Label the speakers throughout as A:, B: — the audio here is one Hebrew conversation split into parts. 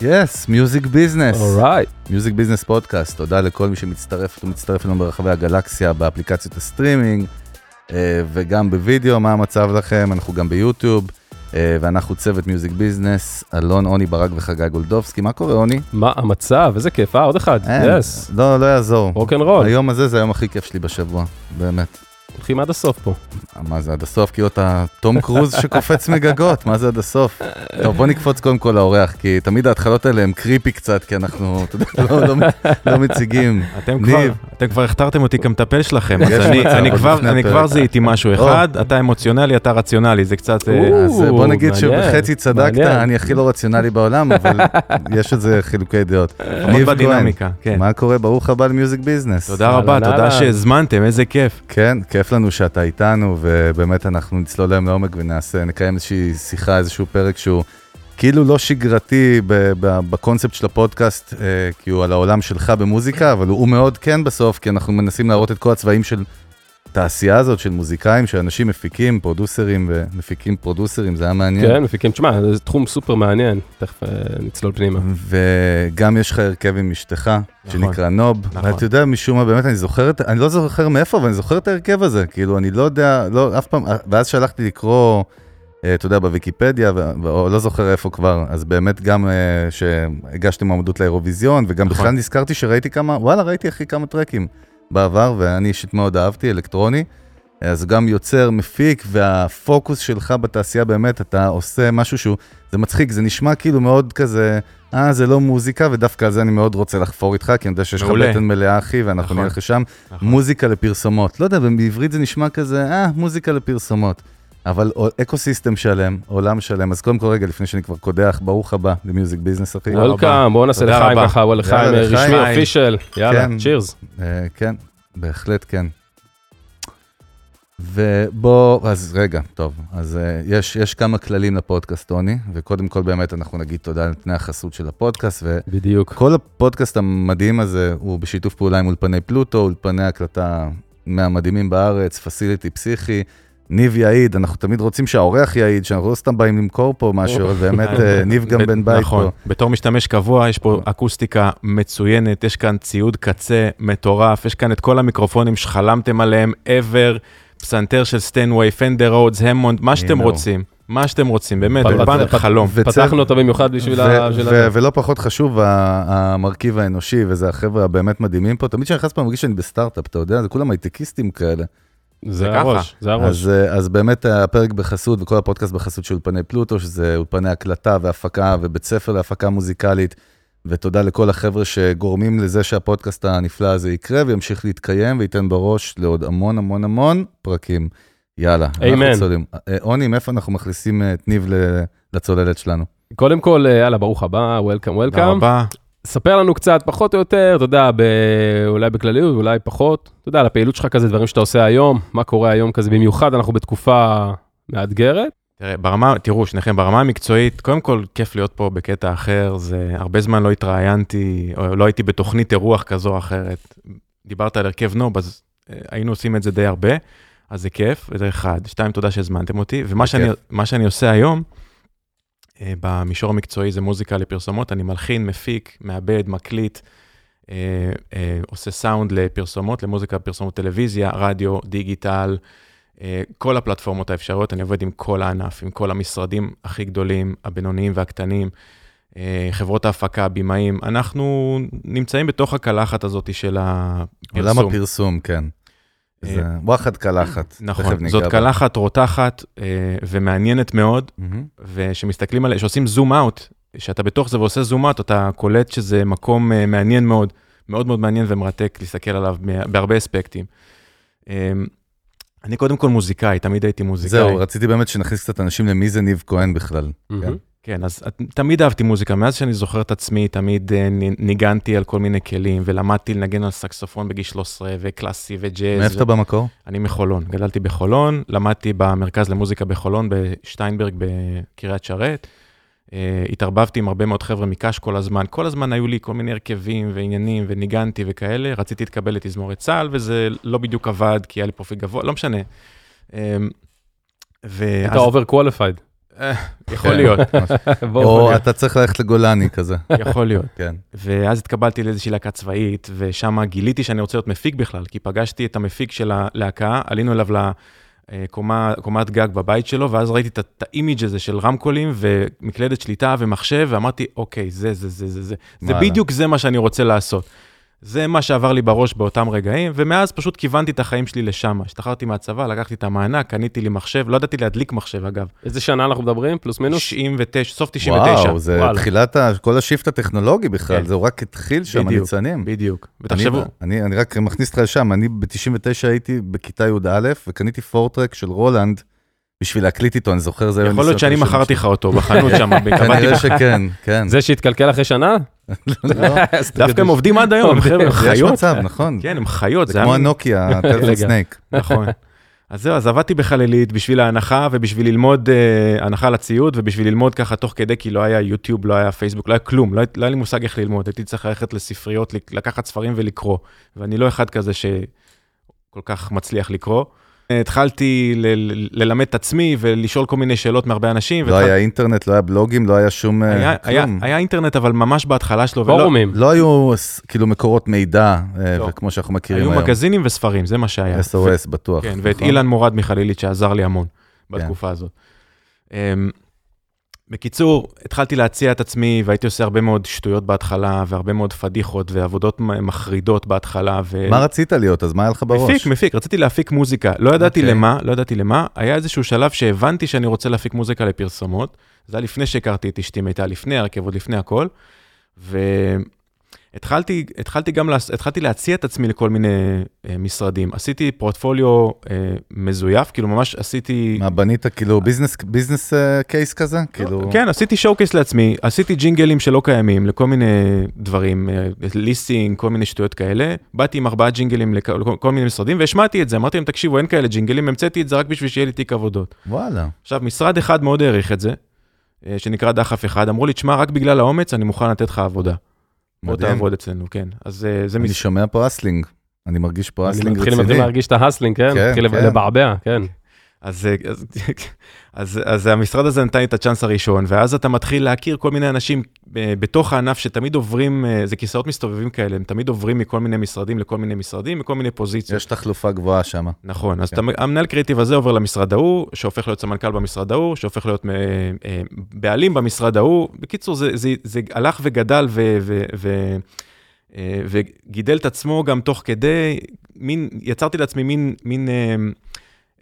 A: יס, מיוזיק ביזנס.
B: אורייט.
A: מיוזיק ביזנס פודקאסט, תודה לכל מי שמצטרף ומצטרף אלינו ברחבי הגלקסיה, באפליקציות הסטרימינג, אה, וגם בווידאו, מה המצב לכם, אנחנו גם ביוטיוב, אה, ואנחנו צוות מיוזיק ביזנס, אלון, עוני ברק וחגי גולדובסקי, מה קורה עוני?
B: מה המצב? איזה כיף, אה, עוד אחד.
A: אין,
B: יס.
A: לא, לא יעזור.
B: רוקנרול.
A: היום הזה זה היום הכי כיף שלי בשבוע, באמת.
B: הולכים עד הסוף פה.
A: מה זה עד הסוף? כאילו אתה תום קרוז שקופץ מגגות, מה זה עד הסוף? טוב, בוא נקפוץ קודם כל לאורח, כי תמיד ההתחלות האלה הם קריפי קצת, כי אנחנו, אתה יודע, לא- לא- לא מציגים.
C: אתם כבר,
A: ניב.
C: אתם כבר הכתרתם אותי כמטפל שלכם, אז
A: יש
C: אני,
A: מצב,
C: אני
A: עוד
C: כבר,
A: לפני
C: אני
A: הפרק.
C: כבר זיהיתי משהו
A: או.
C: אחד, אתה אמוציונלי, אתה רציונלי, זה קצת... אה,
B: או.
A: אז בוא
B: או,
A: נגיד
B: מעניין,
A: שבחצי צדקת,
B: מעניין.
A: אני הכי לא רציונלי בעולם, אבל יש איזה חילוקי דעות. ניב כהן,
C: בדינמיקה, כן.
A: מה קורה? ברוך הבא למיוזיק ביזנס.
C: תודה
B: אהלן,
C: רבה, תודה
B: אהלן.
C: שהזמנתם, איזה כיף.
A: כן, כיף לנו שאתה איתנו, ובאמת אנחנו נצלול להם לעומק ונעשה, נקיים איזושהי שיחה, איזשהו פרק שהוא כאילו לא שגרתי ב- ב- בקונספט של הפודקאסט, אה, כי הוא על העולם שלך במוזיקה, אבל הוא מאוד כן בסוף, כי אנחנו מנסים להראות את כל הצבעים של התעשייה הזאת, של מוזיקאים, שאנשים מפיקים, פרודוסרים ומפיקים פרודוסרים, זה היה מעניין.
B: כן, מפיקים, תשמע, זה תחום סופר מעניין, תכף אה, נצלול פנימה.
A: וגם יש לך הרכב עם אשתך,
C: נכון.
A: שנקרא נוב,
C: נכון.
A: ואתה יודע, משום מה, באמת, אני זוכר, את- אני לא זוכר מאיפה, אבל אני זוכר את ההרכב הזה, כאילו, אני לא יודע, לא, אף פעם, ואז שהלכתי לקרוא, אה, אתה יודע, בוויקיפדיה, ו- ו- או לא זוכר איפה כבר, אז באמת גם אה, שהגשתי מועמדות לאירוויזיון, וגם
C: נכון.
A: בכלל נזכרתי שראיתי כמה, וואלה, ראיתי אחי כמה טרקים בעבר, ואני אישית מאוד אהבתי, אלקטרוני. אז גם יוצר, מפיק, והפוקוס שלך בתעשייה באמת, אתה עושה משהו שהוא, זה מצחיק, זה נשמע כאילו מאוד כזה, אה, זה לא מוזיקה, ודווקא על זה אני מאוד רוצה לחפור איתך, כי אני יודע שיש לך
C: מעולה.
A: בטן מלאה, אחי, ואנחנו
C: נכון.
A: נלך לשם.
C: נכון.
A: מוזיקה לפרסומות. לא יודע, בעברית זה נשמע כזה, אה, מוזיקה לפרסומות. אבל אקו-סיסטם שלם, עולם שלם. אז קודם כל, רגע, לפני שאני כבר קודח, ברוך הבא למיוזיק ביזנס, אחי.
C: רבה.
B: וולקאם, בואו נעשה
C: תודה
B: לחיים
C: רבה.
B: ככה, אבל לחיים
A: יאללה,
B: אה,
A: לחיים.
B: רשמי,
C: חיים.
B: אופישל, יאללה,
A: כן.
B: צ'ירס.
A: אה, כן, בהחלט כן. ובוא, אז רגע, טוב, אז אה, יש, יש כמה כללים לפודקאסט, טוני, וקודם כל באמת אנחנו נגיד תודה לנותני החסות של הפודקאסט, ו...
B: בדיוק.
A: כל הפודקאסט המדהים הזה הוא בשיתוף פעולה עם אולפני פלוטו, אולפני הקלטה מהמדהימים בארץ, פסיליטי פסיכי. ניב יעיד, אנחנו תמיד רוצים שהאורח יעיד, שאנחנו לא סתם באים למכור פה משהו, אבל באמת אה, ניב גם
C: ב-
A: בן בית
C: נכון,
A: פה.
C: בתור משתמש קבוע, יש פה אקוסטיקה מצוינת, יש כאן ציוד קצה מטורף, יש כאן את כל המיקרופונים שחלמתם עליהם ever, פסנתר של סטנווי, פנדר רודס, המונד, מה שאתם
A: הנה הוא.
C: רוצים, מה שאתם רוצים,
B: פ-
C: באמת, אולפן
B: פ- פ-
C: חלום.
A: וצו-
B: פתחנו אותו במיוחד בשביל ה...
A: ו-
B: בשביל
A: ו-
B: ה-
A: ולא פחות חשוב, ה- המרכיב האנושי, וזה החבר'ה הבאמת מדהימים פה. תמיד כשאני נכנס פה אני מרגיש שאני בסטארט-אפ, אתה יודע, זה כולם הייטקיסטים כאלה.
B: זה
C: ככה.
B: הראש, זה הראש.
A: אז, אה, אז באמת הפרק בחסות וכל הפודקאסט בחסות של אולפני פלוטו, שזה אולפני הקלטה והפקה ובית ספר להפקה מוזיקלית, ותודה לכל החבר'ה שגורמים לזה שהפודקאסט הנפלא הזה יקרה וימשיך להתקיים וייתן בראש לעוד המון המון המון פרקים. יאללה,
B: Amen.
A: אנחנו צוללים. אה, עוני, מאיפה אנחנו מכניסים אה, את ניב ל- לצוללת שלנו?
B: קודם כל, אה, יאללה, ברוך הבא, וולקאם,
C: תודה
B: וולקאם.
C: רבה.
B: ספר לנו קצת, פחות או יותר, אתה יודע, ב... אולי בכלליות, אולי פחות, אתה יודע, על הפעילות שלך כזה, דברים שאתה עושה היום, מה קורה היום כזה, במיוחד אנחנו בתקופה מאתגרת.
C: תראה, ברמה, תראו, שניכם ברמה המקצועית, קודם כל, כיף להיות פה בקטע אחר, זה הרבה זמן לא התראיינתי, או לא הייתי בתוכנית אירוח כזו או אחרת. דיברת על הרכב נוב, אז אה, היינו עושים את זה די הרבה, אז זה כיף, זה אחד. שתיים, תודה שהזמנתם אותי, ומה שאני,
A: בכיף.
C: מה שאני עושה היום, אה, במישור המקצועי זה מוזיקה לפרסומות, אני מלחין, מפיק, מעבד, מקליט, אה, אה, עושה סאונד לפרסומות, למוזיקה, פרסומות טלוויזיה, רדיו, דיגיטל, אה, כל הפלטפורמות האפשריות, אני עובד עם כל הענף, עם כל המשרדים הכי גדולים, הבינוניים והקטנים, אה, חברות ההפקה, הבמאים, אנחנו נמצאים בתוך הקלחת הזאת של
A: עולם
C: הפרסום.
A: הפרסום, כן.
C: אה,
A: זה וואחד קלחת. תכף
C: נכון,
A: ניגע
C: זאת
A: בה.
C: קלחת רותחת אה, ומעניינת מאוד,
A: מהמם.
C: ושמסתכלים עליה, שעושים זום אאוט, שאתה בתוך זה ועושה זום אאוט, אתה קולט שזה מקום אה, מעניין מאוד, מאוד מאוד מעניין ומרתק להסתכל עליו מה- בהרבה אספקטים. אה, אני קודם כל מוזיקאי, תמיד הייתי מוזיקאי.
A: זהו, רציתי באמת שנכניס קצת אנשים למי זה ניב כהן בכלל.
B: מהמם.
C: כן, אז את- תמיד אהבתי מוזיקה. מאז שאני זוכר את עצמי, תמיד אה, נ- ניגנתי על כל מיני כלים, ולמדתי לנגן על סקסופון בגיל 13, וקלאסי וג'אז.
A: מאיפה אתה במקור?
C: אני מחולון, גדלתי בחולון, למדתי במרכז למוזיקה בחולון, בשטיינברג בקריית שרת. אה, התערבבתי עם הרבה מאוד חבר'ה מקאש כל הזמן. כל הזמן היו לי כל מיני הרכבים ועניינים, וניגנתי וכאלה. רציתי להתקבל לתזמורת צה"ל, וזה לא בדיוק עבד, כי היה לי פרופיל גבוה, לא משנה. אה, ואז-
B: אתה אובר קואליפייד.
C: יכול להיות,
A: כן. או אתה צריך ללכת לגולני כזה,
C: יכול להיות.
A: כן.
C: ואז התקבלתי לאיזושהי להקה צבאית, ושם גיליתי שאני רוצה להיות מפיק בכלל, כי פגשתי את המפיק של הלהקה, עלינו אליו לקומת גג בבית שלו, ואז ראיתי את ה- את האימיג' הזה של רמקולים ומקלדת שליטה ומחשב, ואמרתי, אוקיי, זה, זה, זה, זה, זה. זה
A: וואלה.
C: בדיוק זה מה שאני רוצה לעשות. זה מה שעבר לי בראש באותם רגעים, ומאז פשוט כיוונתי את החיים שלי לשם. השתחררתי מהצבא, לקחתי את המענק, קניתי לי מחשב, לא ידעתי להדליק מחשב, אגב.
B: איזה שנה אנחנו מדברים? פלוס מינוס?
C: 99, סוף 99.
A: וואו, זה
B: וואלה.
A: תחילת ה- כל השיפט הטכנולוגי בכלל,
C: כן.
A: זה רק התחיל שם,
C: בדיוק,
A: הניצנים.
C: בדיוק.
A: אני,
C: ותחשבו,
A: אני, אני רק מכניס אותך לשם, אני ב-99 הייתי בכיתה י"א וקניתי פורטרק של רולנד בשביל להקליט איתו, אני זוכר זה. היה
C: יכול להיות
A: בניסיון
C: שאני
A: הראשון
C: מכרתי לך אותו בחנות שם,
A: שלי.
C: קבעתי
A: כנראה שכן, כן.
B: זה שהתקלקל אחרי שנה?
C: דווקא הם עובדים עד היום, חבר'ה, הם
A: יש
C: חיות.
A: מצב, נכון.
C: כן, הם חיות,
A: זה
C: זה כן, היה
A: כמו
C: מין-
A: הנוקיה, טלפון
B: רגע.
A: סנייק.
C: נכון. אז זהו, אז עבדתי בחללית בשביל ההנחה ובשביל ללמוד אה, הנחה לציוד ובשביל ללמוד ככה תוך כדי, כי לא היה יוטיוב, לא היה פייסבוק, לא היה כלום, לא היה- לא היה לי מושג איך ללמוד, הייתי צריך ללכת לספריות, לק- לקחת ספרים ולקרוא, ואני לא אחד כזה שכל כך מצליח לקרוא. אה, התחלתי ל- ל- ללמד את עצמי ולשאול כל מיני שאלות מהרבה אנשים.
A: לא
C: והתחל-
A: היה אינטרנט, לא היה בלוגים, לא היה שום אה,
C: היה- היה-
A: כלום.
C: היה אינטרנט, אבל ממש בהתחלה שלו. ולא-
B: פורומים.
A: לא היו ס- כאילו מקורות מידע, אה,
C: לא.
A: וכמו שאנחנו מכירים
C: היו
A: היום.
C: מגזינים וספרים, זה מה שהיה. ו-
A: SOS בטוח.
C: כן, ואת
A: נכון? כן.
C: אילן מורד מחלילית שעזר לי המון בתקופה הזאת. אמ, בקיצור, התחלתי להציע את עצמי והייתי עושה הרבה מאוד שטויות בהתחלה והרבה מאוד פדיחות ועבודות מ- מחרידות בהתחלה. ו...
A: מה רצית להיות? אז מה היה לך בראש?
C: מפיק, מפיק, רציתי להפיק מוזיקה, לא ידעתי
A: אוקיי.
C: למה, לא ידעתי למה, היה איזשהו שלב שהבנתי שאני רוצה להפיק מוזיקה לפרסומות, זה היה לפני שהכרתי את אשתי מיטל, לפני הרכב, עוד לפני הכל, והתחלתי התחלתי גם, לעס- התחלתי להציע את עצמי לכל מיני אה, משרדים, עשיתי פורטפוליו אה, מזויף, כאילו ממש עשיתי...
A: מה, בנית כאילו ביזנס- ביזנס אה, קייס כזה? כאילו...
C: כן, עשיתי שואו-קייס לעצמי, עשיתי ג'ינגלים שלא קיימים לכל מיני דברים, אה, ליסינג, כל מיני שטויות כאלה. באתי עם ארבעה ג'ינגלים לכ- לכל כל מיני משרדים והשמעתי את זה, אמרתי להם, תקשיבו, אין כאלה ג'ינגלים, המצאתי את זה רק בשביל שיהיה לי תיק עבודות.
A: וואלה.
C: עכשיו, משרד אחד מאוד העריך את זה, אה, שנקרא דחף אחד, אמרו לי, תשמע, רק בגלל האומץ אני מוכן לתת לך עבודה. בוא
A: מדהים.
C: תעבוד אצלנו, כן. אז אה, זה
A: אני
C: מש...
A: שומע פה אסלינג. אני מרגיש פה
B: אני
A: אסלינג
B: מתחיל מתחיל
A: רציני.
B: להרגיש את ההסלינג, כן?
A: כן,
B: מתחיל
A: כן.
B: לבעבע, כן.
C: אז, אה, אז, אז, אז המשרד הזה נתן לי את הצ'אנס הראשון, ואז אתה מתחיל להכיר כל מיני אנשים אה, בתוך הענף שתמיד עוברים, אה, זה כיסאות מסתובבים כאלה, הם תמיד עוברים מכל מיני משרדים לכל מיני משרדים, מכל מיני פוזיציות.
A: יש תחלופה גבוהה שם.
C: נכון, אז אתה- המנהל קריאיטיב הזה עובר למשרד ההוא, שהופך להיות סמנכ"ל במשרד ההוא, שהופך להיות אה, אה, בעלים במשרד ההוא. בקיצור, זה, זה, זה הלך וגדל ו, ו, ו, אה, וגידל את עצמו גם תוך כדי, מין, יצרתי לעצמי מין, מין אה,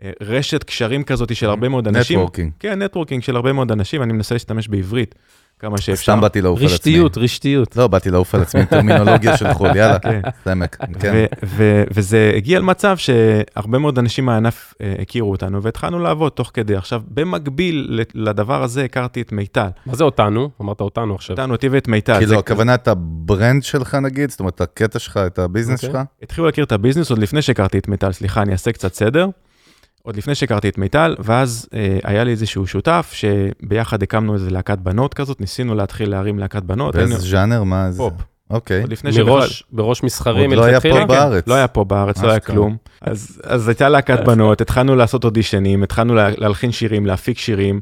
C: אה, רשת קשרים כזאת של הרבה מאוד אנשים.
A: נטוורקינג.
C: כן, נטוורקינג של הרבה מאוד אנשים, אני מנסה להשתמש בעברית כמה שאפשר.
A: סתם באתי לעוף על עצמי.
B: רשתיות, רשתיות.
A: לא, באתי לעוף על עצמי עם טרמינולוגיה של חול, יאללה.
C: כן.
A: סמק. כן.
C: ו- ו- וזה הגיע למצב שהרבה מאוד אנשים מהענף אה, הכירו אותנו והתחלנו לעבוד תוך כדי. עכשיו, במקביל ל- לדבר הזה הכרתי את מיטל.
B: מה זה אותנו? אמרת אותנו עכשיו.
C: אותנו אותי ואת מיטל.
A: כאילו,
C: אה, זה-
A: הכוונה את הברנד שלך נגיד? זאת אומרת, הקטע שלך, את הביזנס
B: אוקיי.
A: שלך?
C: התחילו להכיר את הביזנס עוד לפני שהכרתי את מיטל, סליחה, אני אעשה קצת סדר. עוד לפני שהכרתי את מיטל, ואז אה, היה לי איזשהו שותף שביחד הקמנו איזה להקת בנות כזאת, ניסינו להתחיל להרים להקת בנות.
A: באיזה
C: היינו-
A: ז'אנר? מה זה?
C: פופ.
A: אוקיי.
C: עוד לפני שבכלל-
B: מראש, בראש מסחרי
A: עוד לא היה
B: מלכתחילה?
A: פה בארץ.
C: לא היה פה בארץ, לא היה
A: אשכרה.
C: כלום. אז, אז הייתה להקת בנות, התחלנו לעשות אודישנים, התחלנו לה, להלחין שירים, להפיק שירים.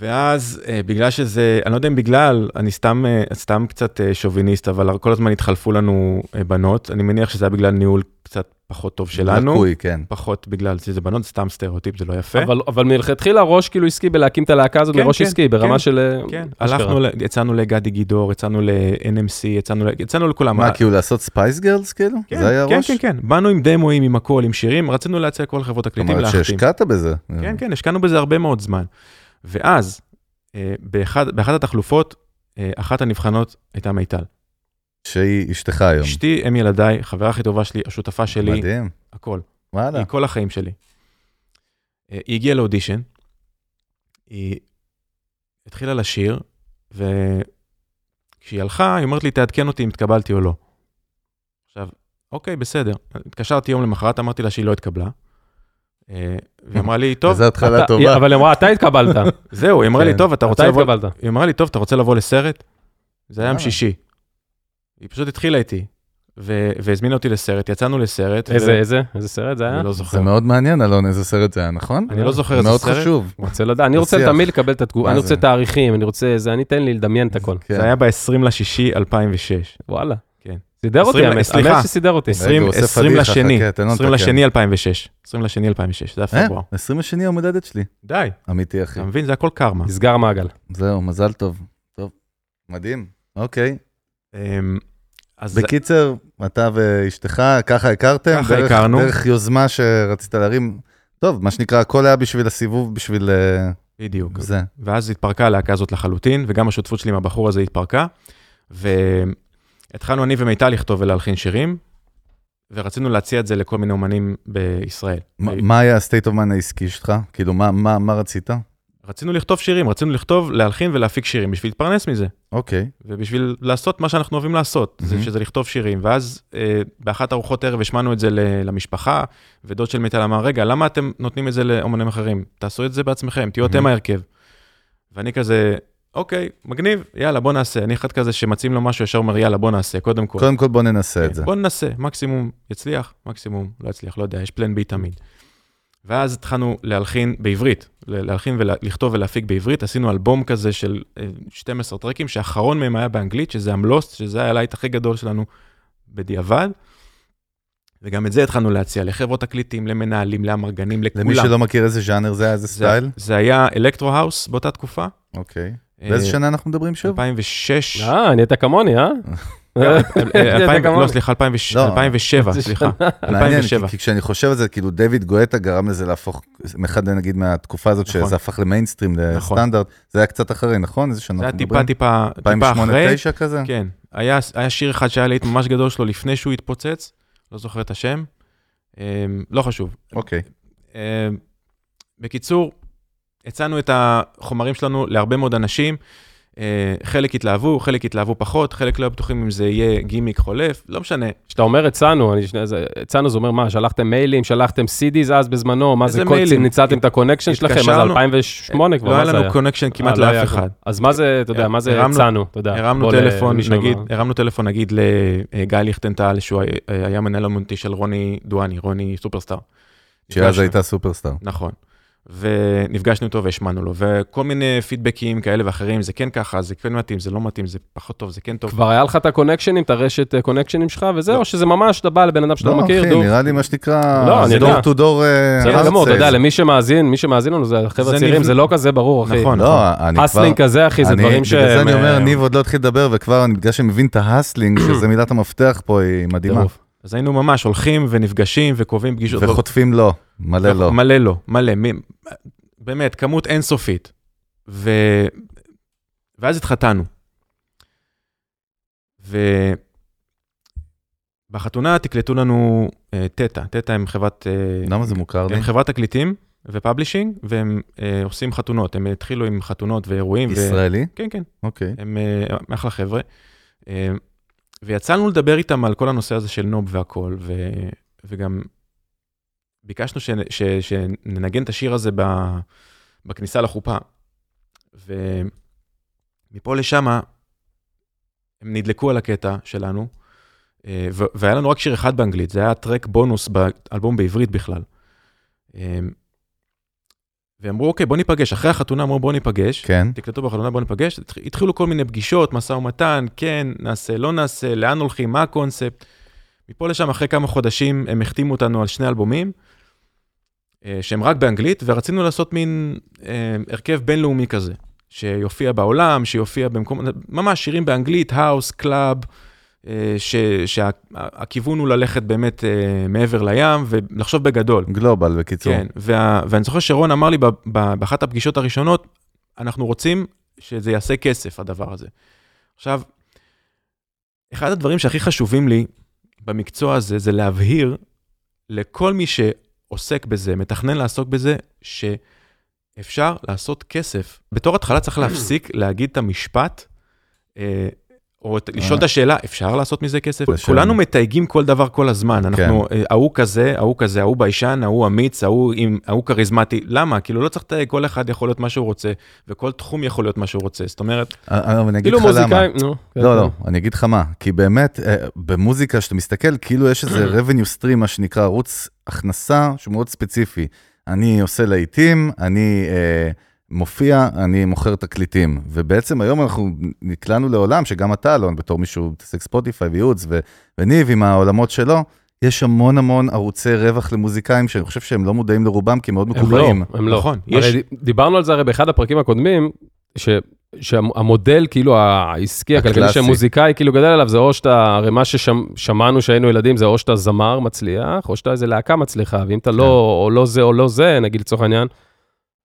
C: ואז אה, בגלל שזה, אני לא יודע אם בגלל, אני סתם, אה, סתם קצת אה, שוביניסט, אבל כל הזמן התחלפו לנו אה, בנות, אני מניח שזה היה בגלל ניהול קצת פחות טוב שלנו.
A: לקוי, כן.
C: פחות בגלל שזה בנות, סתם סטריאוטיפ, זה לא יפה.
B: אבל, אבל מלכתחילה ראש כאילו עסקי בלהקים את הלהקה הזאת
C: כן,
B: מראש
C: כן,
B: עסקי, ברמה
C: כן,
B: של... אה,
C: כן,
B: אשכרה.
C: הלכנו, ל- יצאנו לגדי גידור, יצאנו ל-NMC, יצאנו, ל- יצאנו לכולם.
A: מה, כאילו לעשות ספייס גרלס כאילו?
C: כן,
A: זה היה
C: כן,
A: הראש?
C: כן, כן, באנו עם דמוים, עם הכל, עם שירים, רצינו להציע לכל חברות
A: זאת
C: תקליטים
A: אומרת
C: להחתים.
A: שהשקעת בזה.
C: כן, כן, השקענו בזה הרבה מאוד זמן. ואז, אה, באחד, באחת התחלופות, אה, אחת הנבחנות הייתה מיטל.
A: שהיא אשתך היום.
C: אשתי, אם ילדיי, חברה הכי טובה שלי, השותפה שלי,
A: מדהים.
C: הכל.
A: וואלה.
C: היא כל החיים שלי. אה, היא הגיעה לאודישן, היא התחילה לשיר, וכשהיא הלכה, היא אומרת לי, תעדכן אותי אם התקבלתי או לא. עכשיו, אוקיי, בסדר. התקשרתי יום למחרת, אמרתי לה שהיא לא התקבלה. אה, והיא אמרה לי, טוב,
A: וזו התחלה
B: אתה-
A: טובה.
B: אבל היא אמרה, אתה התקבלת.
C: זהו, היא אמרה לי,
B: כן.
C: טוב, אתה רוצה
B: אתה
C: לבוא...
B: התקבלת.
A: אה.
C: היא אמרה לי, טוב, אתה רוצה לבוא לסרט? זה היה יום
A: וואלה.
C: שישי. היא פשוט התחילה איתי. ו- והזמינה אותי לסרט, יצאנו לסרט. ו-
B: איזה, אה? איזה, איזה סרט זה היה?
C: אני לא
A: זה
C: זוכר.
A: מאוד מעניין, אלון, איזה סרט זה היה, נכון?
C: אני לא זוכר איזה
A: מאוד
C: סרט.
A: חשוב.
B: רוצה לדעת, אני רוצה
A: בשיח.
B: תמיד לקבל את התגובה,
A: מה
B: אני
A: זה?
B: רוצה תאריכים, אני רוצה זה, אני תן לי לדמיין את הכל.
A: כן.
C: זה היה ב-20 לשישי 2006.
B: וואלה.
C: כן.
B: סידר אותי,
C: עשרים-
B: המס
C: סליחה.
B: המס שסידר אותי.
A: עשרים-
C: 20
A: הוא עושה
C: 20
A: פדיחה,
C: לשני,
A: חכה, תן לנו
C: 20
A: לתקן.
C: לשני 2006. 20 לשני 2006, זה היה
A: אה, כן.
C: פברואר.
A: 22 יום הולדת שלי,
C: די,
A: אמיתי אחי.
C: אתה מבין? זה הכל קרמה.
B: נסגר מעגל.
A: זהו, מזל טוב. טוב, מדהים. אוקיי.
C: אמ, אז
A: בקיצר, אתה ואשתך, ככה הכרתם?
C: ככה
A: דרך-
C: הכרנו.
A: דרך יוזמה שרצית להרים. טוב, מה שנקרא, הכל היה בשביל הסיבוב, בשביל אה,
C: בדיוק.
A: זה.
C: ואז התפרקה הלהקה הזאת לחלוטין, וגם השותפות שלי עם הבחור הזה התפרקה. והתחלנו אני ומיטל לכתוב ולהלחין שירים, ורצינו להציע את זה לכל מיני אומנים בישראל.
A: מה- מה היה ה-state of mind העסקי שלך? כאילו, מה- מה מה רצית?
C: רצינו לכתוב שירים, רצינו לכתוב, להלחין ולהפיק שירים בשביל להתפרנס מזה,
A: אוקיי.
C: ובשביל לעשות מה שאנחנו אוהבים לעשות, mm-hmm.
A: מהמם.
C: זה, שזה לכתוב שירים. ואז אה, באחת ארוחות ערב השמענו את זה ל- למשפחה, ודוד של מיטל אמר, רגע, למה אתם נותנים את זה לאומנים אחרים? תעשו את זה בעצמכם, תהיו אתם
A: מהמם.
C: ההרכב. ואני כזה, אוקיי, מגניב, יאללה, בוא נעשה. אני אחד כזה שמציעים לו משהו, ישר אומר, יאללה, בוא נעשה, קודם כל.
A: קודם כל בוא ננסה את זה.
C: כן, בוא ננסה, מקסימום יצליח, מקסימום לא יצליח, לא יודע, יש פלן בי תמיד. ואז התחלנו להלחין בעברית, ל- להלחין ולכתוב ולהפיק בעברית, עשינו אלבום כזה של אה, 12 טרקים, שהאחרון מהם היה באנגלית, שזה המלוסט, שזה היה הלהיט הכי גדול שלנו בדיעבד. וגם את זה התחלנו להציע לחברות תקליטים, למנהלים, לאמרגנים, לכולם.
A: למי שלא מכיר איזה ז'אנר זה היה, איזה
C: זה,
A: סטייל?
C: זה היה אלקטרו האוס באותה תקופה.
A: אוקיי. באיזה
C: אה,
A: שנה אנחנו מדברים שוב?
C: 2006.
B: אה, נהיית כמוני, אה?
C: אה, אלפיים-
B: כמוני.
C: לא, סליחה, 2006,
A: לא.
C: 2007,
B: זה
C: סליחה.
A: מעניין,
C: 2007.
A: כי- כי כשאני חושב על זה, כאילו דיוויד גואטה גרם לזה להפוך, אחד נגיד מהתקופה הזאת
C: נכון.
A: שזה הפך למיינסטרים,
C: נכון.
A: לסטנדרט, זה היה קצת אחרי, נכון? איזה שנה
C: זה היה
A: אנחנו
C: טיפה,
A: מדברים?
C: טיפה, טיפה אחרי.
A: 2008-2009 כזה?
C: כן. היה, היה שיר אחד שהיה להיט ממש גדול שלו לפני שהוא התפוצץ, לא זוכר את השם. אמ, לא חשוב.
A: אוקיי.
C: אמ, בקיצור, הצענו את החומרים שלנו להרבה מאוד אנשים. אה, חלק התלהבו, חלק התלהבו פחות, חלק לא היו בטוחים אם זה יהיה גימיק חולף, לא משנה.
B: כשאתה אומר הצענו, אני שנייה, זה- הצענו זה אומר מה, שלחתם מיילים, שלחתם CDs אז בזמנו, מה זה
C: איזה
B: כל
C: מיילים?
B: צי- ניצלתם את הקונקשן שלכם, אז
C: התקשרנו.
B: 2008 כבר,
C: לא היה
B: מה זה
C: לנו
B: היה?
C: קונקשן כמעט
B: אה, לא
C: לאף
B: היה
C: אחד.
B: כלום. אז מה זה, אתה יודע, מה זה
C: הרמנו-
B: הצענו, אתה יודע.
C: הרמנו
B: בוא ל-
C: טלפון,
B: למישהו
C: נגיד,
B: מה-
C: הרמנו טלפון, נגיד, לגיא ליכטנטל, שהוא היה היה מנהל אמנותי של רוני דואני, רוני סופרסטאר.
A: שאז
C: נפגשנו.
A: הייתה סופרסטאר.
C: נכון. ונפגשנו איתו והשמענו לו, וכל מיני פידבקים כאלה ואחרים, זה כן ככה, זה כן מתאים, זה לא מתאים, זה פחות טוב, זה כן טוב.
B: כבר היה לך את הקונקשנים, את הרשת אה, קונקשנים שלך, וזה,
C: לא.
B: או שזה ממש, אתה בא לבן אדם שאתה לא
A: לא,
B: מכיר,
A: אחי,
B: דור.
A: נראה לי מה שנקרא,
B: לא, אני
A: דור
B: יודע.
A: טו דור, אה,
B: בסדר גמור, אתה
A: ארצייז.
B: יודע, למי שמאזין, מי שמאזין לנו, זה החבר'ה
C: זה
B: הצעירים,
C: נבנה.
B: זה לא כזה ברור, אחי.
C: נכון.
A: לא, אני כבר...
B: הסלינג כזה, אחי, זה
A: אני-
B: דברים אה, ש...
A: בגלל זה אני אומר, ניב עוד לא התחיל לדבר, וכבר, אני- בגלל שאני מבין את ההסלינג, שזו מילת המפתח פה, היא מדהימה.
B: טירוף.
C: אז היינו ממש הולכים ונפגשים וקובעים פגישות.
A: וחוטפים לא, מלא לא.
C: מלא לא, מלא, מ- באמת, כמות אינסופית. ו... ואז התחתנו. ובחתונה תקלטו לנו אה, תטא, תטא הם חברת... אה,
A: למה זה מוכר לי?
C: הם חברת תקליטים ופאבלישינג, והם אה, עושים חתונות. הם התחילו עם חתונות ואירועים. ו-
A: ישראלי?
C: כן, כן,
A: אוקיי.
C: הם אה, הם אחלה חבר'ה. אה, ויצאנו לדבר איתם על כל הנושא הזה של נוב והכל, ו, וגם ביקשנו ש, ש, שננגן את השיר הזה ב, בכניסה לחופה. ומפה לשמה, הם נדלקו על הקטע שלנו, אה, ו- והיה לנו רק שיר אחד באנגלית, זה היה טרק בונוס באלבום בעברית בכלל. אה, ואמרו, אוקיי, בוא ניפגש. אחרי החתונה אמרו, בוא ניפגש.
A: כן.
C: תקלטו בחלונה, בואו ניפגש. התח- התחילו כל מיני פגישות, משא ומתן, כן, נעשה, לא נעשה, לאן הולכים, מה הקונספט. מפה לשם, אחרי כמה חודשים, הם החתימו אותנו על שני אלבומים, אה, שהם רק באנגלית, ורצינו לעשות מין אה, הרכב בינלאומי כזה, שיופיע בעולם, שיופיע במקום, ממש שירים באנגלית, אה, האוס, קלאב, שהכיוון הוא ללכת באמת אה, מעבר לים, ולחשוב בגדול.
A: גלובל, בקיצור.
C: כן, וה, ואני זוכר שרון אמר לי ב, ב, באחת הפגישות הראשונות, אנחנו רוצים שזה יעשה כסף, הדבר הזה. עכשיו, אחד הדברים שהכי חשובים לי במקצוע הזה, זה להבהיר לכל מי שעוסק בזה, מתכנן לעסוק בזה, שאפשר לעשות כסף. בתור התחלה צריך להפסיק להגיד את המשפט, אה, או את- לשאול את השאלה, אפשר לעשות מזה כסף?
A: לשם.
C: כולנו מתייגים כל דבר כל הזמן, אנחנו, אה, ההוא כזה, ההוא כזה, ההוא ביישן, ההוא אמיץ, ההוא עם- ההוא כריזמטי, למה? כאילו לא צריך לתייג, כל אחד יכול להיות מה שהוא רוצה, וכל תחום יכול להיות מה שהוא רוצה, זאת אומרת,
A: אה, אבל אני אגיד
B: כאילו
A: לך למה.
B: מוזיקאים, נו. כן,
A: לא, לא, אני אגיד לך מה, כי באמת, אה, במוזיקה, שאתה מסתכל, כאילו יש איזה revenue stream, מה שנקרא, ערוץ הכנסה שהוא מאוד ספציפי. אני עושה להיטים, אני אה, מופיע, אני מוכר תקליטים. ובעצם היום אנחנו נקלענו לעולם שגם אתה, אלון, בתור מישהו מתעסק ספוטיפיי וייעוץ, ו- וניב עם העולמות שלו, יש המון המון ערוצי רווח למוזיקאים, שאני חושב שהם לא מודעים לרובם, כי הם מאוד
B: הם לא,
A: מקובעים.
B: הם לא.
C: נכון,
B: הרי
C: יש-
B: ד- דיברנו על זה הרי באחד הפרקים הקודמים, ש... שהמודל כאילו העסקי, הכלכלי
A: הקלאסי.
B: שהמוזיקאי כאילו גדל עליו, זה או שאתה, הרי מה ששמענו שהיינו ילדים, זה או שאתה זמר מצליח, או שאתה איזה להקה מצליחה, ואם אתה לא,
A: כן.
B: או לא זה או לא זה, נגיד לצורך העניין,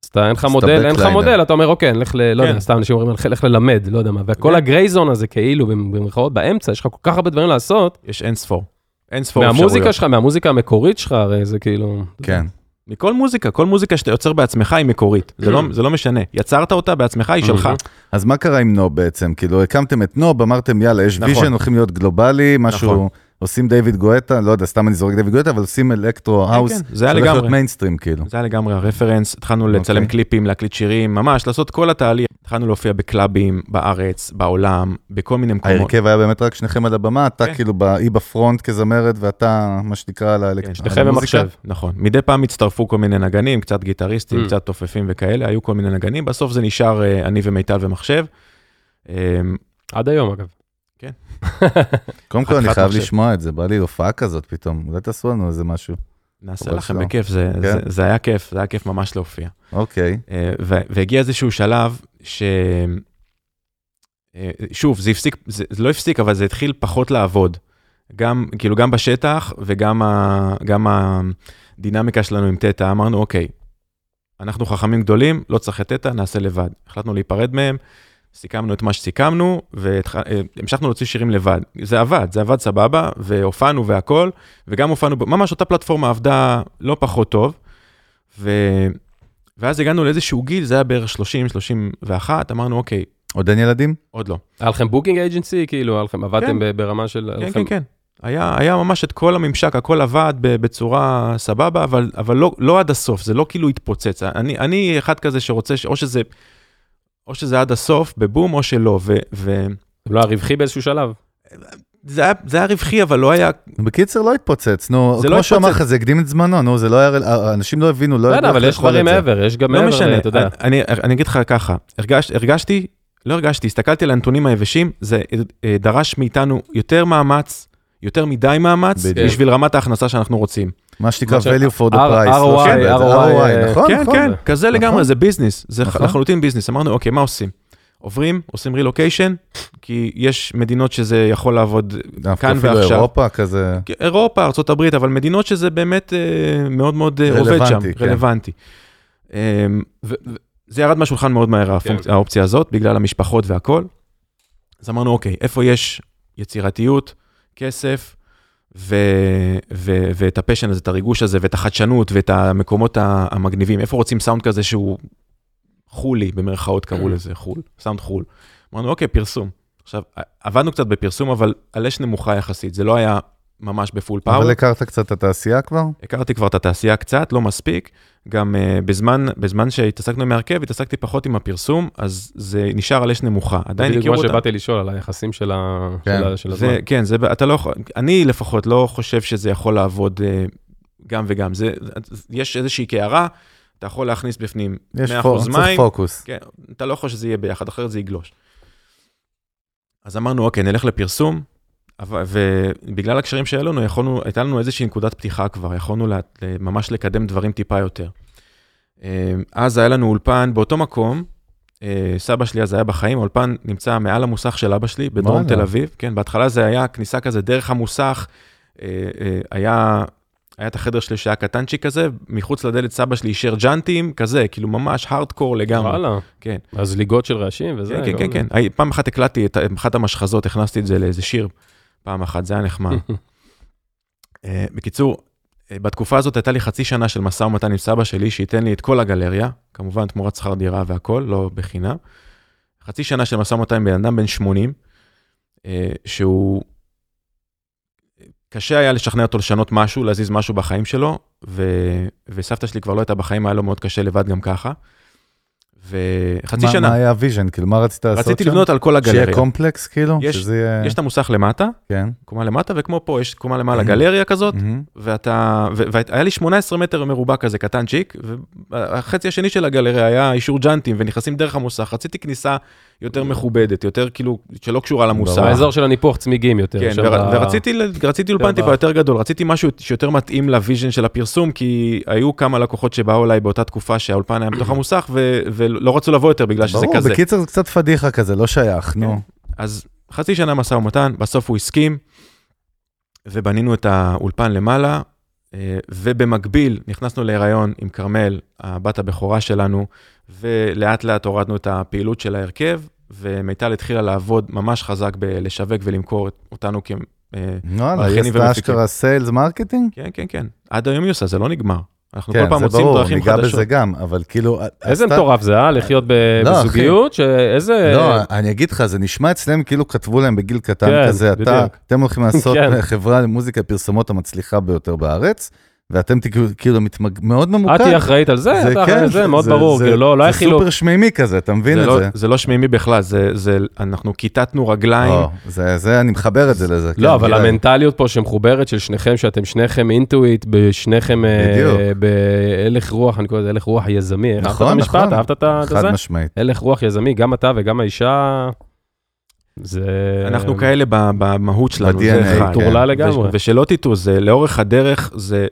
B: אז אתה, אין לך
A: אז אתה
B: מודל, אין לך
A: backliner.
B: מודל, אתה אומר, אוקיי, לך ל... לא
C: כן.
B: יודע, סתם אנשים אומרים, "לך- לך ללמד, לא יודע מה, וכל
C: כן.
B: הגרייזון הזה כאילו, במרכאות, באמצע, יש לך כל כך הרבה דברים לעשות,
C: יש אין ספור, אין ספור
B: מהמוזיקה שלך, מהמוזיקה המקורית שלך, הרי זה כאילו...
A: כן.
C: מכל מוזיקה, כל מוזיקה שאתה יוצר בעצמך היא מקורית, זה לא- זה לא משנה, יצרת אותה בעצמך, היא שלך.
B: Mhm.
A: אז מה קרה עם נוב בעצם? כאילו, הקמתם את נוב, אמרתם, יאללה, יש
C: נכון.
A: ויז'ן, הולכים להיות גלובלי, משהו,
C: נכון.
A: עושים דיוויד גואטה, לא יודע, סתם אני זורק דיוויד גואטה, אבל עושים אלקטרו האוס,
C: כן, זה היה
A: שהולך
C: לגמרי.
A: להיות מיינסטרים, כאילו.
C: זה היה לגמרי הרפרנס, התחלנו לצלם
A: אוקיי.
C: קליפים, להקליט שירים, ממש, לעשות כל התהליך. התחלנו להופיע בקלאבים, בארץ, בעולם, בכל מיני מקומות.
A: ההרכב היה באמת רק שניכם על הבמה, אתה
C: כן.
A: כאילו, ב- היא בפרונט כזמרת, ואתה, מה שנקרא, על האלקטרו.
C: כן,
B: שניכם במחשב.
C: נכון. מדי פעם הצטרפו כל מיני נגנים, קצת גיטריסטים,
B: Mm.
C: קצת תופפים וכאלה, היו כל מיני נגנים, בסוף זה נשאר אה, אני ומיטל ומחשב. אה,
B: עד היום, אגב.
A: קודם כל, אני
C: חתיכת
A: חייב
C: מחשב.
A: לשמוע את זה, בא לי הופעה כזאת פתאום, אולי תעשו לנו איזה משהו.
C: נעשה
A: חבל
C: לכם
A: שלא.
C: בכיף, זה-
A: כן.
C: זה- זה היה כיף, זה היה כיף ממש להופיע.
A: אוקיי,
C: אה, ו- והגיע איזשהו שלב ש... אה, שוב, זה הפסיק, זה, זה לא הפסיק, אבל זה התחיל פחות לעבוד. גם, כאילו, גם בשטח וגם ה, גם הדינמיקה שלנו עם תטא, אמרנו, אוקיי, אנחנו חכמים גדולים, לא צריך את תטא, נעשה לבד. החלטנו להיפרד מהם, סיכמנו את מה שסיכמנו, והמשכנו להוציא שירים לבד. זה עבד, זה עבד סבבה, והופענו והכל, וגם הופענו, ב- ממש אותה פלטפורמה עבדה לא פחות טוב, ו... ואז הגענו לאיזשהו גיל, זה היה בערך 30, 31, אמרנו, אוקיי,
A: עוד אין ילדים?
C: עוד לא.
B: היה לכם בוקינג אייג'נסי? כאילו, היה לכם, עבדתם
C: כן.
B: ב- ברמה של... היה
C: כן,
B: לכם-
C: כן, כן. היה, היה ממש את כל הממשק, הכל עבד ב- בצורה סבבה, אבל, אבל לא, לא עד הסוף, זה לא כאילו התפוצץ. אני, אני אחד כזה שרוצה, ש- או שזה, או שזה עד הסוף, בבום, או שלא. ו, ו...
B: זה לא היה רווחי באיזשהו שלב?
C: זה, היה, זה היה רווחי, אבל לא היה...
A: נו, בקיצר, לא התפוצץ, נו,
C: זה לא
A: כמו שאמר
C: התפוצץ.
A: לך, זה הקדים את זמנו, נו, זה לא היה, רל- אנשים לא הבינו, לא
B: לא יודע,
A: ידעו איך
B: אבל יש
A: לאכול את
B: דברים
A: זה.
B: מעבר, יש גם מעבר,
C: לא משנה,
B: אתה יודע.
C: אני, אני, אני אגיד לך ככה, הרגש, הרגשתי, לא הרגשתי, הסתכלתי על הנתונים היבשים, זה אה, דרש מאיתנו יותר מאמץ, יותר מדי מאמץ,
A: בדיוק.
C: בשביל רמת ההכנסה שאנחנו רוצים.
A: מה שנקרא
B: מה ש-
A: value for the price.
B: R-
A: לא
B: ROI,
A: שם, זה
B: ROI,
A: נכון,
C: אה, כן,
A: נכון.
C: כן, כזה
A: נכון.
C: לגמרי, זה ביזנס, זה
A: נכון.
C: לחלוטין ביזנס. אמרנו, אוקיי, מה עושים? עוברים, עושים רילוקיישן, כי יש מדינות שזה יכול לעבוד,
A: דווקא
C: כאן
A: אפילו
C: ועכשיו.
A: אירופה כזה,
C: כן. אירופה, ארה"ב, אבל מדינות שזה באמת אה, מאוד מאוד אה, עובד שם,
A: רלוונטי, כן.
C: רלוונטי. אה, ו- ו- זה ירד מהשולחן מאוד מהר, הפונק-
B: כן.
C: האופציה הזאת, בגלל המשפחות והכל. אז אמרנו, אוקיי, איפה יש יצירתיות, כסף, ו- ו- ואת הפשן הזה, את הריגוש הזה, ואת החדשנות, ואת המקומות ה- המגניבים. איפה רוצים סאונד כזה שהוא חולי, במרכאות
A: Mm.
C: קראו לזה, חול, סאונד חול. אמרנו, אוקיי, פרסום. עכשיו, עבדנו קצת בפרסום, אבל על אש נמוכה יחסית, זה לא היה ממש בפול פאוור.
A: אבל הכרת קצת את התעשייה כבר?
C: הכרתי כבר את התעשייה קצת, לא מספיק. גם uh, בזמן, בזמן שהתעסקנו עם ההרכב, התעסקתי פחות עם הפרסום, אז זה נשאר על אש נמוכה. עדיין
B: בדיוק
C: הכירו
B: מה
C: אותה.
B: שבאתי לשאול על היחסים של ה-
A: כן.
B: של ה- של הזמן.
C: זה, כן, זה, אתה לא יכול, אני לפחות לא חושב שזה יכול לעבוד אה, גם וגם. זה, יש איזושהי קערה, אתה יכול להכניס בפנים 100%
A: יש פו- צריך
C: מים,
A: פוקוס.
C: כן, אתה לא יכול שזה יהיה ביחד, אחרת זה יגלוש. אז אמרנו, אוקיי, נלך לפרסום, אבל- ובגלל הקשרים שהיו לנו, יכולנו, הייתה לנו איזושהי נקודת פתיחה כבר, יכולנו לה, ממש לקדם דברים טיפה יותר. אה, אז היה לנו אולפן באותו מקום, אה, סבא שלי אז היה בחיים, האולפן נמצא מעל המוסך של אבא שלי, בדרום
A: וואלה.
C: תל אביב. כן, בהתחלה זה היה כניסה כזה דרך המוסך, אה, אה, היה... היה את החדר שלי שהיה קטנצ'יק כזה, מחוץ לדלת סבא שלי אישר ג'אנטים, כזה, כאילו ממש הארדקור לגמרי.
B: וואלה.
C: כן.
B: אז זליגות של רעשים וזה.
C: כן, כן,
B: לא
C: כן,
B: יודע.
C: כן. הי- פעם אחת הקלטתי את ה- אחת המשחזות, הכנסתי את זה לאיזה שיר פעם אחת, זה היה נחמד. אה, בקיצור, אה, בתקופה הזאת הייתה לי חצי שנה של משא ומתן עם סבא שלי, שייתן לי את כל הגלריה, כמובן תמורת שכר דירה והכל, לא בחינם. חצי שנה של משא ומתן עם בן אדם בן 80, אה, שהוא... קשה היה לשכנע אותו לשנות משהו, להזיז משהו בחיים שלו, ו... וסבתא שלי כבר לא הייתה בחיים, היה לו מאוד קשה לבד גם ככה. וחצי
A: מה-
C: שנה,
A: מה היה הוויז'ן? כאילו, מה רצית לעשות שם?
C: רציתי לבנות על כל הגלריה.
A: שיהיה קומפלקס, כאילו?
C: יש-
A: שזה יהיה...
C: יש את המוסך למטה,
A: כן.
C: קומה למטה, וכמו פה, יש קומה למעלה גלריה כזאת,
A: מהמם.
C: ואתה, ו- והיה לי 18 מטר מרובע כזה קטנצ'יק, והחצי השני של הגלריה היה אישור ג'אנטים, ונכנסים דרך המוסך, רציתי כניסה יותר מכובדת, יותר כאילו, שלא קשורה למוסך.
A: ברור.
B: באזור של הניפוח צמיגים יותר.
C: כן,
B: שם
C: ור-
B: ב-
C: ורציתי ל- רציתי אולפן
B: שם
C: טיפה
B: ב-
C: יותר גדול, רציתי משהו שיותר מתאים לוויז'ן של הפרסום, כי היו כמה לקוחות שבאו אליי באותה תקופה שהאולפן היה בתוך המוסך, ו- ולא רצו לבוא יותר בגלל שזה
A: ברור,
C: כזה. כן.
A: בקיצר זה קצת פדיחה כזה, לא שייך, נו.
C: אז חצי שנה משא ומתן, בסוף הוא הסכים, ובנינו את האולפן למעלה, אה, ובמקביל נכנסנו להיריון עם כרמל, הבת הבכורה שלנו, ולאט לאט הורדנו את הפעילות של ההרכב, ומיטל התחילה לעבוד ממש חזק בלשווק ולמכור את- אותנו כ... אה,
A: נו, אללה, היא
C: מארגנים
A: עשתה
C: ומפיקים.
A: אשכרה סיילס מרקטינג?
C: כן, כן, כן. עד היום היא עושה, זה לא נגמר. אנחנו
A: כן,
C: כל פעם
A: זה
C: מוצאים
A: ברור,
C: דרכים
A: ניגע
C: חדשות.
A: בזה גם, אבל כאילו...
B: איזה
A: עשתה-
B: מטורף זה, אה? לחיות ב-
A: לא, אחי.
B: בזוגיות? שאיזה...
A: לא, אני אגיד לך, זה נשמע אצלם כאילו כתבו להם בגיל קטן
B: אה, כן,
A: כזה, אתה,
B: בדיוק.
A: אתם הולכים לעשות אה,
B: כן.
A: חברה למוזיקה פרסומות המצליחה ביותר בארץ, ואתם תהיו כאילו מתמג- מאוד ממוקד.
B: את תהיי אחראית על זה, אתה אחראי על זה, מאוד ברור, כאילו, לא לא היה
A: כן, זה
B: חילוק.
A: סופר שמימי כזה, אתה מבין
C: זה
A: את
C: לא-
A: זה?
C: זה לא שמימי בכלל, זה, זה, אנחנו כיתתנו רגליים,
A: או, זה, זה, אני מחבר את זה לזה. כן,
B: לא, אבל
A: גלעד.
B: המנטליות פה שמחוברת של שניכם, שאתם שניכם אינטואיט, שניכם אה,
A: בדיוק.
B: בהלך רוח, אני קורא לזה הלך רוח יזמי. אהבת את
A: נכון,
B: המשפט?
A: נכון.
B: אהבת את ה- את
A: חד
B: זה?
A: משמעית.
B: הלך רוח יזמי, גם אתה וגם האישה, זה...
C: אנחנו כאלה ב- במהות שלנו,
A: ב-DNA,
C: זה אחד.
A: כן.
B: טורלה
C: ו-
B: לגמרי.
C: ושלא תטעו, זה לאורך הדרך, זה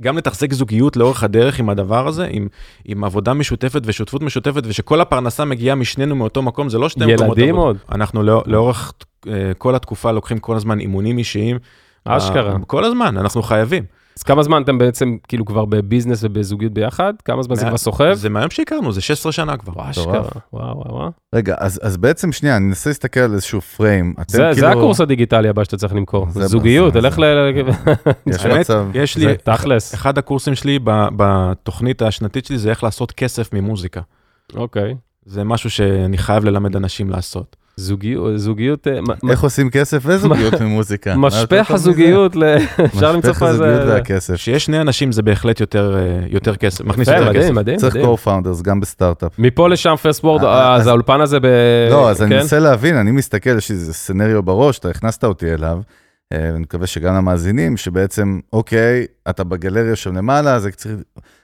C: גם לתחזק זוגיות לאורך הדרך עם הדבר הזה, עם, עם עבודה משותפת ושותפות משותפת, ושכל הפרנסה מגיעה משנינו מאותו מקום, זה לא שתי מקומות.
B: ילדים
C: עבודה.
B: עוד,
C: אנחנו לא, לאורך אה, כל התקופה לוקחים כל הזמן אימונים אישיים.
B: אשכרה.
C: אה, כל הזמן, אנחנו חייבים.
B: אז כמה זמן אתם בעצם כאילו כבר בביזנס ובזוגיות ביחד? כמה זמן זה
C: מה-
B: כבר סוחב?
C: זה מהיום שהכרנו, זה 16 שנה כבר.
B: וואו,
A: מטורף.
B: אשכרה, וואו, וואו, וואו.
A: רגע, אז, אז בעצם, שנייה, אני אנסה להסתכל על איזשהו פריים. אתם
B: זה,
A: כאילו...
B: זה הקורס הדיגיטלי הבא שאתה צריך למכור.
A: זה-
B: זוגיות,
A: זה-
B: תלך ל...
A: יש
C: האמת,
A: מצב.
C: יש לי,
B: זה תכלס,
C: אחד הקורסים שלי ב- בתוכנית השנתית שלי זה איך לעשות כסף ממוזיקה.
B: אוקיי.
C: זה משהו שאני חייב ללמד אנשים לעשות.
B: זוגיות, זוגיות, אה, מ- מ-
A: איך עושים כסף וזוגיות ממוזיקה? כן, מה יותר
B: משפח
A: טוב מזה?
B: הזוגיות, ל- אפשר למצוא
A: משפך
B: פה איזה...
A: הזוגיות והכסף.
C: כשיש שני אנשים זה בהחלט יותר, אה, יותר כסף, מכניס
B: יפה,
C: יותר כסף.
B: כן, מדהים, מדהים,
A: צריך
B: מדהים.
A: co-founders גם בסטארט-אפ.
B: מפה לשם פרסט וורד,
A: אה, אה,
B: אז
A: אז-
B: האולפן הזה ב...
A: לא, אז אני
B: כן?
A: מנסה להבין, אני מסתכל, יש לי איזה סצנריו בראש, אתה הכנסת אותי אליו, אה, ואני מקווה שגם למאזינים, שבעצם, אוקיי, אתה בגלריה שם למעלה, אז צריך...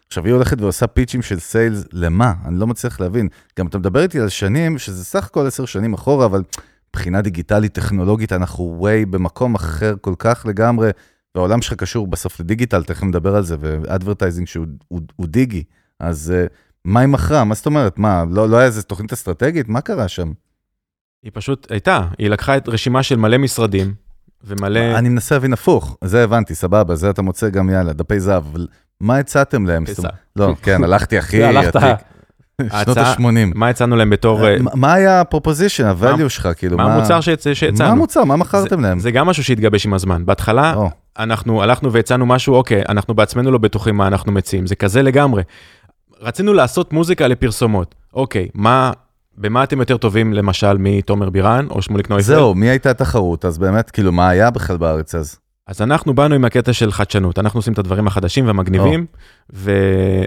A: עכשיו, היא הולכת ועושה פיצ'ים של סיילס, למה? אני לא מצליח להבין. גם אתה מדבר איתי על שנים, שזה סך הכל עשר שנים אחורה, אבל מבחינה דיגיטלית, טכנולוגית, אנחנו way במקום אחר כל כך לגמרי, והעולם שלך קשור בסוף לדיגיטל, תכף נדבר על זה, ואדברטייזינג שהוא הוא, הוא דיגי, אז... אה, מה היא מכרה? מה זאת אומרת? מה, לא, לא היה איזה תוכנית אסטרטגית? מה קרה שם?
C: היא פשוט הייתה, היא לקחה את רשימה של מלא משרדים ומלא...
A: אני מנסה להבין הפוך, זה הבנתי, סבבה, זה אתה מוצא גם יאללה, דפי זהב, אבל מה הצעתם להם?
C: פסע.
A: זאת אומרת, לא, כן, הלכתי הכי
B: זה, הלכת,
A: עתיק, שנות
C: ההצעה-
A: ה-80.
C: מה הצענו להם בתור... אה,
A: מה היה הפרופוזיישן, ה-value שלך, כאילו,
C: מה המוצר שהצ-
A: מה
C: שהצענו?
A: המוצר, אה. מה מכרתם להם?
C: זה גם משהו שהתגבש עם הזמן. בהתחלה
A: או,
C: אנחנו הלכנו והצענו משהו, אוקיי, אנחנו בעצמנו לא בטוחים מה אנחנו מציעים, זה כזה לגמרי. רצינו לעשות מוזיקה לפרסומות. אוקיי, מה, במה אתם יותר טובים למשל מתומר בירן או שמוליק נויפלד?
A: זהו, מי הייתה התחרות? אז באמת, כאילו, מה היה בכלל בארץ אז?
C: אז אנחנו באנו עם הקטע של חדשנות, אנחנו עושים את הדברים החדשים והמגניבים, ו...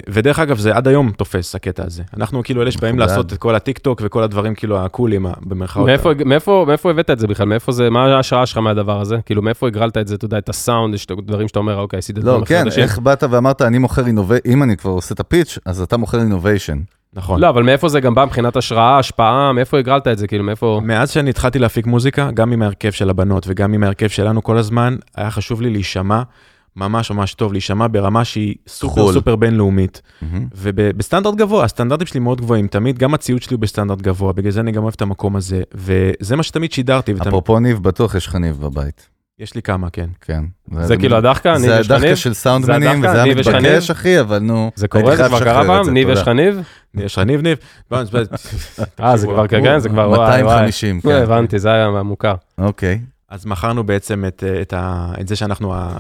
C: ודרך אגב, זה עד היום תופס הקטע הזה. אנחנו כאילו אלה שבאים
A: מכובד.
C: לעשות את כל הטיק טוק וכל הדברים כאילו הקולים ה- במרכאות.
B: מאיפה- מאיפה מאיפה הבאת את זה בכלל? מאיפה זה, מה ההשראה שלך מהדבר הזה? כאילו, מאיפה הגרלת את זה, אתה יודע, את הסאונד, יש את הדברים שאתה אומר, אוקיי, עשית את
A: לא,
B: הדברים
A: כן,
B: החדשים"?
A: איך באת ואמרת, אני מוכר אינוביישן, אם אני כבר עושה את הפיץ', אז אתה מוכר אינוביישן.
C: נכון.
B: לא, אבל מאיפה זה גם בא מבחינת השראה, השפעה, מאיפה הגרלת את זה? כאילו, מאיפה...
C: מאז שאני התחלתי להפיק מוזיקה, גם עם ההרכב של הבנות וגם עם ההרכב שלנו כל הזמן, היה חשוב לי להישמע ממש ממש טוב, להישמע ברמה שהיא סופר
A: חו"ל.
C: סופר בינלאומית. ובסטנדרט גבוה, הסטנדרטים שלי מאוד גבוהים, תמיד גם הציוד שלי הוא בסטנדרט גבוה, בגלל זה אני גם אוהב את המקום הזה, וזה מה שתמיד שידרתי, ותמיד...
A: אפרופו ניב, בטוח יש לך ניב בבית,
C: יש לי כמה, כן.
A: כן.
B: זה כאילו הדחקה, ניב
A: זה
B: יש לך
A: הדחקה
B: ניב?
A: של
B: זה
A: סאונדמנים,
B: הדחקה,
A: וזה היה
B: ניב יש לך
A: מתבקש, אחי, אבל נו.
B: זה
A: הייתי
B: קורה? זה
A: חייב
B: כבר
A: לשחרר
B: קרה
A: את
B: פעם?
A: זה,
B: ניב יש
A: תודה.
B: לך ניב?
C: יש לך ניב ניב? בוא, אז-
B: אה, זה כבר כן, זה כבר... וואי, וואי.
A: 250,
B: לא,
A: כן.
B: הבנתי, זה היה מוכר.
A: אוקיי.
C: אז מכרנו בעצם את, אה, את, ה, את זה שאנחנו ה,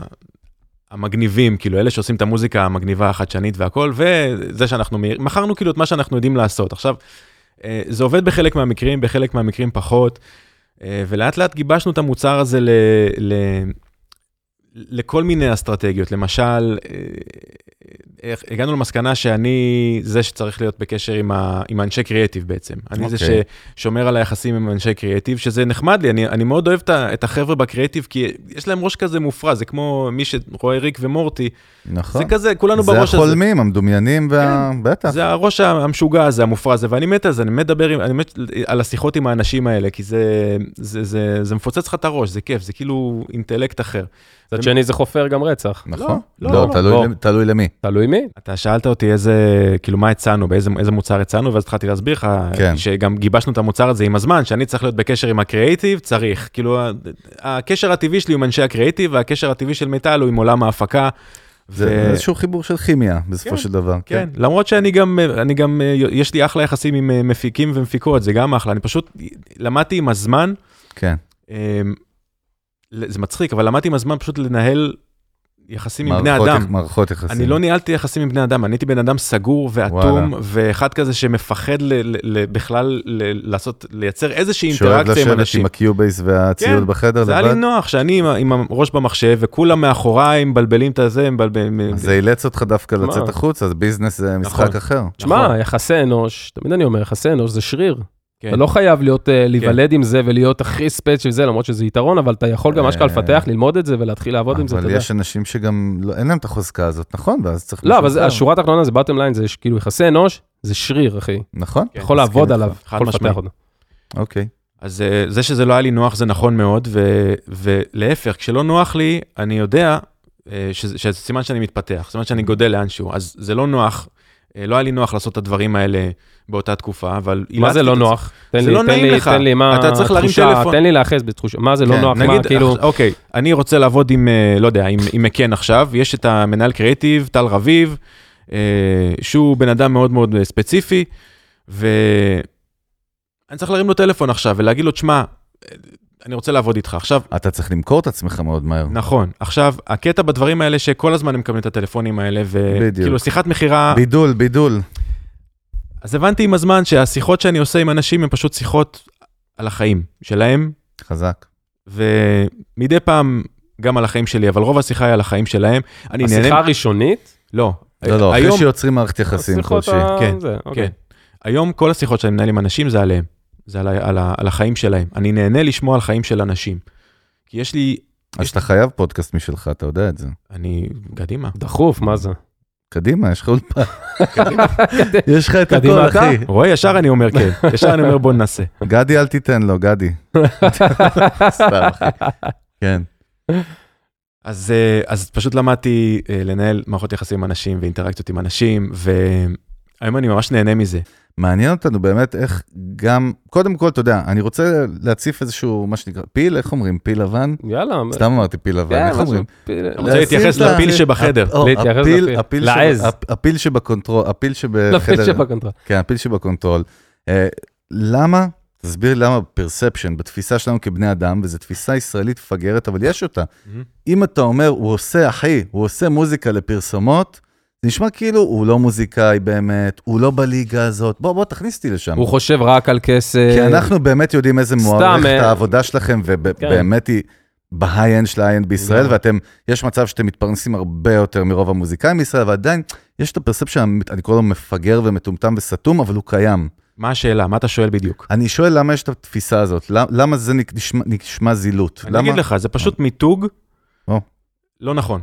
C: המגניבים, כאילו אלה שעושים את המוזיקה המגניבה החדשנית והכל, וזה שאנחנו מהיר- מכרנו כאילו את מה שאנחנו יודעים לעשות. עכשיו, אה, זה עובד בחלק מהמקרים, בחלק מהמקרים פחות. אה, ולאט לאט גיבשנו את המוצר הזה ל, ל, לכל מיני אסטרטגיות. למשל, אה, איך- הגענו למסקנה שאני זה שצריך להיות בקשר עם, ה, עם האנשי קריאיטיב בעצם. אני זה
A: אוקיי.
C: ששומר על היחסים עם אנשי קריאיטיב, שזה נחמד לי, אני, אני מאוד אוהב את ה- את החבר'ה בקריאיטיב, כי יש להם ראש כזה מופרע, זה כמו מי שרואה ריק ומורטי,
A: נכון.
C: זה כזה, כולנו
A: זה
C: בראש הזה. כן.
A: החולמים, המדומיינים וה... בטח.
C: זה הראש המשוגע הזה, המופרע הזה, ואני מת על זה, אני מדבר עם, אני מת על השיחות עם האנשים האלה, כי זה, זה, זה, זה מפוצץ לך את הראש, זה כיף, זה כאילו אינטלקט אחר.
B: מצד שני זה חופר גם רצח.
A: נכון.
C: לא,
A: לא,
C: לא,
A: תלוי
B: לא.
A: למ- תלוי למי.
B: תלוי מי.
C: אתה שאלת אותי איזה, כאילו מה הצענו, באיזה איזה מוצר הצענו, ואז התחלתי להסביר לך,
A: כן.
C: שגם גיבשנו את המוצר הזה עם הזמן, שאני צריך להיות בקשר עם הקריאיטיב, צריך. כאילו, ה- הקשר הטבעי שלי הוא עם אנשי הקריאיטיב, והקשר הטבעי של מיטל הוא עם עולם ההפקה.
A: זה
C: ו-
A: איזשהו חיבור של כימיה,
C: כן,
A: בסופו של דבר.
C: כן, למרות שאני גם, אני גם, אה, יש לי אחלה יחסים עם אה, מפיקים ומפיקות, זה גם אחלה, אני פשוט למדתי עם הזמן,
A: כן.
C: אה, זה מצחיק, אבל למדתי עם הזמן פשוט לנהל יחסים עם בני
A: מערכות
C: אדם.
A: יח- מערכות יחסים.
C: אני לא ניהלתי יחסים עם בני אדם, אני הייתי בן אדם סגור ואטום,
A: וואלה.
C: ואחד כזה שמפחד ל, ל, ל, בכלל ל, לעשות, לייצר איזושהי
A: שאוהב
C: אינטראקציה עם
A: לשבת עם
C: אנשים.
A: הקיובייס והציוד
C: כן,
A: בחדר
C: זה היה לי
A: לבד.
C: נוח שאני עם, ה- עם הראש במחשב, וכולם מאחוריי מבלבלים את הזה, מבלבלים...
A: אז זה אילץ אותך דווקא
B: מה?
A: לצאת החוצה, אז ביזנס זה משחק
C: נכון.
A: אחר.
B: תשמע, יחסי אנוש, תמיד אני אומר, יחסי אנוש זה שריר.
C: כן.
B: אתה לא חייב להיות, אה, להיוולד עם זה ולהיות הכי ספייס של זה, למרות שזה יתרון, אבל אתה יכול גם אשכרה
A: אה.
B: לפתח, ללמוד את זה ולהתחיל לעבוד עם זה, אתה
A: אבל
B: יודע.
A: יש אנשים שגם לא- אין להם את החוזקה הזאת, נכון? ואז צריך...
B: לא,
A: מישהו
B: אבל זה-
A: אחר.
B: השורה התחתונה זה bottom line, זה ש- כאילו יחסי אנוש, זה שריר, אחי.
A: נכון,
B: אתה יכול
A: מסכים
B: לעבוד
A: איתך.
B: עליו,
C: כן, חד
B: יכול לפתח
C: משמעית.
B: אותו.
A: אוקיי.
C: אז אה, זה שזה לא היה לי נוח זה נכון מאוד, ו, ולהפך, כשלא נוח לי, אני יודע אה, שזה, שזה סימן שאני מתפתח, סימן שאני גודל לאנשהו, אז זה לא נוח, אה, לא היה לי נוח לעשות את הדברים האלה באותה תקופה, אבל...
B: מה זה
C: אילצתי
B: לא
C: את עצמי.
B: נוח? תן
C: זה
B: לי,
C: לא
B: תן
C: נעים
B: לי,
C: לך.
B: תן לי מה
C: אתה צריך להרים
B: התחושה,
C: טלפון.
B: תן לי להיאחז בתחושה, מה זה לא
A: כן,
B: נוח, מה
C: נגיד,
B: כאילו,
C: אח- אוקיי, אני רוצה לעבוד עם, אה, לא יודע, עם, עם מקן עכשיו, יש את המנהל קריאיטיב, טל רביב, אה, שהוא בן אדם מאוד מאוד אה, ספציפי, ואני צריך להרים לו טלפון עכשיו ולהגיד לו, תשמע, אה, אני רוצה לעבוד איתך. עכשיו,
A: אתה צריך למכור את עצמך מאוד מהר.
C: נכון, עכשיו, הקטע בדברים האלה שכל הזמן הם מקבלים את הטלפונים האלה,
A: בדיוק.
C: וכאילו שיחת מכירה,
A: בידול, בידול.
C: אז הבנתי עם הזמן שהשיחות שאני עושה עם אנשים הן פשוט שיחות על החיים שלהם,
A: חזק.
C: ומדי פעם גם על החיים שלי, אבל רוב השיחה היא על החיים שלהם. אני נהנה...
B: השיחה הראשונית,
C: לא.
A: לא, לא, אחרי
C: היום,
A: שיוצרים מערכת יחסים
B: השיחות
A: כלשהי.
B: ה-
C: כן,
B: זה, אוקיי.
C: כן. היום כל השיחות שאני מנהל עם אנשים זה עליהם, זה על, ה... על, ה... על החיים שלהם. אני נהנה לשמוע על חיים של אנשים. כי יש לי...
A: אז אתה חייב פודקאסט משלך, אתה יודע את זה.
C: אני... קדימה.
B: דחוף, מה זה?
A: קדימה, יש לך אולפן. יש לך את הכל,
B: קדימה אתה?
A: אחי.
C: רואה, ישר אני אומר כן, ישר אני אומר בוא ננסה.
A: גדי, אל תיתן לו, גדי. סתם, אחי. כן.
C: אז, אה, אז פשוט למדתי אה, לנהל מערכות יחסים עם אנשים ואינטראקציות עם אנשים, והיום אני ממש נהנה מזה.
A: מעניין אותנו באמת איך גם, קודם כל, אתה יודע, אני רוצה להציף איזשהו, מה שנקרא, פיל, איך אומרים? פיל לבן?
B: יאללה.
A: סתם אמרתי פיל לבן,
B: כן,
A: איך
B: משהו-
A: אומרים?
C: אתה רוצה
A: לשים
C: להתייחס
A: את ה-
C: לפיל שבחדר.
A: או,
B: להתייחס
A: הפיל-
B: לפיל.
A: הפיל
B: לעז.
A: שב- הפיל שבקונטרול, הפיל
C: לא,
B: לפיד
A: שבחדר,
B: שבקונטרה.
A: כן, הפיל שבקונטרול. אה, למה? תסביר לי למה perception, בתפיסה שלנו כבני אדם, וזו תפיסה ישראלית מפגרת, אבל יש אותה.
C: Mm-hmm.
A: אם אתה אומר, הוא עושה, אחי, הוא עושה מוזיקה לפרסומות, זה נשמע כאילו הוא לא מוזיקאי באמת, הוא לא בליגה הזאת, בוא, בוא, תכניס אותי לשם.
B: הוא חושב רק על כסף.
A: כי אנחנו באמת יודעים איזה
B: אה, סתם,
A: מוערכת
B: אה, כן.
A: העבודה שלכם, ובאמת היא בהיי-אנד של ההיי-אנד בישראל,
B: לגמרי.
A: ואתם, יש מצב שאתם מתפרנסים הרבה יותר מרוב המוזיקאים בישראל, ועדיין יש את הפרספציה, אני קורא לו מפגר ומטומטם וסתום, אבל הוא קיים.
C: מה השאלה? מה אתה שואל בדיוק?
A: אני שואל למה יש את התפיסה הזאת, למ- למה זה נק- נשמע- נשמע זילות?
C: אני אגיד
A: למה? אה.
C: לך, זה פשוט מיתוג
A: או.
C: לא נכון.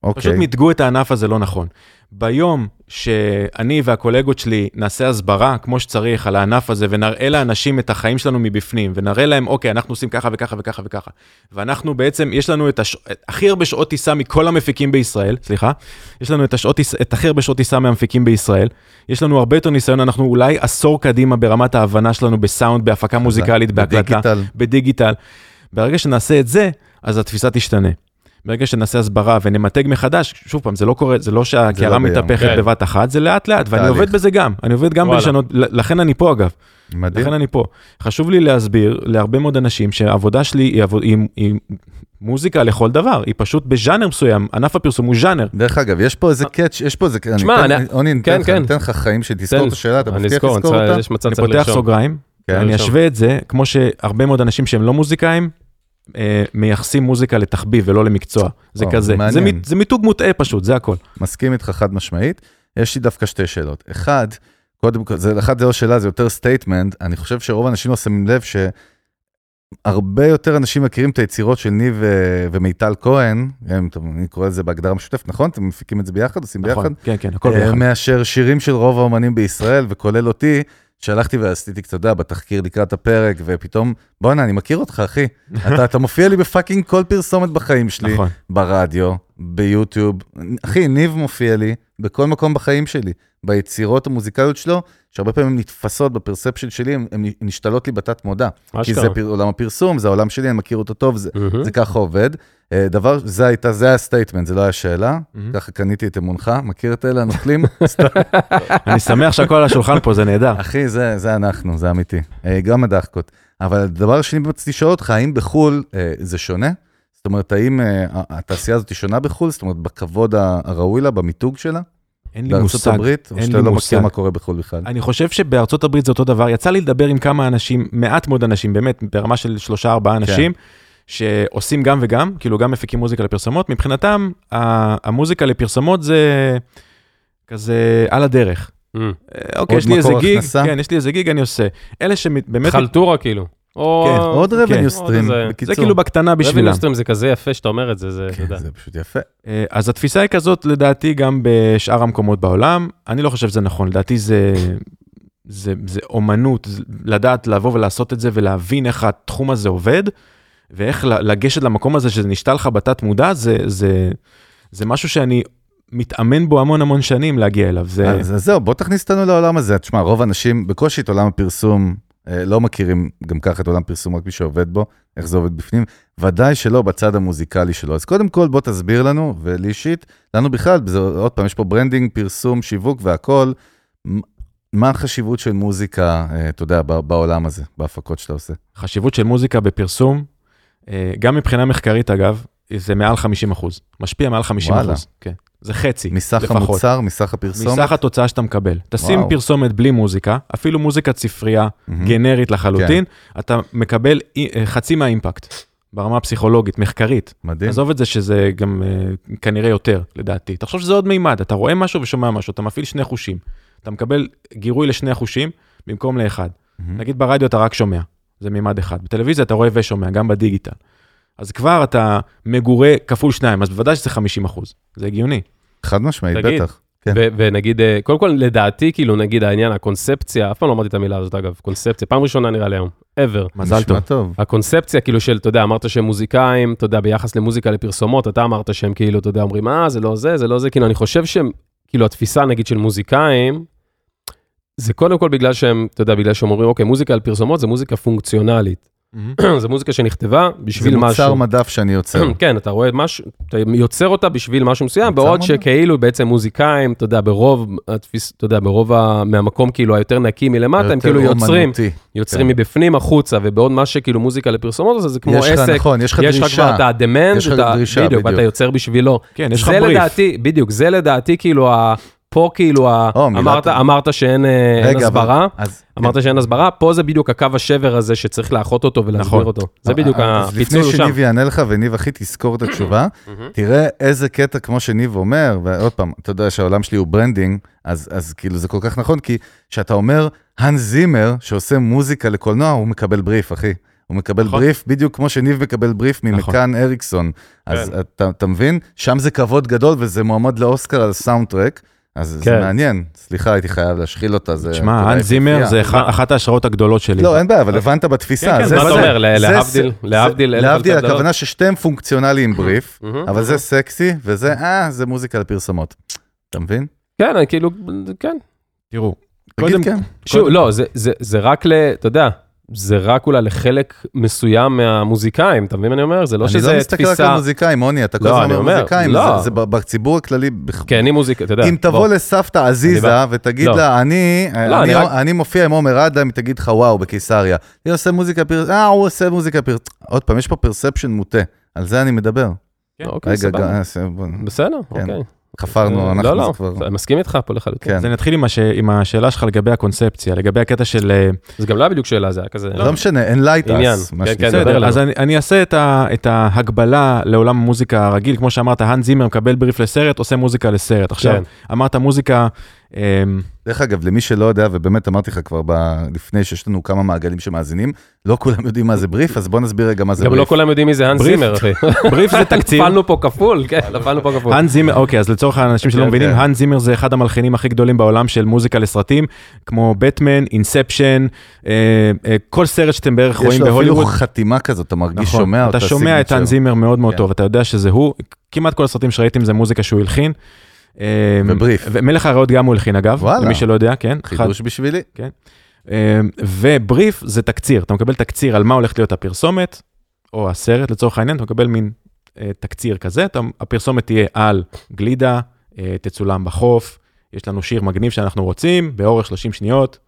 C: פשוט
A: אוקיי,
C: מיתגו את הענף הזה לא נכון. ביום שאני והקולגות שלי נעשה הסברה כמו שצריך על הענף הזה, ונראה לאנשים את החיים שלנו מבפנים, ונראה להם, אוקיי, אנחנו עושים ככה וככה וככה וככה. ואנחנו בעצם, יש לנו את הש... את הכי הרבה שעות טיסה מכל המפיקים בישראל, סליחה, יש לנו את, השעות, טיס- את הכי הרבה שעות טיסה מהמפיקים בישראל, יש לנו הרבה יותר ניסיון, אנחנו אולי עשור קדימה ברמת ההבנה שלנו בסאונד, בהפקה מוזיקלית, בהקלטה.
A: בדיגיטל.
C: בדיגיטל. ברגע שנעשה את זה, אז התפיסה תשתנה. ברגע שנעשה הסברה ונמתג מחדש, שוב פעם, זה לא קורה, זה לא
A: לא
C: שהקערה
A: ביום.
C: מתהפכת
B: כן.
C: בבת אחת, זה לאט לאט, ואני
A: תהליך.
C: עובד בזה גם, אני עובד גם
B: וואלה.
C: בלשנות, לכן אני פה אגב,
A: מדהים.
C: לכן אני פה. חשוב לי להסביר להרבה מאוד אנשים שהעבודה שלי היא, עבוד, היא, היא מוזיקה לכל דבר, היא פשוט בז'אנר מסוים, ענף הפרסום הוא ז'אנר.
A: דרך אגב, יש פה איזה קאץ', יש פה איזה...
B: אה, שמע,
A: אני אתן-
B: אני-
A: אני אתן
B: כן,
A: לך-
B: כן.
A: אני אתן לך חיים שתזכור
B: תן.
A: את השאלה, אתה
B: אני
A: מבטיח
B: אזכור,
A: לזכור אותה?
B: יש מצב
C: אני
B: צריך
C: פותח
B: לרשום.
C: סוגריים,
A: כן,
C: אני
B: עכשיו.
C: אשווה את זה, כמו שהרבה מאוד אנשים שהם לא מוזיקאים, אה, מייחסים מוזיקה לתחביב ולא למקצוע. זה
A: או,
C: כזה. זה
A: מעניין.
C: מי- זה מיתוג מוטעה פשוט, זה הכל.
A: מסכים איתך חד משמעית. יש לי דווקא שתי שאלות. אחד, קודם כל, זה, אחת זה לא שאלה, זה יותר סטייטמנט. אני חושב שרוב האנשים לא שמים לב שהרבה יותר אנשים מכירים את היצירות של ניב אה, ומיטל כהן, הם, טוב, אני קורא לזה בהגדרה משותפת, נכון? אתם מפיקים את זה ביחד, עושים ביחד?
C: נכון, כן, כן, הכל
A: אה,
C: ביחד.
A: מאשר שירים של רוב האומנים בישראל, וכולל אותי, שהלכתי ועשיתי, אתה יודע, בתחקיר לקראת הפרק, ופתאום, בואנה, אני מכיר אותך, אחי. אתה, אתה מופיע לי בפאקינג כל פרסומת בחיים שלי.
C: נכון.
A: ברדיו, ביוטיוב. אחי, ניב מופיע לי בכל מקום בחיים שלי, ביצירות המוזיקליות שלו, שהרבה פעמים הן נתפסות בפרספשן שלי, הן הן נשתלות לי בתת מודע.
B: מה
A: כי זה פר, עולם הפרסום, זה העולם שלי, אני מכיר אותו טוב, זה,
B: מהמם.
A: זה ככה עובד. אה, דבר, זה הייתה, זה היה סטייטמנט, זה לא היה שאלה.
C: מהמם.
A: ככה קניתי את אמונך, מכיר את אלה הנוכלים? סתם.
C: אני שמח שהכל על השולחן פה, זה נהדר.
A: אחי, זה, זה אנחנו, זה אמיתי. אה, גם הדחקות. אבל הדבר השני, באמת רציתי לשאול אותך, האם בחו"ל אה, זה שונה? זאת אומרת, האם אה, ה- התעשייה הזאת היא שונה בחו"ל? זאת אומרת, בכבוד ה- הראוי לה, במיתוג שלה?
C: אין לי מושג.
A: הברית? או
C: אין
A: שאתה
C: לי
A: לא
C: מושג.
A: מכיר מה קורה בחו"ל בכלל?
C: אני חושב שבארצות הברית זה אותו דבר. יצא לי לדבר עם כמה אנשים, מעט מאוד אנשים, באמת, ברמה של שלושה, ארבעה
A: כן.
C: אנשים, שעושים גם וגם, כאילו גם מפיקים מוזיקה לפרסמות. מבחינתם, ה- המוזיקה לפרסמות זה כזה על הדרך.
B: מהמם.
C: אה, אוקיי,
A: עוד
C: יש לי איזה
A: מקור
C: גיג,
A: הכנסה?
C: כן, יש לי איזה גיג, אני עושה. אלה שבאמת,
B: חלטורה כאילו. או-
C: כן,
A: עוד
C: כן,
A: רבניו
C: עוד
A: סטרים,
B: איזה- זה
A: בקיצור.
C: זה כאילו בקטנה בשבילם.
A: לא
B: Revenue stream זה כזה יפה שאתה אומר את זה, זה, אתה
A: כן,
B: יודע.
A: זה פשוט יפה.
C: אה, אז התפיסה היא כזאת לדעתי גם בשאר המקומות בעולם. אני לא חושב שזה נכון, לדעתי זה, זה, זה אומנות, זה לדעת לבוא ולעשות את זה ולהבין איך התחום הזה עובד, ואיך ל- לגשת למקום הזה שזה נשתל לך בתת מודע, זה, זה, זה משהו שאני מתאמן בו המון המון שנים להגיע אליו. זה,
A: אה, אז אז זהו, בוא תכניס אותנו לעולם הזה. תשמע, רוב האנשים, בקושי את עולם הפרסום, אה, לא מכירים גם ככה את עולם הפרסום, רק מי שעובד בו, איך זה עובד בפנים, ודאי שלא בצד המוזיקלי שלו. אז קודם כל, בוא תסביר לנו, ולי אישית, לנו בכלל, זה, עוד פעם, יש פה ברנדינג, פרסום, שיווק והכול. מ- מה החשיבות של מוזיקה, אה, אתה יודע, ב- בעולם הזה, בהפקות שאתה עושה?
C: חשיבות של מוזיקה בפרסום, אה, גם מבחינה מחקרית אגב, זה מעל 50 אחוז, משפיע מעל 50
A: וואלה.
C: אחוז, כן. זה חצי
A: מסך
C: לפחות.
A: המוצר, מסך הפרסום?
C: מסך התוצאה שאתה מקבל. תשים
A: וואו. Mm-hmm.
C: פרסומת בלי מוזיקה, אפילו מוזיקת ספרייה
A: מהמם.
C: גנרית לחלוטין,
A: כן.
C: אתה מקבל אי- אה, חצי מהאימפקט ברמה הפסיכולוגית, מחקרית.
A: מדהים.
C: עזוב את זה שזה גם אה, כנראה יותר, לדעתי. תחשוב שזה עוד מימד, אתה רואה משהו ושומע משהו, אתה מפעיל שני חושים. אתה מקבל גירוי לשני החושים במקום לאחד.
A: מהמם.
C: נגיד ברדיו אתה רק שומע, זה מימד אחד. בטלוויזיה אתה רואה ושומע, גם בדיגיטל. אז כבר אתה מגורה כפול שניים, אז בוודאי שזה 50 אחוז, זה הגיוני.
A: חד משמעית,
B: תגיד.
A: בטח. כן.
B: ו- ונגיד, אה, קודם כל, לדעתי, כאילו, נגיד העניין, הקונספציה, אף פעם לא אמרתי את המילה הזאת, אגב, קונספציה, פעם ראשונה נראה לי היום, ever.
C: מזל טוב.
A: נשמע טוב.
B: הקונספציה, כאילו, של, אתה יודע, אמרת שהם מוזיקאים, אתה יודע, ביחס למוזיקה לפרסומות, אתה אמרת שהם כאילו, אתה יודע, אומרים, אה, זה לא זה, זה לא זה, כאילו, אני חושב שהם, כאילו, התפיסה, נגיד, של מוזיקאים, זה קודם כל בגלל שהם, אתה יודע, בגלל שהם אומרים, אוקיי, מוזיקה על פרסומות זה מוזיקה פונקציונלית.
C: מהמם.
B: זו מוזיקה שנכתבה
A: Mm-hmm. זה
B: בשביל משהו.
A: מוצר מדף שאני יוצר.
B: כן, אתה רואה משהו, אתה יוצר אותה בשביל משהו מסוים,
A: מוצר
B: בעוד
A: מדע.
B: שכאילו בעצם מוזיקאים, אתה יודע, ברוב, התפיס, אתה יודע, ברוב ה, מהמקום כאילו היותר נקי מלמטה, הם
A: יותר
B: כאילו יוצרים,
A: אומנותי.
B: יוצרים
A: כן.
B: מבפנים החוצה, ובעוד מה שכאילו מוזיקה לפרסומות הזה, זה כמו
A: יש לך,
B: עסק,
A: נכון, יש לך
B: יש לך כבר
A: דרישה.
B: את ה-demand,
A: יש לך
B: את ה-
A: דרישה,
B: בדיוק, ואתה
A: בדיוק.
B: יוצר בשבילו.
C: כן, יש לך
B: זה
C: בריף.
B: לדעתי, בדיוק, זה לדעתי כאילו ה... פה כאילו, ה-
A: או, מילת-
B: אמרת, אמרת שאין אה, אין
A: רגע, אבל- כן.
B: הסברה,
A: אז-
B: אמרת שאין הסברה, פה זה בדיוק הקו השבר הזה שצריך לאחות אותו ולהסביר
C: נכון.
B: אותו. זה בדיוק
A: לא, אה, אז
B: הפיצול הוא
A: לפני
B: שם.
A: שניב יענה לך, וניב אחי תזכור את התשובה,
B: מהמם.
A: תראה איזה קטע, כמו שניב אומר, ועוד פעם, אתה יודע שהעולם שלי הוא ברנדינג, אז, אז כאילו זה כל כך נכון, כי כשאתה אומר, האנס זימר, שעושה מוזיקה לקולנוע, הוא מקבל בריף, אחי. הוא מקבל
C: נכון.
A: בריף, בדיוק כמו שניב מקבל בריף
C: נכון.
A: ממכאן אריקסון. אז
B: כן.
A: אתה, אתה מבין? שם זה כבוד גדול, וזה מועמד לאוסקר על סאונד טרק, אז זה
B: כן.
A: מעניין. סליחה, הייתי חייב להשחיל אותה. זה- לא אתה
C: תשמע,
A: יודע,
C: האן זימר
A: כפייה.
C: זה אחד- אחת ההשראות הגדולות שלי.
A: לא, אין בעיה, אבל הבנת בתפיסה.
C: כן, כן,
A: זה-
C: מה אתה
A: זה-
B: אומר?
A: זה-
B: להבדיל-
A: זה-
B: להבדיל אלף
A: להבדיל,
B: אלפי הבדלות.
A: הכוונה ששתיהם פונקציונליים בריף,
B: מהמם,
A: אבל זה סקסי, וזה, אה, זה מוזיקה לפרסומות. אתה מבין?
B: כן, אני כאילו, כן.
C: תראו,
A: תגיד
C: קודם,
A: כן.
B: שוב,
C: קודם-
B: לא, זה- זה- זה רק ל... אתה יודע, זה רק אולי לחלק מסוים מהמוזיקאים, אתה מבין מה אני אומר? זה לא
A: אני לא
B: שזה
A: מסתכל רק על
B: תפיסה...
A: מוזיקאים, מוני, אתה כל
B: לא,
A: הזמן
B: אני
A: אומר
B: אומר,
A: מוזיקאים,
B: לא.
A: זה- זה ב- בציבור הכללי. בכ-
B: כן, אני מוזיקאי, אתה יודע.
A: אם תבוא
B: בוא.
A: לסבתא עזיזה
B: בא-
A: ותגיד
B: לא.
A: לה, אני
B: לא,
A: אני-
B: אני רק-
A: אני מופיע עם עומר אדם, היא תגיד לך, וואו, בקיסריה. היא עושה מוזיקה פרסומות, אה, הוא עושה מוזיקה פרסומות. עוד פעם, יש פה פרספשן מוטה, על זה אני מדבר.
B: אוקיי,
A: רגע,
B: סבבה.
A: ג- אה, ס- בוא-
B: בסדר,
A: כן.
B: אוקיי.
A: חפרנו, אנחנו
B: לא, לא,
A: כבר...
B: אני מסכים איתך פה לחלוטין.
A: כן.
C: אז אני אתחיל עם, הש... עם השאלה שלך לגבי הקונספציה, לגבי הקטע של... אה,
B: זה גם לא היה בדיוק שאלה, זה היה כזה...
A: לא משנה, enlight
B: עניין.
A: us, מה
B: כן,
A: שנקרא.
B: כן, דבר
C: בסדר,
B: אלינו.
C: אז אני, אני אעשה את, ה, את ההגבלה לעולם המוזיקה הרגיל, כמו שאמרת, האן זימר מקבל בריף לסרט, עושה מוזיקה לסרט. עכשיו,
B: כן.
C: אמרת מוזיקה, אה,
A: דרך אגב, למי שלא יודע, ובאמת אמרתי לך כבר ב- לפני שיש לנו כמה מעגלים שמאזינים, לא כולם יודעים מה זה בריף, אז בוא נסביר רגע מה זה
B: גם לא
A: בריף.
B: כולם יודעים מי זה האנס
C: בריף.
B: זימר, אחי.
C: בריף זה תקציב.
B: נפלנו פה כפול, כן, נפלנו פה כפול.
C: האן זימר, אוקיי, אז לצורך האנשים שלא
A: כן,
C: מבינים,
A: כן.
C: האן זימר זה אחד המלחינים הכי גדולים בעולם של מוזיקה לסרטים, כמו בטמן, אינספשן, אה, אה, כל סרט שאתם בערך
A: יש
C: רואים
A: לו אפילו
C: בהוליווד.
A: חתימה כזאת, אתה מרגיש,
C: נכון,
A: שומע אותה.
C: אתה שומע את
A: signature.
C: האן זימר מאוד מאוד
A: כן.
C: טוב, אתה יודע שזה הוא, כמעט כל הסרטים שראיתם זה מוזיקה שהוא הלחין. אה,
A: ובריף.
C: ומלך האריות גם הוא הלחין אגב,
A: וואלה.
C: למי שלא יודע, כן. אחד-
A: חידוש בשבילי.
C: אה, ובריף זה תקציר, אתה מקבל תקציר על מה הולכת להיות הפרסומת, או הסרט לצורך העניין, אתה מקבל מין אה, תקציר כזה, אתה, הפרסומת תהיה על גלידה, אה, תצולם בחוף, יש לנו שיר מגניב שאנחנו רוצים, באורך 30 שניות,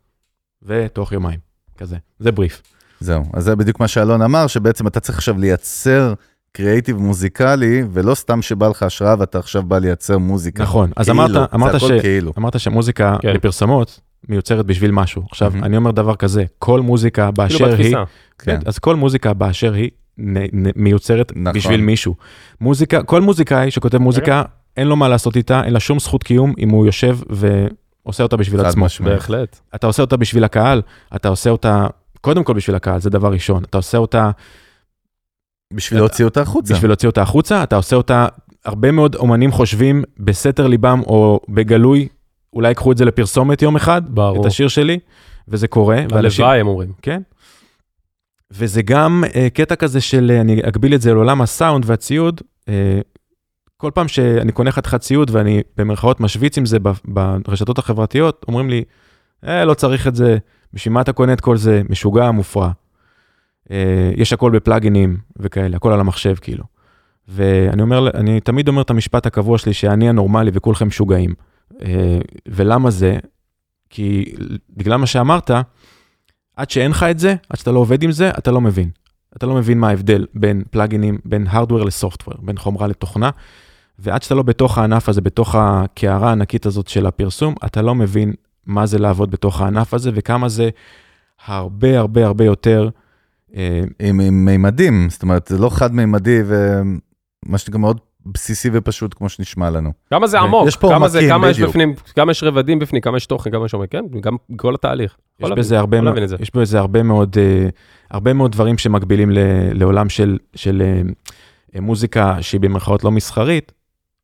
C: ותוך יומיים, כזה, זה בריף.
A: זהו, אז זה בדיוק מה שאלון אמר, שבעצם אתה צריך עכשיו לייצר קריאיטיב מוזיקלי, ולא סתם שבא לך השראה ואתה עכשיו בא לייצר מוזיקה.
C: נכון, אז
A: כאילו,
C: אמרת,
A: זה
C: אמרת, ש,
A: הכל כאילו.
C: אמרת שמוזיקה
B: כן.
C: לפרסומות מיוצרת בשביל משהו. עכשיו,
A: מהמם.
C: אני אומר דבר כזה, כל מוזיקה
B: כאילו
C: באשר היא,
B: בתפיסה.
A: כן.
C: כן. אז כל מוזיקה באשר היא נ, נ, מיוצרת
A: נכון.
C: נכון. בשביל מישהו. מוזיקה, כל מוזיקאי שכותב מוזיקה,
B: אוקיי.
C: אין לו מה לעשות איתה, אין לה שום זכות קיום אם הוא יושב ועושה אותה בשביל
A: חד
C: עצמו.
A: משמעית.
B: בהחלט.
C: אתה עושה אותה בשביל הקהל, אתה עושה אותה, קודם כל בשביל הקהל, זה דבר ראשון. אתה עושה אותה
A: בשביל להוציא אותה החוצה.
C: בשביל להוציא אותה החוצה, אתה עושה אותה, הרבה מאוד אומנים חושבים בסתר ליבם או בגלוי, אולי ייקחו את זה לפרסומת יום אחד,
B: ברור.
C: את השיר שלי, וזה קורה. ואנשים-
B: הלוואי, הם אומרים.
C: כן. וזה גם אה, קטע כזה של, אה, אני אגביל את זה לעולם הסאונד והציוד. אה, כל פעם שאני קונה חתיכת ציוד ואני במרכאות משוויץ עם זה ב- ברשתות החברתיות, אומרים לי, אה, לא צריך את זה, בשביל מה אתה קונה את כל זה? משוגע, מופרע. אה, יש הכל בפלאגינים וכאלה, הכל על המחשב כאילו. ואני אומר, אני תמיד אומר את המשפט הקבוע שלי, שאני הנורמלי וכולכם משוגעים. אה, ולמה זה? כי בגלל מה שאמרת, עד שאין לך את זה, עד שאתה לא עובד עם זה, אתה לא מבין. אתה לא מבין מה ההבדל בין פלאגינים, בין הארדוור לסופטוור, בין חומרה לתוכנה, ועד שאתה לא בתוך הענף הזה, בתוך הקערה הענקית הזאת של הפרסום, אתה לא מבין מה זה לעבוד בתוך הענף הזה וכמה זה הרבה הרבה הרבה יותר. אה,
A: עם, עם מימדים, זאת אומרת, זה לא חד-מימדי, ומה שנקרא מאוד בסיסי ופשוט כמו שנשמע לנו.
B: כמה זה
C: כן.
B: עמוק,
A: יש פה
B: כמה זה,
A: עומקים,
B: כמה יש
A: בדיוק.
B: בפנים, כמה יש רבדים בפנים, כמה יש תוכן, כמה יש עומק, כן, גם כל התהליך. יכול
C: יש
B: להבין,
C: בזה, הרבה,
B: יכול
C: מאוד-
B: להבין את זה.
C: יש בזה הרבה, מאוד, אה, הרבה מאוד דברים שמקבילים ל, לעולם של, של אה, אה, מוזיקה שהיא במרכאות לא מסחרית,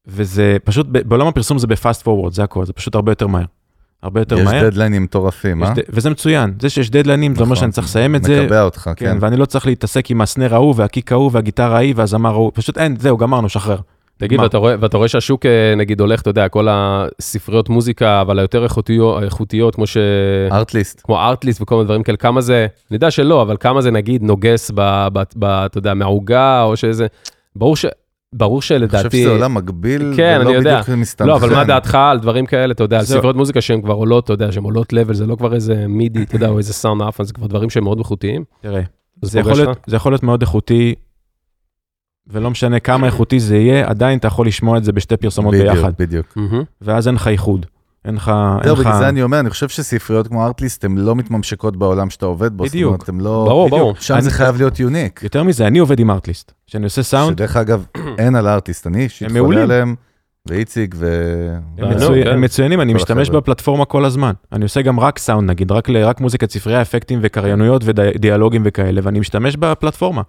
C: וזה פשוט, ב- בעולם הפרסום זה בפאסט פורוורד, זה הכל, זה פשוט הרבה יותר מהר. הרבה יותר
A: יש
C: מהר.
A: דדליינים מטורפים,
C: יש
A: אה?
C: ד- וזה מצוין, זה שיש דדליינים, זה אומר
A: נכון.
C: שאני צריך לסיים את זה,
A: מקבע אותך, כן.
C: כן, ואני לא צריך להתעסק עם הסנר ההוא והקיק ההוא והגיטרה ההיא והזמר ההוא, פשוט אין, זהו, גמרנו, שחרר.
B: תגיד,
C: מה?
B: ואתה רואה, ואתה רואה שהשוק אה, נגיד הולך, אתה יודע, כל הספריות מוזיקה, אבל היותר איכותיו- איכותיות, כמו ש...
A: ארטליסט.
B: כמו ארטליסט וכל מיני דברים כאלה, כמה זה, אני יודע שלא, אבל כמה זה נגיד נוגס ב... ב, ב אתה יודע, מהעוגה, או שאיזה... ברור ש... ברור
A: אני חושב
B: שלדעתי...
A: שזה עולם מקביל,
B: כן,
A: ולא
B: אני יודע.
A: בדיוק מסתנכרן.
B: לא, אבל מה דעתך על דברים כאלה, אתה יודע, על
C: זהו.
B: ספריות מוזיקה שהן כבר עולות, אתה יודע, שהן עולות לבל, זה לא כבר איזה מידי, אתה יודע, או איזה סאונד אפן, זה כבר דברים שהם מאוד איכותיים.
C: תראה,
B: אז
C: זה יכול,
B: פוגש
C: להיות,
B: לך.
C: זה יכול להיות מאוד איכותי, ולא משנה כמה איכותי זה יהיה, עדיין אתה יכול לשמוע את זה בשתי פרסומות
A: בדיוק,
C: ביחד,
A: בדיוק.
B: מהמם.
C: ואז אין לך איחוד. אין לך, אין
A: זהו,
C: לך,
A: לא, בגלל זה אני אומר, אני חושב שספריות כמו ארטליסט, הן לא מתממשקות בעולם שאתה עובד בו. זאת
C: בדיוק.
A: אומרת, הן לא...
B: ברור, ברור.
A: שם
C: אני-
A: זה חייב להיות יוניק.
C: יותר מזה, אני עובד עם ארטליסט, כשאני עושה סאונד,
A: שדרך אגב, אין על הארטיסט, אני אישית
C: הם
A: חולה
C: מעולים.
A: עליהם, ואיציק, ו...
C: הם,
B: אה,
C: מצו...
B: כן.
C: הם מצוינים, אני
A: לא, כל
C: משתמש
A: החבר'ה.
C: בפלטפורמה כל הזמן. אני עושה גם רק סאונד נגיד, רק, ל- רק מוזיקת ספרייה, אפקטים וקריינויות ודיאלוגים וכאלה, ואני משתמש בפלטפורמה.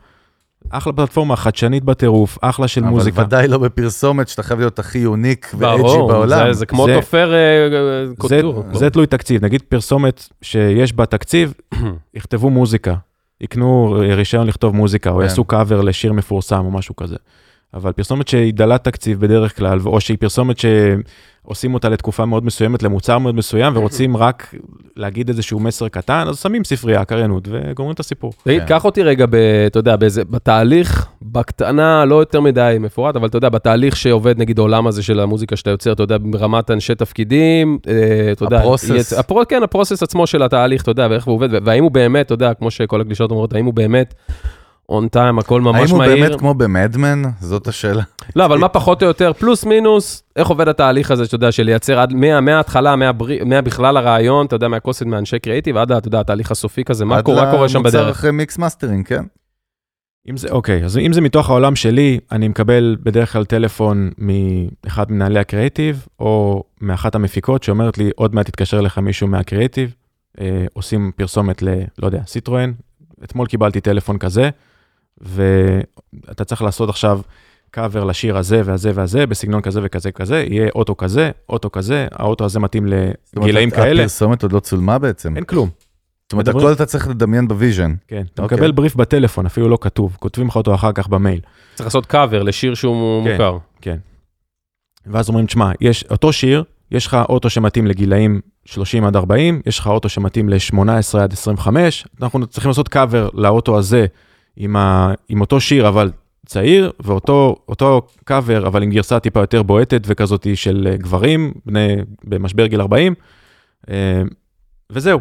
C: אחלה פלטפורמה, חדשנית בטירוף, אחלה של מוזיקה.
A: אבל ודאי לא בפרסומת, שאתה חייב להיות הכי יוניק ואדג'י
B: ברור,
A: בעולם.
B: זה- זה כמו
C: זה-
B: תופר אה, אה,
C: זה,
B: קוטור.
C: זה תלוי תקציב, נגיד פרסומת שיש בה תקציב, יכתבו מוזיקה, יקנו אה, רישיון לכתוב מוזיקה, או
A: כן.
C: יעשו קאבר לשיר מפורסם או משהו כזה. אבל פרסומת שהיא דלת תקציב בדרך כלל, או שהיא פרסומת שעושים אותה לתקופה מאוד מסוימת, למוצר מאוד מסוים, ורוצים רק להגיד איזשהו מסר קטן, אז שמים ספרייה, קריינות, וגומרים את הסיפור.
B: תגיד,
A: כן.
B: קח אותי רגע, ב- אתה יודע, באיזה- בתהליך, בקטנה, לא יותר מדי מפורט, אבל אתה יודע, בתהליך שעובד נגיד העולם הזה של המוזיקה שאתה יוצר, אתה יודע, ברמת אנשי תפקידים, אה, אתה יודע,
A: הפרוסס.
B: יצ- הפרו, כן, הפרוסס עצמו של התהליך, אתה יודע, ואיך הוא עובד, ו- והאם הוא באמת, אתה יודע, כמו שכל הגלישות אומרות, האם הוא באמת און טיים, הכל ממש
A: האם
B: מהיר.
A: הוא באמת כמו במדמן? זאת השאלה.
B: לא, אבל מה פחות או יותר, פלוס מינוס, איך עובד התהליך הזה, שאתה יודע, של לייצר עד, מה- מההתחלה, מהבר- מהבכלל הרעיון, אתה יודע, מהכוסת, מאנשי קריאיטיב, עד, אתה יודע, התהליך הסופי כזה, מה קורה, מה קורה שם
A: עד למוצר
B: בדרך.
A: אחרי מיקס מאסטרינג, כן?
C: אם זה, אוקיי, אז אם זה מתוך העולם שלי, אני מקבל בדרך כלל טלפון מאחד מנהלי הקריאיטיב, או מאחת המפיקות שאומרת לי, עוד מעט תתקשר אליך מישהו מהקריאיטיב, אה, עושים פרסומת ל, לא יודע, סיטרואן. אתמול קיבלתי טלפון כזה, ואתה צריך לעשות עכשיו קאבר לשיר הזה והזה והזה, בסגנון כזה וכזה וכזה, יהיה אוטו כזה, אוטו כזה, האוטו הזה מתאים
A: זאת אומרת,
C: לגילאים כאלה,
A: הפרסומת עוד לא צולמה בעצם.
C: אין כלום.
A: זאת אומרת,
C: מדברים-
A: הכל אתה צריך לדמיין בוויז'ן.
C: כן, אתה
A: אוקיי.
C: מקבל בריף בטלפון, אפילו לא כתוב, כותבים לך אותו אחר כך במייל.
B: צריך לעשות קאבר לשיר שהוא
C: כן.
B: מוכר.
C: ואז אומרים, תשמע, יש אותו שיר, יש לך אוטו שמתאים לגילאים 30 עד 40, יש לך אוטו שמתאים ל-18 עד 25, אנחנו צריכים לעשות קאבר לאוטו הזה עם, ה... עם אותו שיר, אבל צעיר, ואותו אותו קאבר, אבל עם גרסה טיפה יותר בועטת וכזאת של אה, גברים, בני, במשבר גיל 40, אה, וזהו,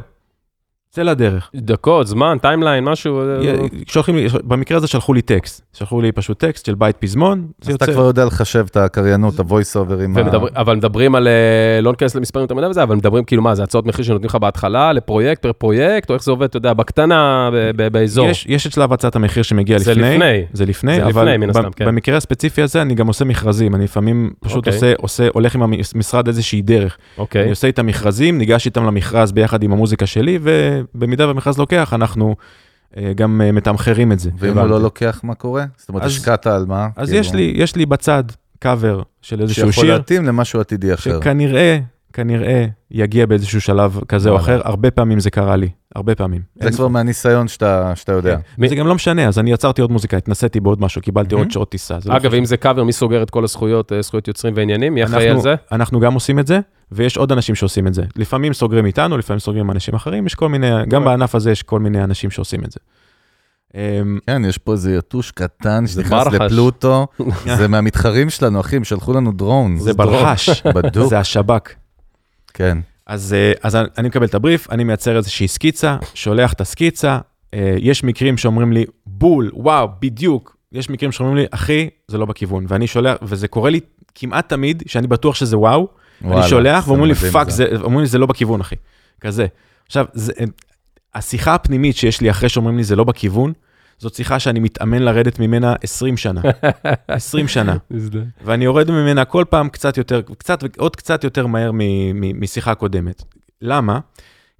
C: זה לדרך.
B: דקות, זמן, טיימליין, משהו. אה,
C: שולחים לי, במקרה הזה שלחו לי טקסט, שלחו לי פשוט טקסט של בית פזמון,
A: אז אתה כבר יודע לחשב את הקריינות, את ה-voice over עם ה...
B: ומדבר- אבל מדברים על, אה, לא ניכנס למספרים יותר מדי וזה, אבל מדברים כאילו מה, זה הצעות מחיר שנותנים לך בהתחלה, לפרויקט פר פרויקט, או איך זה עובד, אתה יודע, בקטנה, ב- ב- באזור.
C: יש, יש את שלב הצעת המחיר שמגיע
B: זה
C: לפני.
B: לפני.
C: זה לפני,
B: זה
C: אבל
B: לפני, מן הסתם,
C: ב-
B: כן.
C: במקרה הספציפי הזה אני גם עושה מכרזים, אני לפעמים פשוט
B: אוקיי.
C: עושה, עושה, הולך עם המשרד איזושהי דרך. אני
B: אוקיי.
C: עושה איתם מכרזים, ניגש איתם למכרז ביחד עם המוזיקה שלי, ובמידה והמכרז לוקח, אנחנו אה, גם אה, מתמחרים את זה.
A: ואם הוא לא לוקח, מה קורה? זאת אומרת,
C: אז-
A: השקעת על מה?
C: אז
A: כאילו,
C: יש לי, יש לי בצד קאבר של איזשהו
A: שיכול
C: שיר,
A: להתאים למשהו עתידי אחר.
C: שכנראה, כנראה יגיע באיזשהו שלב כזה או
A: וואלה.
C: אחר, הרבה פעמים זה קרה לי, הרבה פעמים.
A: זה
C: אין-
A: כבר מהניסיון שאתה שאתה יודע.
C: זה גם לא משנה, אז אני יצרתי עוד מוזיקה, התנסיתי בעוד משהו, קיבלתי עוד שעות טיסה. זה לא
B: אגב, אם זה קאבר, מי סוגר את כל הזכויות, אה, זכויות יוצרים ועניינים? מי אחראי על
C: אנחנו-
B: זה?
C: אנחנו גם עושים את זה, ויש עוד אנשים שעושים את זה. לפעמים סוגרים איתנו, לפעמים סוגרים עם אנשים אחרים, יש כל מיני,
B: אוקיי.
C: גם בענף הזה יש כל מיני אנשים שעושים את זה. אמ,
A: כן, יש פה איזה יתוש קטן
B: זה
A: שנכנס
B: ברחש.
A: לפלוטו, זה מהמתחרים שלנו, אחי, הם שלחו לנו דרון.
C: זה בלחש,
A: בדוק,
C: זה השב"כ.
A: כן.
C: אז, אה, אז אני מקבל את הבריף, אני מייצר איזושהי סקיצה, שולח את הסקיצה, אה, יש מקרים שאומרים לי, בול, וואו, בדיוק. יש מקרים שאומרים לי, אחי, זה לא בכיוון, ואני שולח, וזה קורה לי כמעט תמיד, שאני בטוח שזה וואו,
A: וואלה,
C: אני שולח
A: זה
C: ואומרים לי
A: מדהים
C: פאק, זה- אומרים לי זה לא בכיוון אחי, כזה. עכשיו, זה- השיחה הפנימית שיש לי אחרי שאומרים לי זה לא בכיוון, זאת שיחה שאני מתאמן לרדת ממנה 20 שנה, 20 שנה, ואני יורד ממנה כל פעם קצת יותר, קצת, עוד קצת יותר מהר מ, מ, משיחה קודמת. למה?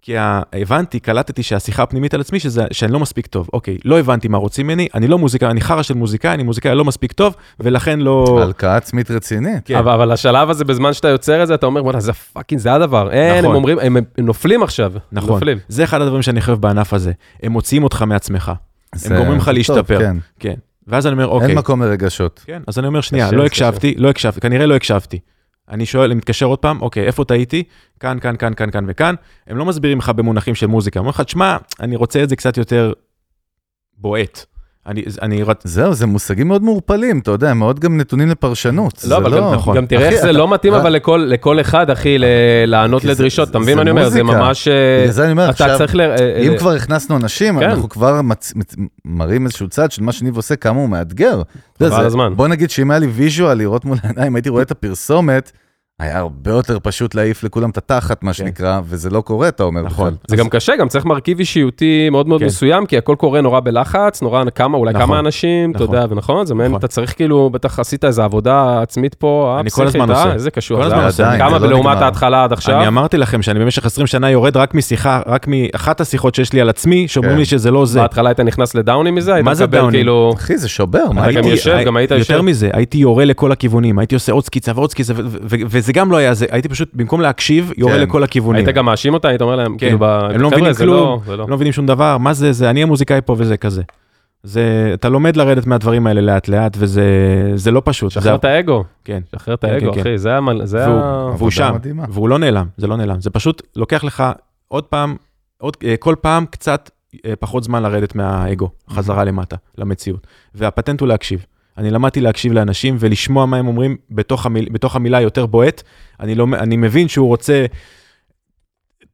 C: כי ה- הבנתי, קלטתי שהשיחה הפנימית על עצמי, שזה, שאני לא מספיק טוב. אוקיי, לא הבנתי מה רוצים ממני, אני לא מוזיקאי, אני חרא של מוזיקאי, אני מוזיקאי לא מספיק טוב, ולכן לא...
A: הלקאה עצמית רצינית.
C: כן.
B: אבל, אבל השלב הזה, בזמן שאתה יוצר את זה, אתה אומר, וואלה, זה פאקינג, זה הדבר. אין,
C: נכון.
B: הם אומרים, הם, הם נופלים עכשיו. הם
C: נכון,
B: נופלים.
C: זה אחד הדברים שאני חייב בענף הזה, הם מוציאים אותך מעצמך,
A: זה-
C: הם גורמים לך
A: זה טוב,
C: להשתפר.
A: כן.
C: כן. ואז אני אומר, אוקיי,
A: אין מקום לרגשות.
C: כן, אז אני אומר, שנייה,
B: קשה,
C: לא
B: זה
C: הקשבתי, לא הקשבתי, כנראה לא הקשבתי. אני שואל, אני מתקשר עוד פעם, אוקיי, איפה טעיתי? כאן, כאן, כאן, כאן, כאן וכאן. הם לא מסבירים לך במונחים של מוזיקה, הם אומרים לך, תשמע, אני רוצה את זה קצת יותר בועט. אני, אני, רצ-
A: זהו, זה מושגים מאוד מעורפלים, אתה יודע, הם מאוד גם נתונים לפרשנות.
B: לא,
A: זה
B: אבל גם,
C: נכון.
B: גם תראה
A: אחי,
B: איך זה
A: אתה-
B: לא מתאים,
A: אה.
B: אבל לכל, לכל אחד, אחי, ל- לענות
A: כי זה-
B: לדרישות. אתה
A: זה-
B: מבין מה
A: זה
B: אני אומר? זה
A: מוזיקה.
B: ממש... אה,
A: בגלל זה אני אומר,
B: אתה
A: עכשיו,
B: צריך ל... אה,
A: אם
B: אה,
A: כבר הכנסנו אנשים,
B: כן.
A: אנחנו כבר מצ... מצ... מראים איזשהו צד של מה שניב עושה, כמה הוא מאתגר. אתה יודע,
B: חבל
A: זה-
B: הזמן.
A: בוא נגיד שאם היה לי ויז'ואל לראות מול העיניים, הייתי רואה את הפרסומת, היה הרבה יותר פשוט להעיף לכולם את התחת, מה שנקרא, וזה לא קורה, אתה אומר.
C: נכון.
A: בכלל.
B: זה גם קשה, גם צריך מרכיב אישיותי מאוד מאוד
C: כן.
B: מסוים, כי הכל קורה נורא בלחץ, נורא כמה, אולי
C: נכון.
B: כמה אנשים, אתה
C: נכון.
B: יודע, ונכון? זה מעין,
C: נכון.
B: אתה צריך כאילו, בטח עשית איזו עבודה עצמית פה, אה,
C: אני כל
B: פסיכית,
C: הזמן
B: אה,
C: עושה.
B: איזה קשור.
C: כל
B: זה
C: הזמן
B: היה.
C: עושה, זה
B: כמה
A: לא
B: ולעומת
A: נגמר.
B: ההתחלה עד עכשיו?
C: אני אמרתי לכם שאני במשך 20 שנה יורד רק משיחה, רק מאחת השיחות שיש לי על עצמי, שאומרים
A: כן.
C: לי שזה לא זה.
B: בהתחלה היית נכנס לדאונים מזה? היית
C: מה זה
B: מקבל
C: דאונים?
B: כאילו...
A: אחי, זה שובר, מה
B: אתה גם
A: הייתי?
B: יושב, גם היית יושב.
C: יותר מזה, הייתי יורה לכל הכיוונים, הייתי עושה עוד סקיצה ועוד סקיצה, ו- ו- ו- וזה גם לא היה זה, הייתי פשוט, במקום להקשיב, יורה
A: כן.
C: לכל הכיוונים.
B: היית גם מאשים אותה, היית אומר להם,
C: כן.
B: כאילו, ב-
C: הם
B: חבר'ה,
C: לא מבינים
B: זה
C: כלום,
B: לא- זה לא.
C: לא מבינים שום דבר, מה זה, זה אני המוזיקאי פה וזה כזה. זה, אתה לומד לרדת מהדברים האלה לאט לאט, וזה זה לא פשוט.
B: שחרר את
C: זה,
B: האגו,
C: כן.
B: שחרר את
C: כן,
B: האגו,
C: כן, כן.
B: אחי, זה המל... זה ה...
C: והוא, והוא שם,
A: מדהימה.
C: והוא לא נעלם, זה לא נעלם, זה פשוט לוקח לך עוד פעם, עוד, אה, כל פעם קצת אה, פחות זמן לרדת מהאגו, חזרה למטה, למציאות. והפטנט הוא להקשיב. אני למדתי להקשיב לאנשים ולשמוע מה הם אומרים בתוך, המיל, בתוך המילה יותר בועט. אני, לא, מ- אני מבין שהוא רוצה,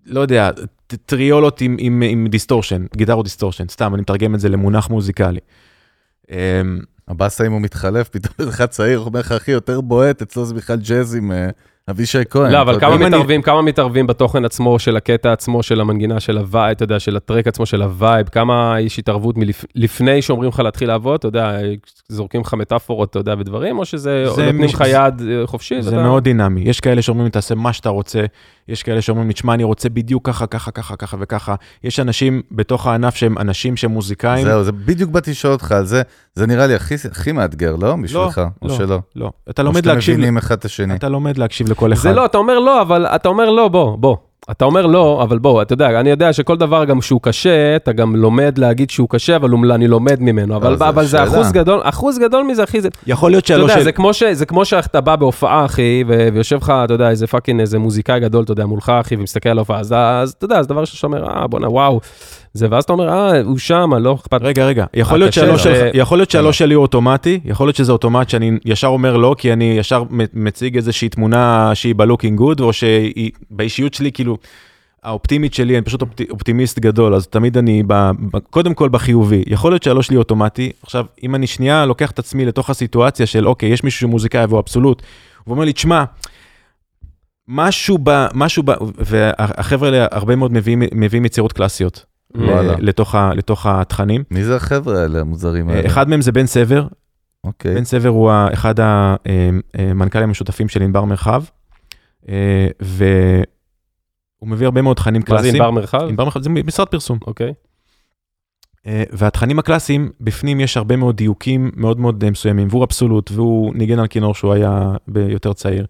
C: לא יודע, ט- טריולות עם, עם, עם דיסטורשן, גיטרות דיסטורשן, סתם, אני מתרגם את זה למונח מוזיקלי. אמ,
A: הבאסה אם הוא מתחלף, פתאום איזה אחד צעיר אומר לך, אחי, יותר בועט, אצלו זה בכלל ג'אז עם אה, אבישי כהן.
B: לא,
A: אתה
B: אבל כמה
A: יודע.
B: מתערבים, כמה מתערבים בתוכן עצמו של הקטע עצמו, של המנגינה, של הווייב, אתה יודע, של הטרק עצמו, של הווייב, כמה יש התערבות מלפני שאומרים לך להתחיל לעבוד, אתה יודע, זורקים לך מטאפורות, אתה יודע, ודברים, או שזה, או
C: זה
B: נותנים
C: מש-
B: לך יד אה, חופשי, אתה
C: זה
B: יודע.
C: מאוד דינמי. יש כאלה שאומרים לי, תעשה מה שאתה רוצה, יש כאלה שאומרים לי, תשמע, אני רוצה בדיוק ככה, ככה, ככה, ככה וככה. יש אנשים בתוך הענף שהם אנשים שהם מוזיקאים.
A: זהו, זה בדיוק באתי לשאול אותך על זה. זה נראה לי הכי- הכי מאתגר, לא? בשבילך, או
C: לא.
A: שלא.
C: לא, אתה
A: או
C: לומד
A: שאתם
C: להקשיב,
A: מבינים אחד את השני.
C: אתה לומד להקשיב לכל אחד.
B: זה לא, אתה אומר לא, אבל אתה אומר לא, בוא, בוא. אתה אומר לא, אבל בוא, אתה יודע, אני יודע שכל דבר גם שהוא קשה, אתה גם לומד להגיד שהוא קשה, אבל הוא- אני לומד ממנו. אבל,
A: לא, זה
B: אבל, זה
A: שאלה.
B: אחוז גדול, אחוז גדול מזה, אחי, זה...
C: יכול להיות
B: אתה
C: שהלא
B: יודע,
C: של...
B: זה כמו ש- זה כמו שאתה בא בהופעה, אחי, ו- ויושב לך, אתה יודע, איזה פאקינג, איזה מוזיקאי גדול, אתה יודע, מולך, אחי, ומסתכל על ההופעה, אז- אז אתה יודע, אז דבר ראשון שאתה אומר, אה, בואנה, וואו. זה, ואז אתה אומר, אה, הוא שמה, לא אכפת.
C: רגע, רגע, יכול להיות
B: הקשה
C: שהלא
B: זה-
C: שלך- יכול להיות
A: לא.
C: שהלא שלי הוא אוטומטי, יכול להיות שזה אוטומט שאני ישר אומר לא, כי אני ישר מ- מציג איזושהי תמונה שהיא בלוקינג גוד, או שהיא באישיות שלי, כאילו, האופטימית שלי, אני פשוט אופט- אופטימיסט גדול, אז תמיד אני, ב, ב, קודם כל בחיובי, יכול להיות שהלא שלי אוטומטי, עכשיו, אם אני שנייה לוקח את עצמי לתוך הסיטואציה של, אוקיי, יש מישהו שהוא מוזיקאי והוא אבסולוט, הוא אומר לי, תשמע, משהו ב... משהו ב... והחבר'ה האלה הרבה מאוד מביאים, מביאים יצירות קלאסיות.
B: אה,
C: אה,
A: וואלה.
C: לתוך, ה, לתוך התכנים.
A: מי זה החבר'ה האלה, המוזרים
B: אה,
A: האלה?
C: אה, אחד מהם זה בן סבר,
A: אוקיי.
C: בן סבר הוא ה- אחד המנכ"לים המשותפים של ענבר מרחב, אה, והוא מביא הרבה מאוד תכנים
B: מה זה
C: קלאסיים.
B: ענבר מרחב?
C: ענבר מרחב זה משרד פרסום.
B: אוקיי.
C: אה, והתכנים הקלאסיים, בפנים יש הרבה מאוד דיוקים מאוד מאוד אה, מסוימים, והוא אבסולוט, והוא ניגן על כינור שהוא היה יותר צעיר.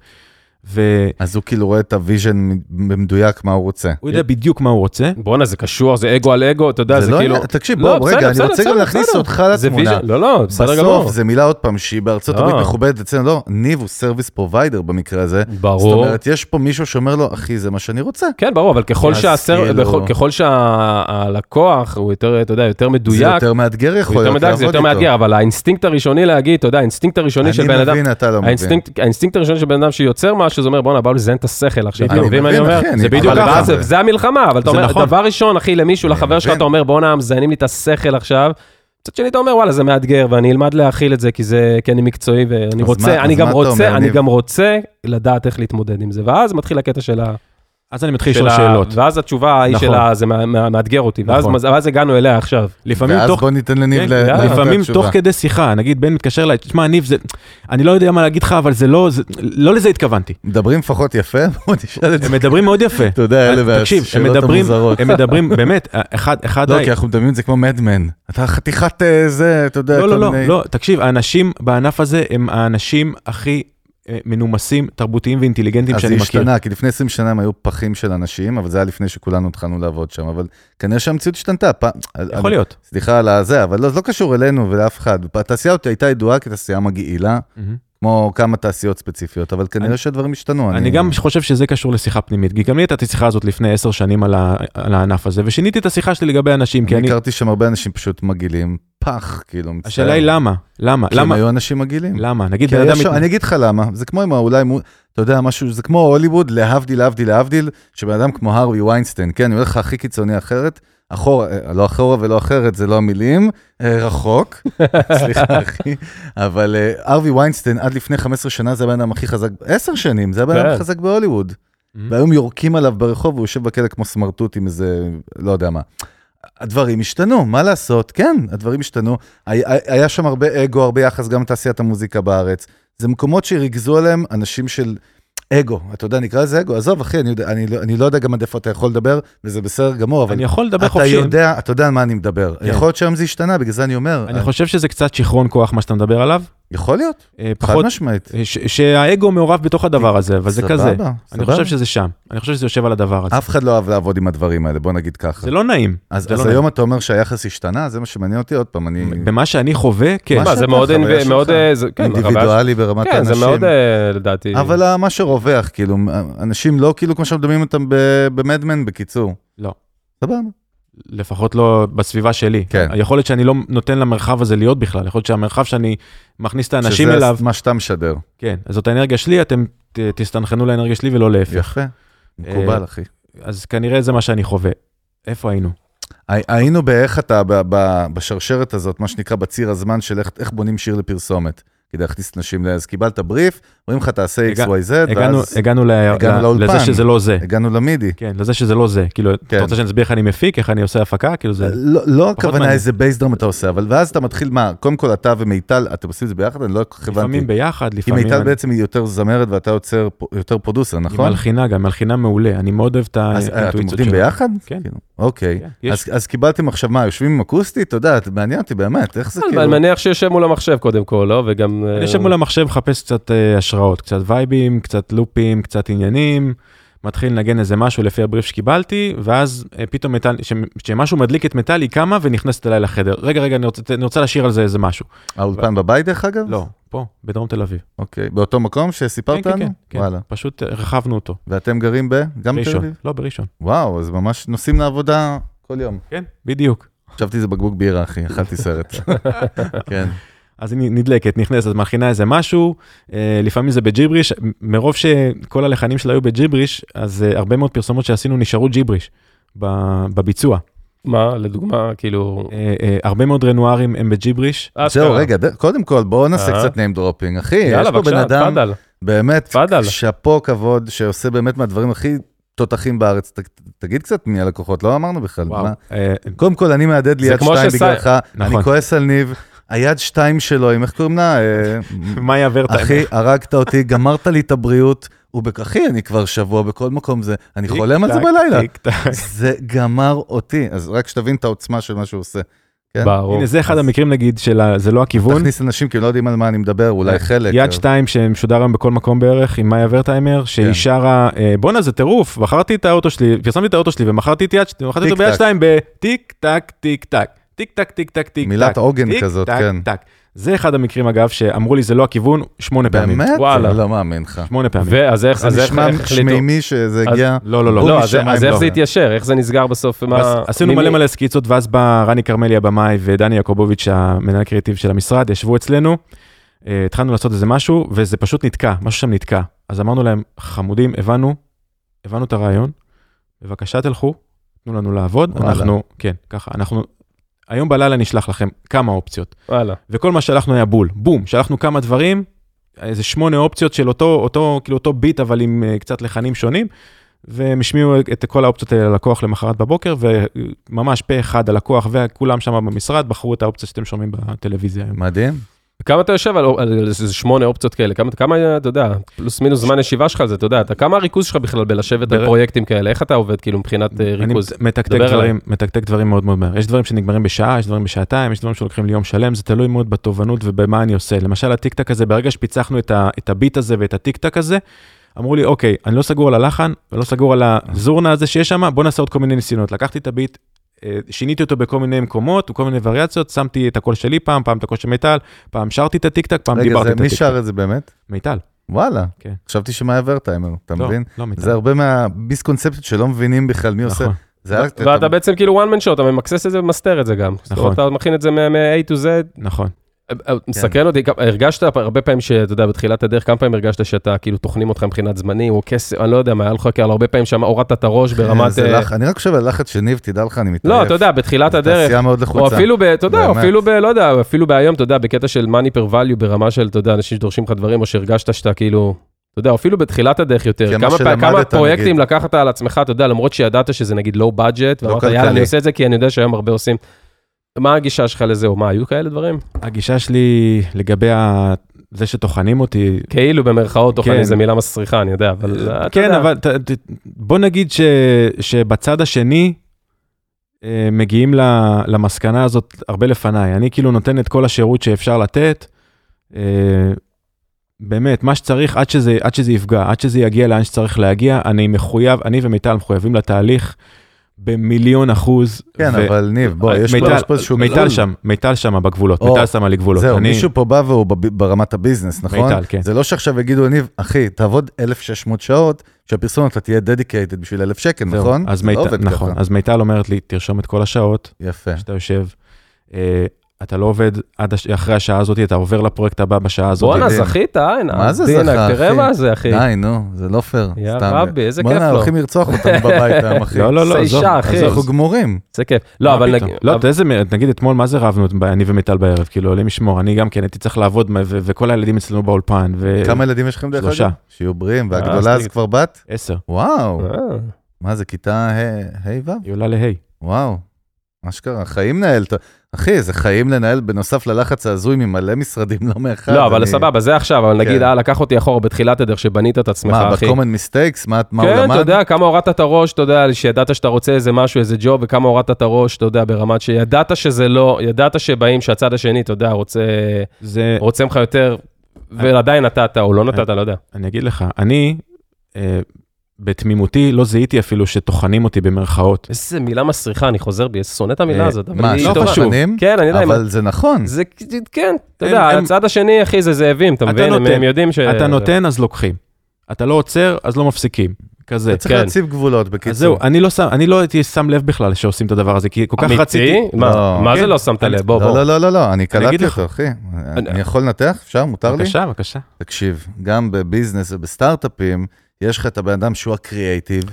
C: והוא
A: אז הוא כאילו רואה את הוויז'ן מ- במדויק מה הוא רוצה.
C: יודע בדיוק מה הוא רוצה.
B: בואנה, זה קשור, זה אגו על אגו, אתה יודע, זה
A: לא
B: כאילו...
A: עניין- תקשיב,
B: לא,
A: בוא,
B: בסדר,
A: רגע, אני
B: בסדר,
A: רוצה גם
B: בסדר,
A: להכניס
B: בסדר.
A: אותך
B: זה
A: לתמונה.
B: ויז'ן- לא, לא, בסדר גמור.
A: בסוף, זו מילה עוד פעם שהיא בארצות
B: לא.
A: הברית מכובדת אצלנו, לא, ניב הוא סרוויס פרוביידר במקרה הזה. זאת
B: ברור.
A: אומרת, יש פה מישהו שאומר לו, אחי, זה מה שאני רוצה.
B: כן, ברור, אבל ככל
A: אז
B: שהסר...
A: כאילו-
B: בכל- ככל שהלקוח הוא יותר, אתה יודע, יותר
A: זה
B: מדויק,
A: יותר מאתגר
B: הוא
A: יכול
B: יותר
A: להיות
B: מדויק, זה יותר מאתגר, אבל האינסטינקט הראשוני להגיד, אתה יודע, האינסטינקט הראשוני של בן
A: אני
B: אדם...
A: מבין, אתה לא מבין.
B: האינסטינקט, האינסטינקט הראשון של בן אדם שיוצר משהו, זה אומר, בואנה, באו לזיין את השכל עכשיו, אתה
A: אני
B: מבין מה אני
A: מבין,
B: אומר?
A: אחי, כן, אני-
B: זה בדיוק
A: אבל
B: ככה.
A: זה- כן,
B: זה המלחמה, אבל אתה
C: זה
B: אומר,
C: נכון.
B: דבר ראשון, אחי, למישהו,
A: אני
B: לחבר שלך,
A: מבין.
B: אתה אומר, בואנה, מזיינים לי את השכל עכשיו. מצד שני, אתה אומר, וואלה, זה מאתגר, ואני אלמד להכיל את זה, כי זה, כי אני מקצועי, ואני
A: אז
B: רוצה,
A: מה-
B: אני
A: אז
B: גם
A: מה אתה
B: רוצה,
A: אומר,
B: אני
A: ניב?
B: גם רוצה לדעת איך להתמודד עם זה. ואז מתחיל הקטע של ה...
C: אז אני מתחיל
B: של
C: לשאול
B: ה-
C: שאלות.
B: ואז התשובה ההיא
C: נכון.
B: של ה... זה מה- מה- מאתגר אותי, ואז
C: נכון.
B: מז- ואז הגענו אליה עכשיו.
C: לפעמים
A: ואז
C: תוך...
A: בוא ניתן לניב
C: כן,
A: ל-
B: יאללה.
A: לתת
C: לפעמים
A: תשובה.
C: תוך כדי שיחה, נגיד בן מתקשר אליי, תשמע, ניב, זה- אני לא יודע מה להגיד לך, אבל זה לא, זה- לא לזה התכוונתי.
A: מדברים לפחות יפה, בוא נשאל את זה.
C: הם מדברים מאוד יפה. אה,
A: אתה יודע, אלה
C: תקשיב, הם
A: והשאלות
C: מדברים,
A: המוזרות.
C: הם מדברים, באמת, אחד, אחד,
A: לא, כי אנחנו מדברים את זה כמו מדמן. אתה חתיכת אה, זה, אתה יודע,
C: לא,
A: כל
C: לא, לא,
A: מיני-
C: לא, תקשיב, האנשים בענף הזה הם האנשים הכי אה, מנומסים, תרבותיים ואינטליגנטים
A: אז
C: שאני
A: זה
C: מכיר.
A: השתנה, כי לפני 20 שנה הם היו פחים של אנשים, אבל זה היה לפני שכולנו התחלנו לעבוד שם, אבל כנראה שהמציאות השתנתה. פעם- אני-
C: יכול להיות.
A: סליחה על הזה, אבל לא, זה לא קשור אלינו ולאף אחד. התעשייה אותי הייתה ידועה כתעשייה מגעילה,
C: מהמם.
A: כמו כמה תעשיות ספציפיות, אבל כנראה
C: אני-
A: שהדברים השתנו.
C: אני גם חושב שזה קשור לשיחה פנימית, כי גם לי הייתה את השיחה הזאת לפני עשר שנים על ה- על הענף הזה, ושיניתי את השיחה שלי לגבי אנשים, כי
A: אני
C: אני,
A: הכרתי שם הרבה אנשים פשוט מגעילים, פח, כאילו, מצטער.
C: השאלה היא למה, למה,
A: כי הם
C: למה,
A: היו אנשים מגעילים.
C: למה, נגיד
A: כי
C: בן
A: היה
C: אדם,
A: שם-
C: מת-
A: כן, אני אגיד לך למה, זה כמו עם האולי, מו- אתה יודע, משהו, זה כמו הוליווד, להבדיל, להבדיל, להבדיל, שבן אדם כמו הרווי ויינסטיין, כן, אני הולך לך הכי קיצוני אחרת, אחורה, אה, לא אחורה ולא אחרת, זה לא המילים, אה, רחוק, סליחה אחי, אבל אה, הרווי ויינסטיין עד לפני 15 שנה זה הבן אדם הכי חזק, 10 שנים, זה הבן אדם
B: כן.
A: הכי חזק בהוליווד,
C: מהמם.
A: והיום יורקים עליו ברחוב והוא יושב בכלא כמו סמרטוט עם איזה, לא יודע מה. הדברים השתנו, מה לעשות? כן, הדברים השתנו. היה, היה שם הרבה אגו, הרבה יחס גם לתעשיית המוזיקה בארץ. זה מקומות שריכזו עליהם אנשים של אגו. אתה יודע, נקרא לזה אגו. עזוב, אחי, אני, יודע, אני, לא- אני לא יודע גם עד איפה אתה יכול לדבר, וזה בסדר גמור, אבל
C: אני יכול לדבר
A: אתה
C: חופשי.
A: יודע, אתה יודע על מה אני מדבר.
C: כן.
A: יכול להיות שהיום זה השתנה, בגלל זה אני אומר.
C: אני חושב שזה קצת שיכרון כוח, מה שאתה מדבר עליו.
A: יכול להיות,
C: אה,
A: חד
C: פחות,
A: משמעית. אה,
C: ש- שהאגו מעורב בתוך הדבר הזה, אבל זה
A: סבבה,
C: כזה. אני
A: סבבה.
C: חושב שזה שם, אני חושב שזה יושב על הדבר הזה.
A: אף אחד לא אהב לעבוד עם הדברים האלה, בוא נגיד ככה.
C: זה לא נעים.
A: אז,
C: זה
A: אז
C: לא
A: היום אתה אומר שהיחס השתנה, זה מה שמעניין אותי עוד פעם, אני
C: במה שאני חווה, כן.
A: אה. מה
B: מה, זה
A: שאתה,
B: מאוד,
A: החוויה
B: אינב-
A: שלך.
B: מאוד, אה, זה- כן, הרב-
A: אינדיבידואלי ברמת
B: כן,
C: לא
A: האנשים.
B: זה מאוד, אה, לדעתי.
A: אבל ה- מה שרווח, כאילו, אנשים לא כאילו כמו שמדמים אותם ב- במדמן, בקיצור.
C: לא.
A: סבבה.
C: לפחות לא בסביבה שלי.
A: כן.
C: יכול להיות שאני לא נותן למרחב הזה להיות בכלל, יכול להיות שהמרחב שאני מכניס את האנשים
A: שזה
C: אליו,
A: מה שאתה משדר.
C: כן, אז זאת האנרגיה שלי, אתם ת- תסתנכרנו לאנרגיה שלי ולא להפך.
A: יפה. מקובל, אחי.
C: אז כנראה זה מה שאני חווה. איפה היינו?
A: הי- היינו באיך אתה ב- ב- בשרשרת הזאת, מה שנקרא בציר הזמן של איך- איך בונים שיר לפרסומת. כדי להכניס נשים, ל- אז קיבלת בריף, אומרים לך תעשה
C: הגע-
A: XYZ,
C: הגענו,
A: ואז
C: הגענו, ל...
A: הגענו
C: ל-
A: לאולפן.
C: לזה שזה לא זה.
A: הגענו למידי.
C: כן, לזה שזה לא זה. כאילו,
A: כן.
C: אתה רוצה שאני אסביר איך אני מפיק, איך אני עושה הפקה? כאילו זה...
A: לא לא הכוונה
C: מעניין.
A: איזה בייסדרם אתה עושה, אבל ואז אתה מתחיל, מה, קודם כל אתה ומיטל, אתם עושים את זה ביחד? אני לא כל כך הבנתי.
C: לפעמים ביחד,
A: כי
C: לפעמים...
A: מיטל
C: אני-
A: בעצם היא יותר זמרת ואתה יוצר פ- יותר פרודוסר,
C: היא
A: נכון?
C: מלחינה גם, מלחינה מעולה. אני מאוד אוהב את
A: אז אה, אתם
C: האינטואיציות
A: עובדים ביחד?
C: כן.
A: כאילו, אוקיי.
C: כן, יש-
A: אז- אז קיבלתם עכשיו, מה, יושבים עם אקוסטית? אתה יודע, את- מעניין אותי באמת, איך זה
B: אבל
A: כאילו...
B: אני מניח שיושב מול המחשב קודם כל, לא? וגם...
C: אני יושב מול המחשב, מחפש קצת אה, השראות, קצת וייבים, קצת לופים, קצת עניינים, מתחיל לנגן איזה משהו לפי הבריף שקיבלתי, ואז אה, פתאום מטל, כשמשהו מדליק את מטל, היא קמה ונכנסת אליי לחדר. רגע, רגע, אני רוצה, אני רוצה לשיר על זה איזה משהו.
A: האולפן בבית דרך אגב?
C: לא, פה, בדרום תל אביב. כן,
A: אוקיי, באותו מקום שסיפרת לנו? וואלה.
C: פשוט אה, הרחבנו אותו.
A: ואתם גרים ב... גם בתל
C: ראשון.
A: אביב?
C: לא, בראשון.
A: וואו, אז ממש נוסעים לעבודה כל יום.
C: כן, בדיוק.
A: חשבתי זה בקבוק בירה, אחי, אכלתי סרט. כן.
C: אז היא נדלקת, נכנסת, מכינה איזה משהו, אה, לפעמים זה בג'יבריש, מ- מרוב שכל הלחנים שלה היו בג'יבריש, אז אה, הרבה מאוד פרסומות שעשינו נשארו ג'יבריש ב- בביצוע.
B: מה, לדוגמה, כאילו...
C: אה, אה, הרבה מאוד רנוארים הם בג'יבריש,
A: זהו,
B: אשכרה.
A: רגע, ד- קודם כל, בואו נעשה
B: אה.
A: קצת name dropping, אחי. יש
B: יאללה,
A: פה בן
B: בבקשה,
A: אדם כן.
B: תפאדל.
A: באמת,
B: תפאדל.
A: שאפו כבוד, שעושה באמת מהדברים הכי תותחים בארץ. ת- תגיד קצת מי הלקוחות, לא אמרנו בכלל. מה-
C: אה,
A: קודם כל, אני מהדהד לי
B: זה
A: יד
B: כמו
A: שתיים
B: שסי-
A: בגללך, אני
C: נכון. כועס.
A: כועס על ניב, היד שתיים שלו, עם איך קוראים לה? אה,
C: מאיה ורטה.
A: אחי, הרגת אותי, גמרת לי את הבריאות. הוא בק- אחי, אני כבר שבוע בכל מקום זה, אני
C: טיק
A: חולם על זה
C: טק,
A: בלילה.
C: טיק טק.
A: זה גמר אותי, אז רק שתבין את העוצמה של מה שהוא עושה. כן?
B: ברור.
C: הנה, זה אחד המקרים, נגיד, של ה- זה לא הכיוון.
A: תכניס אנשים, כי הם לא יודעים על מה אני מדבר, אולי חלק.
C: אה, יד
A: אבל-
C: שתיים שמשודר היום בכל מקום בערך עם מאיה ורטהיימר
A: כן.
C: שהיא שרה אה, בואנה זה טירוף מכרתי את האוטו שלי פרסמתי את האוטו שלי ומכרתי את יד שתיים מכרתי אותו
A: טיק-טק.
C: ביד שתיים בטיק טק טיק טק טיק טק טיק טק טיק
A: מילת
C: טק,
A: עוגן
C: טיק,
A: כזאת,
C: טק,
A: כן.
C: טק. זה אחד המקרים אגב שאמרו לי זה לא הכיוון שמונה פעמים.
A: באמת?
B: וואלה.
A: אני לא מאמין לך.
C: שמונה פעמים.
B: ואז איך אז
A: זה
B: איך-
A: נשמע
B: איך החליטו?
A: שמימי שזה
B: אז-
A: הגיע.
C: לא לא לא.
B: לא,
A: בום
B: אז- אז
A: משמיים,
B: איך
A: לא.
B: זה התיישר? איך זה נסגר בסוף? מה-
C: אז עשינו
B: מי-
C: מלא
B: מי-
C: מלא סקיצות, ואז בא רני כרמלי הבמאי ודני יעקובוביץ', המנהל הקריאיטיב של המשרד, ישבו אצלנו, אה, התחלנו לעשות איזה משהו, וזה פשוט נתקע, משהו שם נתקע. אז אמרנו להם, חמודים, הבנו, הבנו את הרעיון, בבקשה תלכו, תנו לנו לעבוד,
A: וואלה.
C: אנחנו, כן, ככה, אנחנו, היום בלילה נשלח לכם כמה אופציות,
B: וואלה.
C: וכל מה שלחנו היה בול, בום, שלחנו כמה דברים, איזה שמונה אופציות של אותו, אותו, כאילו אותו ביט, אבל עם אה, קצת לחנים שונים, והם השמיעו את כל האופציות האלה ללקוח למחרת בבוקר, וממש פה אחד הלקוח וכולם שם במשרד בחרו את האופציה שאתם שומעים בטלוויזיה היום.
A: מדהים.
B: כמה אתה יושב על על איזה שמונה אופציות כאלה? כמה- כמה, אתה יודע, פלוס מינוס זמן ישיבה שלך על זה, אתה יודע, אתה- כמה הריכוז שלך בכלל בלשבת על
C: בר-
B: פרויקטים כאלה? איך אתה עובד כאילו מבחינת אה,
C: אני
B: ריכוז?
C: מתקתק
B: דבר
C: דברים, מתקתק דברים מאוד מאוד מהר. יש דברים שנגמרים בשעה, יש דברים בשעתיים, יש דברים שלוקחים לי יום שלם, זה תלוי מאוד בתובנות ובמה אני עושה. למשל, הטיקטק הזה, ברגע שפיצחנו את ה- את הביט הזה ואת הטיקטק הזה, אמרו לי, אוקיי, אני לא סגור על הלחן, אני לא סגור על הזורנה הזה שיש שם, בוא נעשה עוד כל מיני ניסיונות. לקחתי את הביט, אה, שיניתי אותו בכל מיני מקומות, וכל מיני וריאציות, שמתי את הקול שלי פעם, פעם את הקול של מיטל, פעם שרתי את הטיקטק, פעם
A: רגע,
C: דיברתי
A: זה-
C: את
A: מי
C: הטיקטק.
A: שר את זה באמת?
C: מיטל,
A: וואלה.
C: כן.
A: חשבתי שמאיה ורטהיימר, אתה
C: לא,
A: מבין?
C: לא מיטל.
A: זה הרבה מהביסקונספציות שלא מבינים בכלל מי עושה.
C: נכון.
A: זה היה- אתה- נכון.
B: ואתה בעצם כאילו one man show, אתה ממקסס את זה ומסתר את זה גם. זאת אומרת, אתה מכין את זה מה- מה-A to Z,
C: נכון.
B: מסקרן אותי, כמה- הרגשת הרבה פעמים שאתה יודע, בתחילת הדרך, כמה פעמים הרגשת שאתה כאילו טוחנים אותך מבחינת זמנים או כסף, אני לא יודע מה, היה לך כאילו הרבה פעמים שם הורדת את הראש ברמת...
A: כן, זה
B: אה,
A: לח- אני רק חושב על לחץ של ניב, תדע לך, אני מתעייף.
B: לא, אתה יודע, בתחילת הדרך,
A: תעשייה מאוד לחוצה.
B: או אפילו, ב, אתה יודע, או
A: באמת.
B: אפילו ב, לא יודע, אפילו בהיום, אתה יודע, בקטע של money per value ברמה של, אתה יודע, אנשים שדורשים לך דברים, או שהרגשת שאתה כאילו, אתה יודע, אפילו בתחילת הדרך
A: כן,
B: יותר,
A: מה
B: כמה, פע-
A: שלמדת,
B: כמה פרויקטים
A: נגיד.
B: לקחת על עצמך, אתה יודע, למרות שידעת שזה נגיד low budget,
A: לא
B: ואמרת,
A: כלכלי.
B: יאללה, אני עושה את זה כי אני יודע שהיום הרבה עושים. מה הגישה שלך לזה, או מה, היו כאלה דברים?
C: הגישה שלי לגבי ה- זה שטוחנים אותי,
B: כאילו במרכאות, תוכל
C: כן.
B: איזה מילה מסריחה, אני יודע, אבל...
A: אה,
B: אתה
C: כן,
B: יודע.
C: אבל ת- ת- בוא נגיד ש- שבצד השני אה, מגיעים ל- למסקנה הזאת הרבה לפניי. אני כאילו נותן את כל השירות שאפשר לתת. אה, באמת, מה שצריך עד שזה, עד שזה יפגע, עד שזה יגיע לאן שצריך להגיע, אני מחויב, אני ומיטל מחויבים לתהליך במיליון אחוז.
A: כן,
C: ו- אה,
A: אבל ניב, בוא, יש פה-
C: מיטל-
A: יש פה איזשהו...
C: מיטל
A: גבול.
C: שם, מיטל שם בגבולות,
A: או,
C: מיטל שמה לי גבולות.
A: זהו,
C: אני-
A: מישהו פה בא והוא בב- ברמת הביזנס, נכון?
C: מיטל, כן.
A: זה לא שעכשיו יגידו, ניב, אחי, תעבוד 1,600 שעות, שהפרסום אתה תהיה dedicated בשביל 1,000 שקל,
C: זהו,
A: נכון?
C: אז
A: זה לא
C: מיטל,
A: עובד
C: נכון,
A: ככה.
C: אז מיטל אומרת לי, תרשום את כל השעות,
A: יפה.
C: כשאתה יושב. כן. אה, אתה לא עובד עד הש... אחרי השעה הזאת, אתה עובר לפרויקט הבא בשעה הזאת.
B: בואנה,
A: דין.
B: זכית, אין,
A: אה, מה זה
B: דינק,
A: זכה,
B: תראה
A: אחי?
B: מה זה, אחי.
A: די, נו, זה לא פייר.
B: יא
A: סתם.
B: רבי, איזה כיף
A: בואנה,
B: לו.
A: הולכים לרצוח אותנו בבית היום, אחי.
C: לא, לא, לא,
B: זה
C: עזוב,
B: אישה,
A: אז
B: אחי.
A: אנחנו גמורים.
B: זה כיף. לא,
C: מה
B: אבל
C: פתאום?
B: נגיד-
C: לא,
B: אבל-
C: אתה איזה, מ- נגיד אתמול, מה זה רבנו ב- אני ומיטל בערב, כאילו, אלוהים ישמור, אני גם כן הייתי צריך לעבוד, מה- ו- וכל הילדים אצלנו באולפן, ו...
A: כמה ילדים יש לכם דרך אגב?
C: שלושה.
A: שיהיו בריאים, והגדולה
B: כן. אה,
A: אז כבר בת?
C: עשר.
A: וואו,
B: אה,
A: מה זה, כיתה ה'- ה' ו'?
C: היא עולה להי.
A: וואו, אשכרה, חיים לנהל, את ה- אחי, זה חיים לנהל בנוסף ללחץ ההזוי ממלא משרדים, לא מאחד.
B: לא, אבל
A: אני-
B: סבבה, זה עכשיו, אבל נגיד,
A: כן.
B: אה, לקח אותי אחורה בתחילת הדרך שבנית את עצמך,
A: מה,
B: אחי.
A: ב-common mistakes? מה מה הוא
B: כן, אתה
A: למד?
B: יודע, כמה הורדת את הראש, אתה יודע, שידעת שאתה רוצה איזה משהו, איזה ג'וב, וכמה הורדת את הראש, אתה יודע, ברמת שידעת שזה לא, ידעת שבאים, שהצד השני, אתה יודע, רוצה
C: זה,
B: רוצה ממך יותר, ועדיין נתת או לא נתת, לא יודע.
C: אני אגיד לך, אני, אה, בתמימותי, לא זיהיתי אפילו שטוחנים אותי במרכאות.
B: איזה מילה מסריחה, אני חוזר בי, איזה שונא את המילה
C: אה,
B: הזאת. אבל
A: מה,
B: היא
A: לא
B: טובה.
A: חשוב,
B: כן, אני יודע,
A: אבל זה נכון.
B: זה, כן, אתה
C: הם-
B: יודע,
C: הם-
B: הצד השני, אחי, זה זאבים, אתה
C: אתה
B: מבין? הם-
C: נותן.
B: הם יודעים ש...
C: אתה נותן, אז לוקחים. אתה לא עוצר, אז לא מפסיקים. כזה.
A: אתה צריך
B: כן.
A: להציב גבולות,
C: אז זהו,
A: בקיצור.
C: אני לא שם, אני לא הייתי שם לב בכלל שעושים את הדבר הזה, כי כל כך רציתי...
B: אמיתי? מה,
A: לא.
B: מה זה
C: כן.
B: לא שמת
C: אני-
B: לב? בוא,
A: לא,
B: בוא.
A: לא, לא, לא, לא, אני
C: אגיד
A: קלטתי
C: לך.
A: אותו, אחי. אני יכול לנתח? אפשר? מותר לי?
C: בבקשה, בבקשה.
A: תקשיב, גם בביזנס ובסטארט-אפים, יש לך את הבן אדם שהוא הקריאייטיב.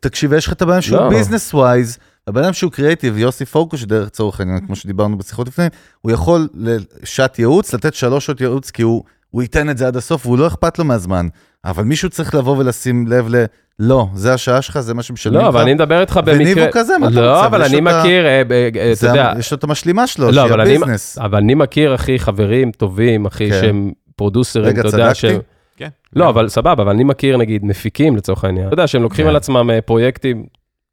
A: תקשיב, יש לך את הבן אדם
B: לא.
A: שהוא ביזנס ווייז, הבן אדם שהוא קריאייטיב, יוסי פורקוש, דרך צורך העניין, כמו שדיברנו בשיחות לפני, הוא יכול לשעת ייעוץ, לתת שלוש שעות ייעוץ, כי הוא, הוא ייתן את זה עד הסוף, והוא לא אכפת לו מהזמן. אבל מישהו צריך לבוא ולשים לב ל... לא, זה השעה שלך, זה מה שמשלמים לך.
B: לא, אבל אני מדבר איתך
A: וניב
B: במקרה...
A: הוא כזה, מה אתה
B: לא,
A: רוצה?
B: אבל
A: אבל יש
B: אני
A: לו את ה-
B: מכיר, אה, ב- אה, אתה
A: זה
B: יודע,
A: המ- יש לו את המשלימה שלו,
B: לא,
A: שהיא
B: אבל אני-
A: הביזנס.
B: אבל אני מכיר, אחי, חברים טובים, אחי,
A: כן.
B: שהם פרודוסרים,
A: רגע,
B: אתה יודע,
A: צדקתי?
B: שהם...
C: כן.
B: לא, אבל סבבה, אבל אני מכיר, נגיד, מפיקים לצורך העניין. אתה יודע, שהם לוקחים
A: כן.
B: על עצמם אה, פרויקטים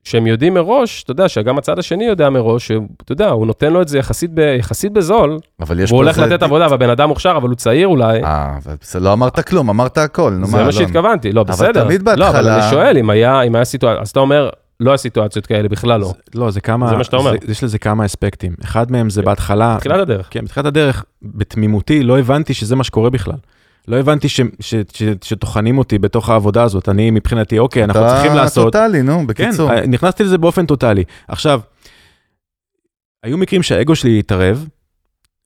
B: שהם יודעים מראש, אתה יודע, שגם הצד השני יודע מראש, שאתה יודע, הוא נותן לו את זה יחסית ב- יחסית בזול,
A: אבל יש
B: הוא
A: פה
B: הולך
A: איזה-
B: לתת עבודה, והבן אדם מוכשר, אבל הוא צעיר אולי.
A: אה, אבל בסדר, לא אמרת כלום, אמרת הכל. נו,
B: זה מה
A: אלון?
B: שהתכוונתי, לא,
A: אבל
B: בסדר.
A: תמיד
B: לא, אבל
A: בהתחלה-
B: אני שואל אם היה, אם היה סיטואציה, אז אתה אומר, לא היה סיטואציות כאלה, בכלל לא.
C: זה- לא, זה כמה...
B: זה מה שאתה אומר. כן.
C: יש לזה כמה אספקטים. אחד מהם זה בהתחלה...
B: בתחילת הדרך.
C: כן, בתחילת הדרך, בתמימותי, לא הבנתי שזה מה שקורה בכלל. לא הבנתי ש- ש- ש- שטוחנים אותי בתוך העבודה הזאת. אני מבחינתי, אוקיי, אנחנו
A: אתה
C: צריכים לעשות...
A: טוטאלי, נו,
C: כן,
A: בקיצור.
C: נכנסתי לזה באופן טוטאלי. עכשיו, היו מקרים שהאגו שלי התערב,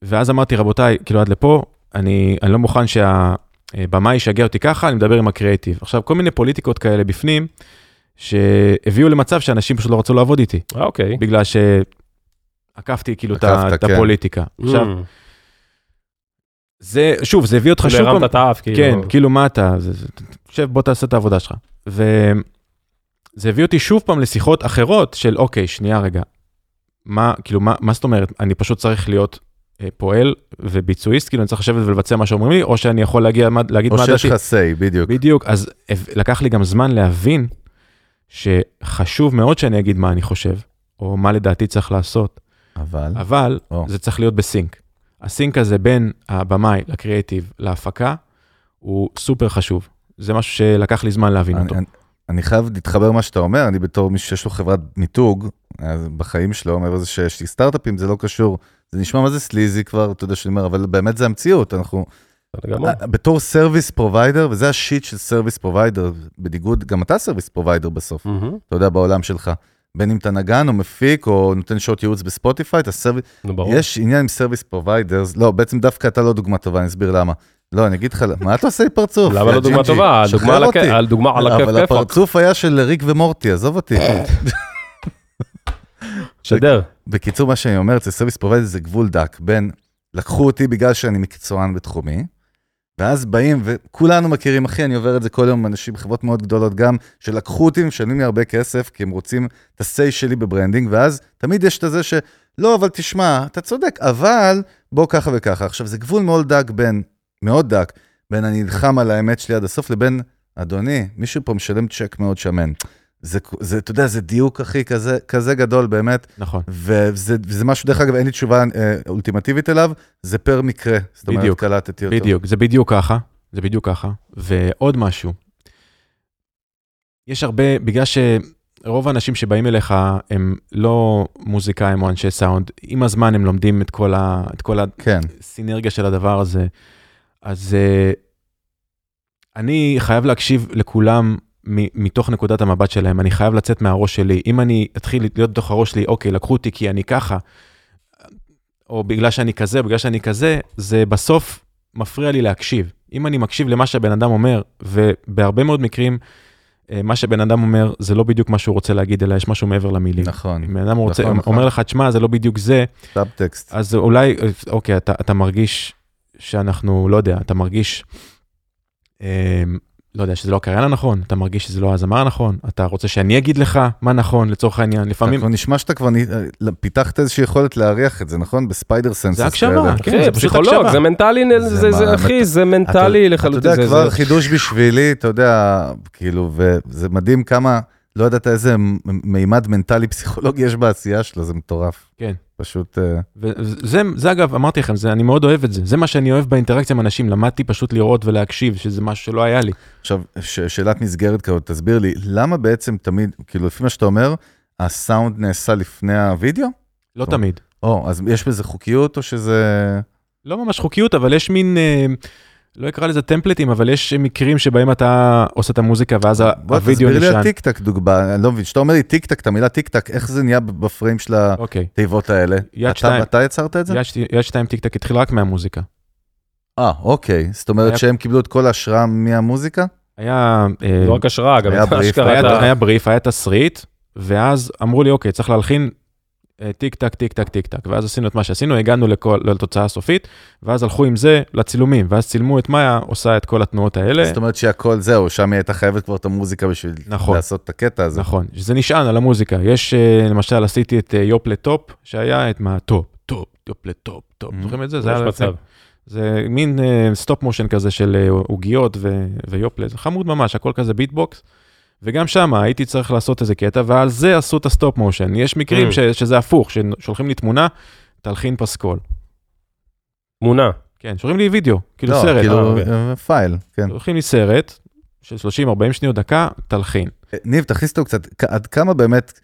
C: ואז אמרתי, רבותיי, כאילו עד לפה, אני, אני לא מוכן שהבמאי שיגע אותי ככה, אני מדבר עם הקריאיטיב. עכשיו, כל מיני פוליטיקות כאלה בפנים, שהביאו למצב שאנשים פשוט לא רצו לעבוד איתי,
B: אה, אוקיי.
C: בגלל שעקפתי כאילו את ה-
A: עקפת,
C: את
A: כן.
C: הפוליטיקה. עכשיו,
B: Mm.
C: זה, שוב, זה הביא אותך שוב
B: כאילו
C: פעם...
B: הרמת את האף, כאילו.
C: כן, כאילו מה אתה, זה- זה- שב בוא תעשה את העבודה שלך. וזה הביא אותי שוב פעם לשיחות אחרות של אוקיי, שנייה רגע, מה, כאילו מה, מה זאת אומרת, אני פשוט צריך להיות אה, פועל וביצועיסט, כאילו אני צריך לשבת ולבצע מה שאומרים לי, או שאני יכול להגיע, מה- להגיד
A: או
C: מה
A: שיש
C: דעתי.
A: לך say, בדיוק.
C: בדיוק, אז אה, לקח לי גם זמן להבין שחשוב מאוד שאני אגיד מה אני חושב, או מה לדעתי צריך לעשות,
A: אבל,
C: אבל
A: או.
C: זה צריך להיות בסינק. הסינק הזה בין הבמאי לקריאיטיב להפקה, הוא סופר חשוב. זה משהו שלקח לי זמן להבין
A: אני-
C: אותו.
A: אני- אני חייב להתחבר למה שאתה אומר, אני בתור מי שיש לו חברת מיתוג, אז בחיים שלו, מעבר לזה שיש לי סטארט-אפים, זה לא קשור. זה נשמע מה זה סליזי כבר, אתה יודע שאני אומר, אבל באמת זה המציאות, אנחנו... אה,
B: בסדר
C: לא.
B: גמור.
A: בתור סרוויס פרוביידר, וזה השיט של סרוויס פרוביידר, בניגוד, גם אתה סרוויס פרוביידר
C: Mm.
A: בסוף.
B: מהמם.
A: אתה יודע, בעולם שלך. בין אם אתה נגן או מפיק או נותן שעות ייעוץ בספוטיפיי, אתה סרוויס,
B: נו, ברור.
A: יש עניין עם סרוויס פרוביידרס, לא, בעצם דווקא אתה לא דוגמה טובה, אני אסביר למה. לא, אני אגיד לך, מה אתה עושה לי פרצוף?
B: למה
A: יא
B: לא דוגמה
A: ג'ינג'י?
B: טובה?
A: שחרר
B: דוגמה על הכ-
A: אותי.
B: על דוגמה על הכיף
A: אבל
B: כיפאק.
A: הפרצוף היה של ריק ומורטי, עזוב אותי.
B: שדר.
A: בקיצור, מה שאני אומר, אצל סרוויס פרוביידר זה גבול דק בין, לקחו אותי בגלל שאני מקצוען בתחומי, ואז באים, וכולנו מכירים, אחי, אני עובר את זה כל יום עם אנשים, חברות מאוד גדולות גם, שלקחו אותי, משלמים לי הרבה כסף, כי הם רוצים את ה-say שלי בברנדינג, ואז תמיד יש את הזה ש... לא, אבל תשמע, אתה צודק, אבל בוא ככה וככה. עכשיו, זה גבול מאוד דק בין, מאוד דק, בין אני נלחם על האמת שלי עד הסוף, לבין, אדוני, מישהו פה משלם צ'ק מאוד שמן. זה, זה, אתה יודע, זה דיוק, אחי, כזה, כזה גדול, באמת.
C: נכון.
A: וזה, וזה משהו, דרך אגב, אין לי תשובה אה, אולטימטיבית אליו, זה פר מקרה. זאת אומרת,
C: בדיוק,
A: קלטתי אותו.
C: בדיוק, זה בדיוק ככה, זה בדיוק ככה. ועוד משהו, יש הרבה, בגלל שרוב האנשים שבאים אליך הם לא מוזיקאים או אנשי סאונד, עם הזמן הם לומדים את כל, ה, את כל
A: כן,
C: הסינרגיה של הדבר הזה. אז אה, אני חייב להקשיב לכולם מ- מתוך נקודת המבט שלהם, אני חייב לצאת מהראש שלי. אם אני אתחיל להיות בתוך הראש שלי, אוקיי, לקחו אותי כי אני ככה, או בגלל שאני כזה, בגלל שאני כזה, זה בסוף מפריע לי להקשיב. אם אני מקשיב למה שהבן אדם אומר, ובהרבה מאוד מקרים, אה, מה שבן אדם אומר זה לא בדיוק מה שהוא רוצה להגיד, אלא יש משהו מעבר למילים.
A: נכון,
C: אם בן אדם רוצה,
A: נכון, נכון.
C: אומר לך, תשמע, זה לא בדיוק זה,
A: סאבטקסט.
C: אז אולי, אוקיי, אתה, אתה מרגיש שאנחנו, לא יודע, אתה מרגיש, אה, לא יודע, שזה לא הקריין הנכון, אתה מרגיש שזה לא הזמר הנכון, אתה רוצה שאני אגיד לך מה נכון, לצורך העניין,
A: אתה
C: לפעמים...
A: כבר נשמע שאתה כבר נ- אה, פיתחת איזושהי יכולת להריח את זה, נכון? בספיידר סנסס.
C: זה הקשבה,
A: כאלה.
C: כן, זה
B: אחי,
C: פשוט
B: פסיכולוג,
C: הקשבה.
B: זה מנטלי,
A: זה
B: זה- זה
A: מה-
B: אחי,
A: אתה-
B: זה מנטלי
A: אתה
B: לחלוטין.
A: יודע,
B: זה-
A: כבר
B: זה-
A: חידוש בשבילי, אתה יודע, כאילו, וזה מדהים כמה, לא ידעת איזה מ- מימד מנטלי פסיכולוגי יש בעשייה שלו, זה מטורף.
C: כן.
A: פשוט, אה,
C: וזה, זה אגב, אמרתי לכם, זה, אני מאוד אוהב את זה, זה מה שאני אוהב באינטראקציה עם אנשים, למדתי פשוט לראות ולהקשיב, שזה משהו שלא היה לי.
A: עכשיו, ש- שאלת מסגרת כזאת, תסביר לי, למה בעצם תמיד, כאילו, לפי מה שאתה אומר, הסאונד נעשה לפני הוידאו?
C: לא
A: טוב.
C: תמיד.
A: או, אז יש בזה חוקיות, או שזה...
C: לא ממש חוקיות, אבל יש מין, אה, לא אקרא לזה טמפלטים, אבל יש מקרים שבהם אתה עושה את המוזיקה ואז ה-
A: בוא,
C: הווידאו
A: תסביר לי
C: נשען.
A: על טיק טק דוגמה, אני לא מבין, כשאתה אומר לי טיק טק, את המילה טיק טק, איך זה נהיה בפריים של
C: אוקיי.
A: התיבות האלה?
C: יד
A: אתה-
C: שתיים.
A: אתה יצרת את זה?
C: יד שתי- יד שתיים טיק טק התחיל רק מהמוזיקה.
A: אה, אוקיי, זאת אומרת
C: היה-
A: שהם קיבלו את כל ההשראה מהמוזיקה?
C: היה, אה,
B: לא רק השראה, גם
A: היה
B: את
A: בריף,
B: האשכרה.
C: היה,
B: אתה-
C: היה בריף, היה תסריט, ואז אמרו לי, אוקיי, צריך להלחין אה, טיק טק, טיק טק, טיק טק, ואז עשינו את מה שעשינו, הגענו לכל, לתוצאה הסופית, ואז הלכו עם זה לצילומים, ואז צילמו את מאיה, עושה את כל התנועות האלה.
A: זאת אומרת שהכל זהו, שם היא הייתה חייבת כבר את המוזיקה בשביל
C: נכון.
A: לעשות את הקטע הזה.
C: נכון, שזה נשען על המוזיקה. יש, אה, למשל, עשיתי את אה, יופ לטופ, שהיה את מה, טופ, טופ, יופ לטופ, טופ,
A: Mhm.
C: זוכרים את זה? זה
B: Mm-hmm. יש
C: היה לפני-
B: מצב.
C: זה מין סטופ מושן כזה של אה, עוגיות ו- ויופלה, זה חמוד ממש, הכל כזה ביטבוקס. וגם שם הייתי צריך לעשות איזה קטע, ועל זה עשו את הסטופ מושן. יש מקרים
B: Mm.
C: ש- שזה הפוך, ששולחים לי תמונה, תלחין פסקול.
B: תמונה.
C: כן, שולחים לי וידאו, כאילו
A: לא,
C: סרט.
A: כאילו,
C: אה,
A: אה, פייל, כן.
C: שולחים לי סרט של 30-40 שניות, דקה, תלחין.
A: ניב, תכניס אותו קצת, כ- עד כמה באמת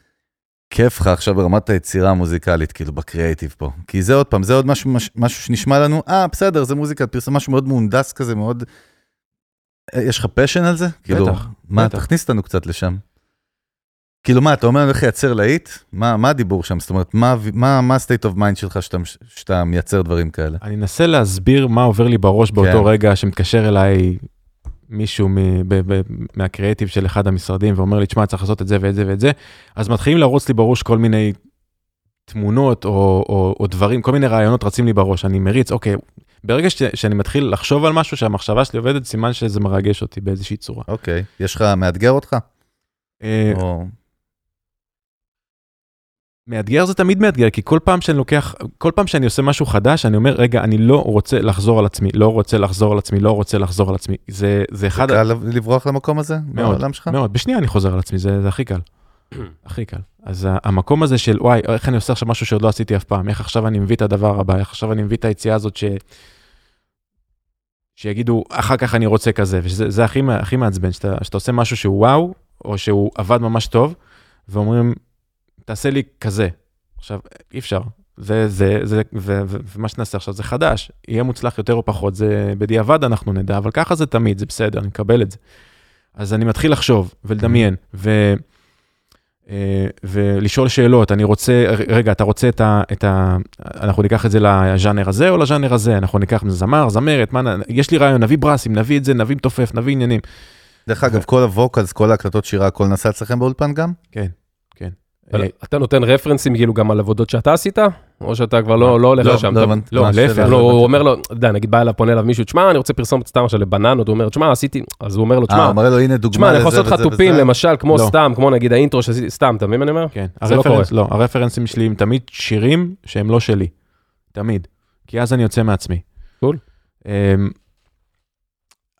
A: כיף לך עכשיו ברמת היצירה המוזיקלית, כאילו בקריאייטיב פה? כי זה עוד פעם, זה עוד משהו, מש- משהו שנשמע לנו, אה, בסדר, זה מוזיקה, פרסום, משהו מאוד מהונדס כזה, מאוד... אה, יש לך פשן על זה? כאילו,
C: בטח,
A: מה,
C: בטח.
A: תכניס אותנו קצת לשם. כאילו מה, אתה אומר, אני הולך לייצר להיט? מה, מה הדיבור שם? זאת אומרת, מה, מה, מה state of mind שלך שאתה, שאתה מייצר דברים כאלה?
C: אני אנסה להסביר מה עובר לי בראש באותו
A: כן.
C: רגע שמתקשר אליי מישהו מ- ב- ב- מהקריאיטיב של אחד המשרדים ואומר לי, תשמע, צריך לעשות את זה ואת זה ואת זה, אז מתחילים לרוץ לי בראש כל מיני תמונות או, או, או דברים, כל מיני רעיונות רצים לי בראש, אני מריץ, אוקיי, ברגע ש, שאני מתחיל לחשוב על משהו שהמחשבה שלי עובדת, סימן שזה מרגש אותי באיזושהי צורה.
A: אוקיי, יש לך, מאתגר אותך?
C: אה,
A: או...
C: מאתגר זה תמיד מאתגר, כי כל פעם שאני לוקח, כל פעם שאני עושה משהו חדש, אני אומר, רגע, אני לא רוצה לחזור על עצמי, לא רוצה לחזור על עצמי, לא רוצה לחזור על עצמי. זה, זה
A: זה
C: אחד...
A: קל לברוח למקום הזה? בעולם שלך?
C: מאוד, בשנייה אני חוזר על עצמי, זה, זה הכי קל. הכי קל. אז ה- המקום הזה של, וואי, איך אני עושה עכשיו משהו שעוד לא עשיתי אף פעם, איך עכשיו אני מביא את הדבר הבא, איך עכשיו אני מביא את היציאה הזאת ש... שיגידו, אחר כך אני רוצה כזה, וזה זה הכי, מה- הכי מעצבן, שאתה, שאתה עושה משהו שהוא וואו, או שהוא עבד ממש טוב, ואומרים, תעשה לי כזה. עכשיו, אי אפשר. זה, זה, זה, זה, זה, ומה שנעשה עכשיו זה חדש, יהיה מוצלח יותר או פחות, זה בדיעבד אנחנו נדע, אבל ככה זה תמיד, זה בסדר, אני מקבל את זה. אז אני מתחיל לחשוב ולדמיין, ו... אה, ולשאול שאלות, אני רוצה, רגע, אתה רוצה את ה... את ה אנחנו ניקח את זה לז'אנר הזה או לז'אנר הזה, אנחנו ניקח זמר, זמרת, מה, נ- יש לי רעיון, נביא ברסים, נביא את זה, נביא מתופף, נביא עניינים.
A: דרך אגב, כל הווקלס, כל ההקלטות שירה, הכל נעשה אצלכם באולפן גם?
B: אבל
C: אה,
B: אתה נותן רפרנסים כאילו גם על עבודות שאתה עשית? או שאתה כבר לא לא הולך
A: לא,
B: לשם?
A: לא
B: אתה-
A: הבנתי.
B: לא,
A: מה
B: להפך,
A: השאלה?
B: לא, הוא אומר לו, אתה יודע, נגיד בא אליו, פונה אליו מישהו, תשמע, אני רוצה פרסומת סתם עכשיו לבננות, הוא אומר, תשמע, עשיתי, אז הוא אומר לו,
A: אה,
B: תשמע,
A: הוא מראה לו, הנה דוגמה
B: תשמע, אני יכול
A: לזה
B: לעשות לך
A: וזה
B: תופים,
A: וזה.
B: למשל, כמו
C: לא.
B: סתם, כמו נגיד האינטרו שעשיתי, סתם, אתה מבין מה אני אומר?
C: כן,
B: זה לא
C: הרפרנס, לא, הרפרנסים שלי הם תמיד שירים שהם לא שלי, תמיד, כי אז אני יוצא מעצמי.
B: קול.
C: אמ,